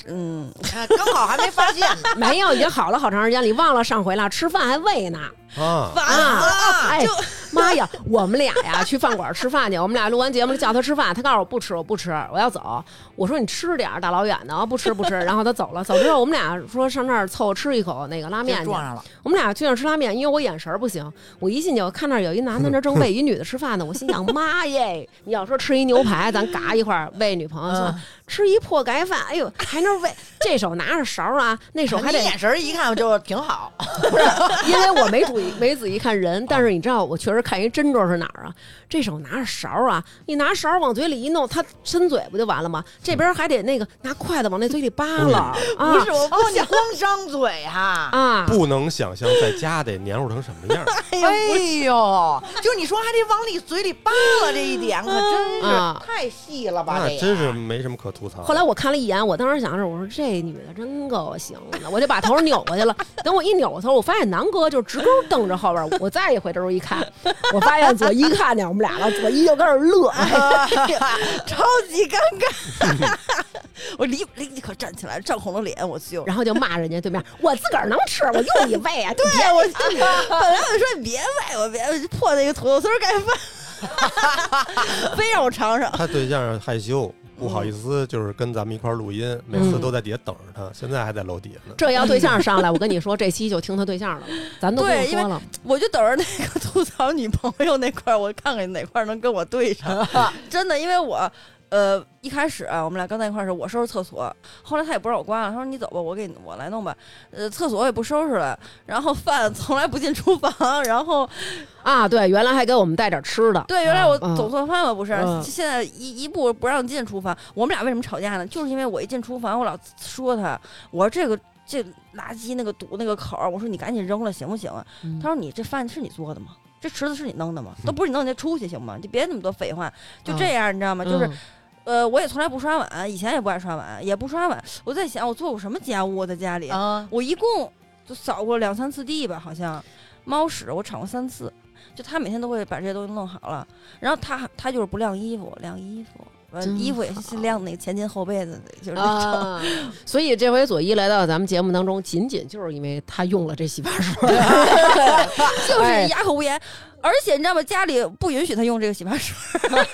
嗯，
哎刚好还没发现呢，
没有，已经好了好长时间了，你忘了上回了，吃饭还喂呢。
啊，
啊！哎，妈呀，我们俩呀去饭馆吃饭去，我们俩录完节目叫他吃饭，他告诉我不吃，我不吃，我要走。我说你吃点儿，大老远的啊，不吃不吃。然后他走了，走之后我们俩说上那儿凑合吃一口那个拉面
就
去。
撞上了。
我们俩去那儿吃拉面，因为我眼神儿不行，我一进去我看那儿有一男的那儿正喂一女的吃饭呢，我心想妈耶，你要说吃一牛排，咱嘎一块儿喂女朋友去，吃一破盖饭，哎呦还那儿喂，这手拿着勺儿啊，那手还
你
得
眼神儿一看就挺好，
因为我没注意没仔细看人，但是你知道，我确实看一真着是哪儿啊？这手拿着勺啊，你拿勺往嘴里一弄，他伸嘴不就完了吗？这边还得那个拿筷子往那嘴里扒拉啊
不是我不你光张嘴哈。
啊！
不能想象在家得黏糊成什么样。
哎呦，就你说还得往你嘴里扒拉这一点，可真
啊
是太细了吧？
那
这也
真是没什么可吐槽的。
后来我看了一眼，我当时想着，我说这女的真够行的，我就把头扭过去了。等我一扭过头，我发现南哥就直勾瞪着后边儿。我再一回头一看，我发现左一看见我们俩了，左一就开始乐。
超级尴尬。 我立立刻站起来，涨红了脸，我就。
然后就骂人家对面，我自个儿能吃，我用你喂啊！对
对，哎我就本来我就说你别喂我，别我就破那个土豆丝儿盖饭， 非让我尝尝。
他对象害羞，不好意思，就是跟咱们一块儿录音，每次都在底下等着他，现在还在楼底下呢。
这要对象上来，我跟你说，这期就听他对象了， 咱都不用
对因为
说了。
我就等着那个吐槽女朋友那块儿，我看看哪块儿能跟我对上。 真的，因为我。呃，一开始啊、我们俩刚在一块儿的时，候，我收拾厕所，后来他也不让我关了，他说你走吧，我给你我来弄吧。呃，厕所也不收拾了，然后
嗯
饭从来不进厨房，然后
啊，对，原来还给我们带点吃的，
对，原来我
嗯
总做饭嘛，不是？
嗯
现在一一步不让进厨房，我们俩为什么吵架呢？就是因为我一进厨房，我老说他，我说这个这垃圾那个堵那个口儿，我说你赶紧扔了行不行啊？
嗯
他说你这饭是你做的吗？这池子是你弄的吗？都不是你弄的，出去行吗？就别那么多废话，就这样，你知道吗？就是呃，我也从来不刷碗，以前也不爱刷碗，也不刷碗。我在想，我做过什么家务？我在家里，
啊，
我一共就扫过两三次地吧，好像猫屎我铲过三次。就他每天都会把这些东西弄好了，然后他他就是不晾衣服，晾衣服，完
真
衣服也是晾那个前襟后背的，就是
嗯
那种。
啊，所以这回左一来到咱们节目当中，仅仅就是因为他用了这洗发水，
就是
哎
哑口无言。而且你知道吗？家里不允许他用这个洗发水。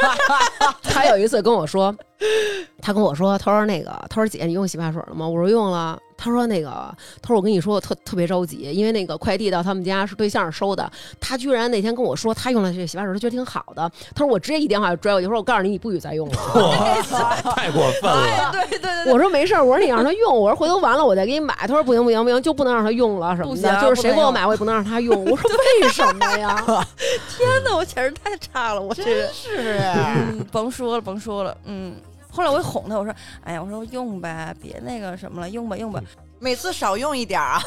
他有一次跟我说，他跟我说，他说那个，他说姐，你用洗发水了吗？我说用了。他说那个，他说我跟你说，我特特别着急，因为那个快递到他们家是对象收的，他居然那天跟我说他用了这洗发水，他觉得挺好的。他说我直接一电话就拽过去，说我告诉你，你不许再用了。
哇，太过分了！
对对对
我说没事儿，我说你让他用，我说回头完了我再给你买。他说不行不行不行，就不能让他用了什么
不
的，
行
就是谁给
不能
我
用
买我也不能让他用。 我说为什么呀？
天哪，我简直太差了，我这人。
是啊
嗯，甭说了，甭说了，嗯。后来我一哄他，我说：“哎呀，我说用吧，别那个什么了，用吧，用吧。
每次少用一点儿啊。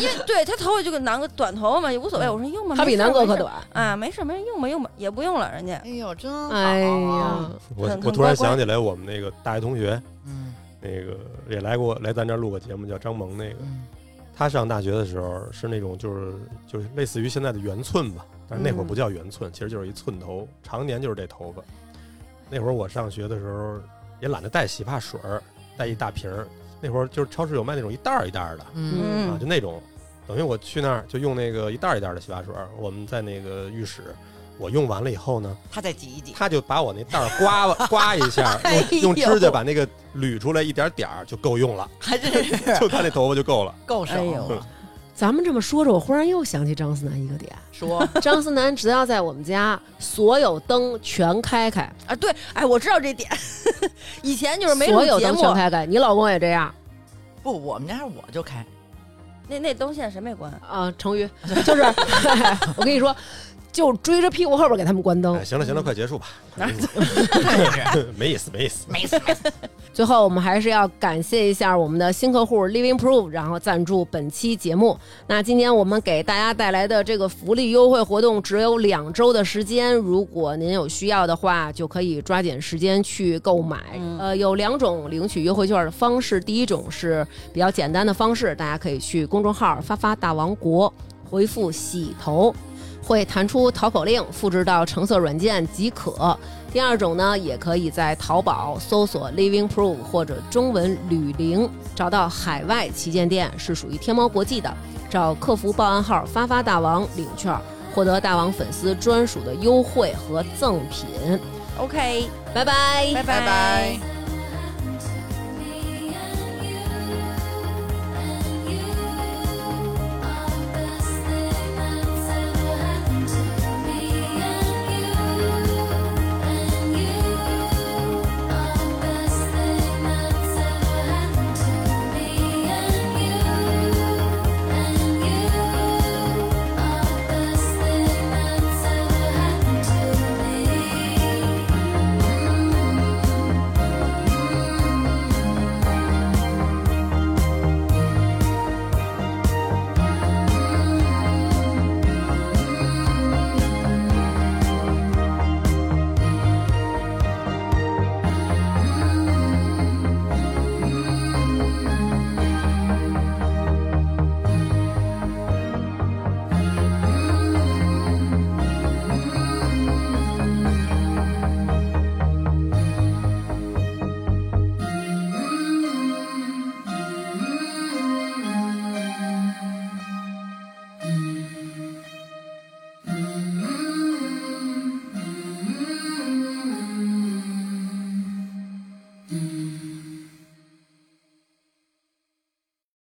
因为对他头发就跟南哥短头发嘛，也无所谓。我说用吧，
嗯他比
没事
南哥
没
可
事
短。
啊，没事没事，用吧用吧，也不用了，人家
哎呦，真好
哎
哦
呀，
我我
很很
突然
乖乖
想起来，我们那个大学同学，
嗯
那个也来过来咱这儿录过节目，叫张萌。那个
嗯
他上大学的时候是那种就是就是类似于现在的圆寸吧，但是那会儿不叫圆寸，其实就是一寸头，常年就是这头发。那会儿我上学的时候也懒得带洗发水儿，带一大瓶儿。那会儿就是超市有卖那种一袋儿一袋儿的，
嗯
啊，就那种，等于我去那儿就用那个一袋儿一袋儿的洗发水儿，我们在那个浴室，我用完了以后 呢，
他再挤一 挤，
他就把我那袋儿刮了刮一下，
哎呦
用用指甲把那个 捋出来一点点儿就够用了，
还真是
就他那头发就够了。
够手。
哎呦
咱们这么说着，我忽然又想起张思南一个点。
说
张思南只要在我们家，所有灯全开开，
啊，对，哎，我知道这点。 以前 就是没录
所有
节
灯
目，
全开开。你老公也这样
不，我们家我就开，
那那灯现在谁没关？
啊？成语 就是，我跟你说，就追着屁股后边给他们关灯
哎，。行了行了，快结束吧，嗯 没意思没意思。
没事没事。
最后，我们还是要感谢一下我们的新客户 Living Proof，然后赞助本期节目。那今天我们给大家带来的这个福利优惠活动只有两周的时间，如果您有需要的话，就可以抓紧时间去购买。呃，有两种领取优惠券的方式，第一种是比较简单的方式，大家可以去公众号“发发大王国”回复“洗头”。会弹出淘口令，复制到橙色软件即可。第二种呢，也可以在淘宝搜索 Living Proof 或者中文吕玲，找到海外旗舰店，是属于天猫国际的，找客服报暗号“发发大王”领券，获得大王粉丝专属的优惠和赠品。
OK，
拜拜。
拜
拜拜。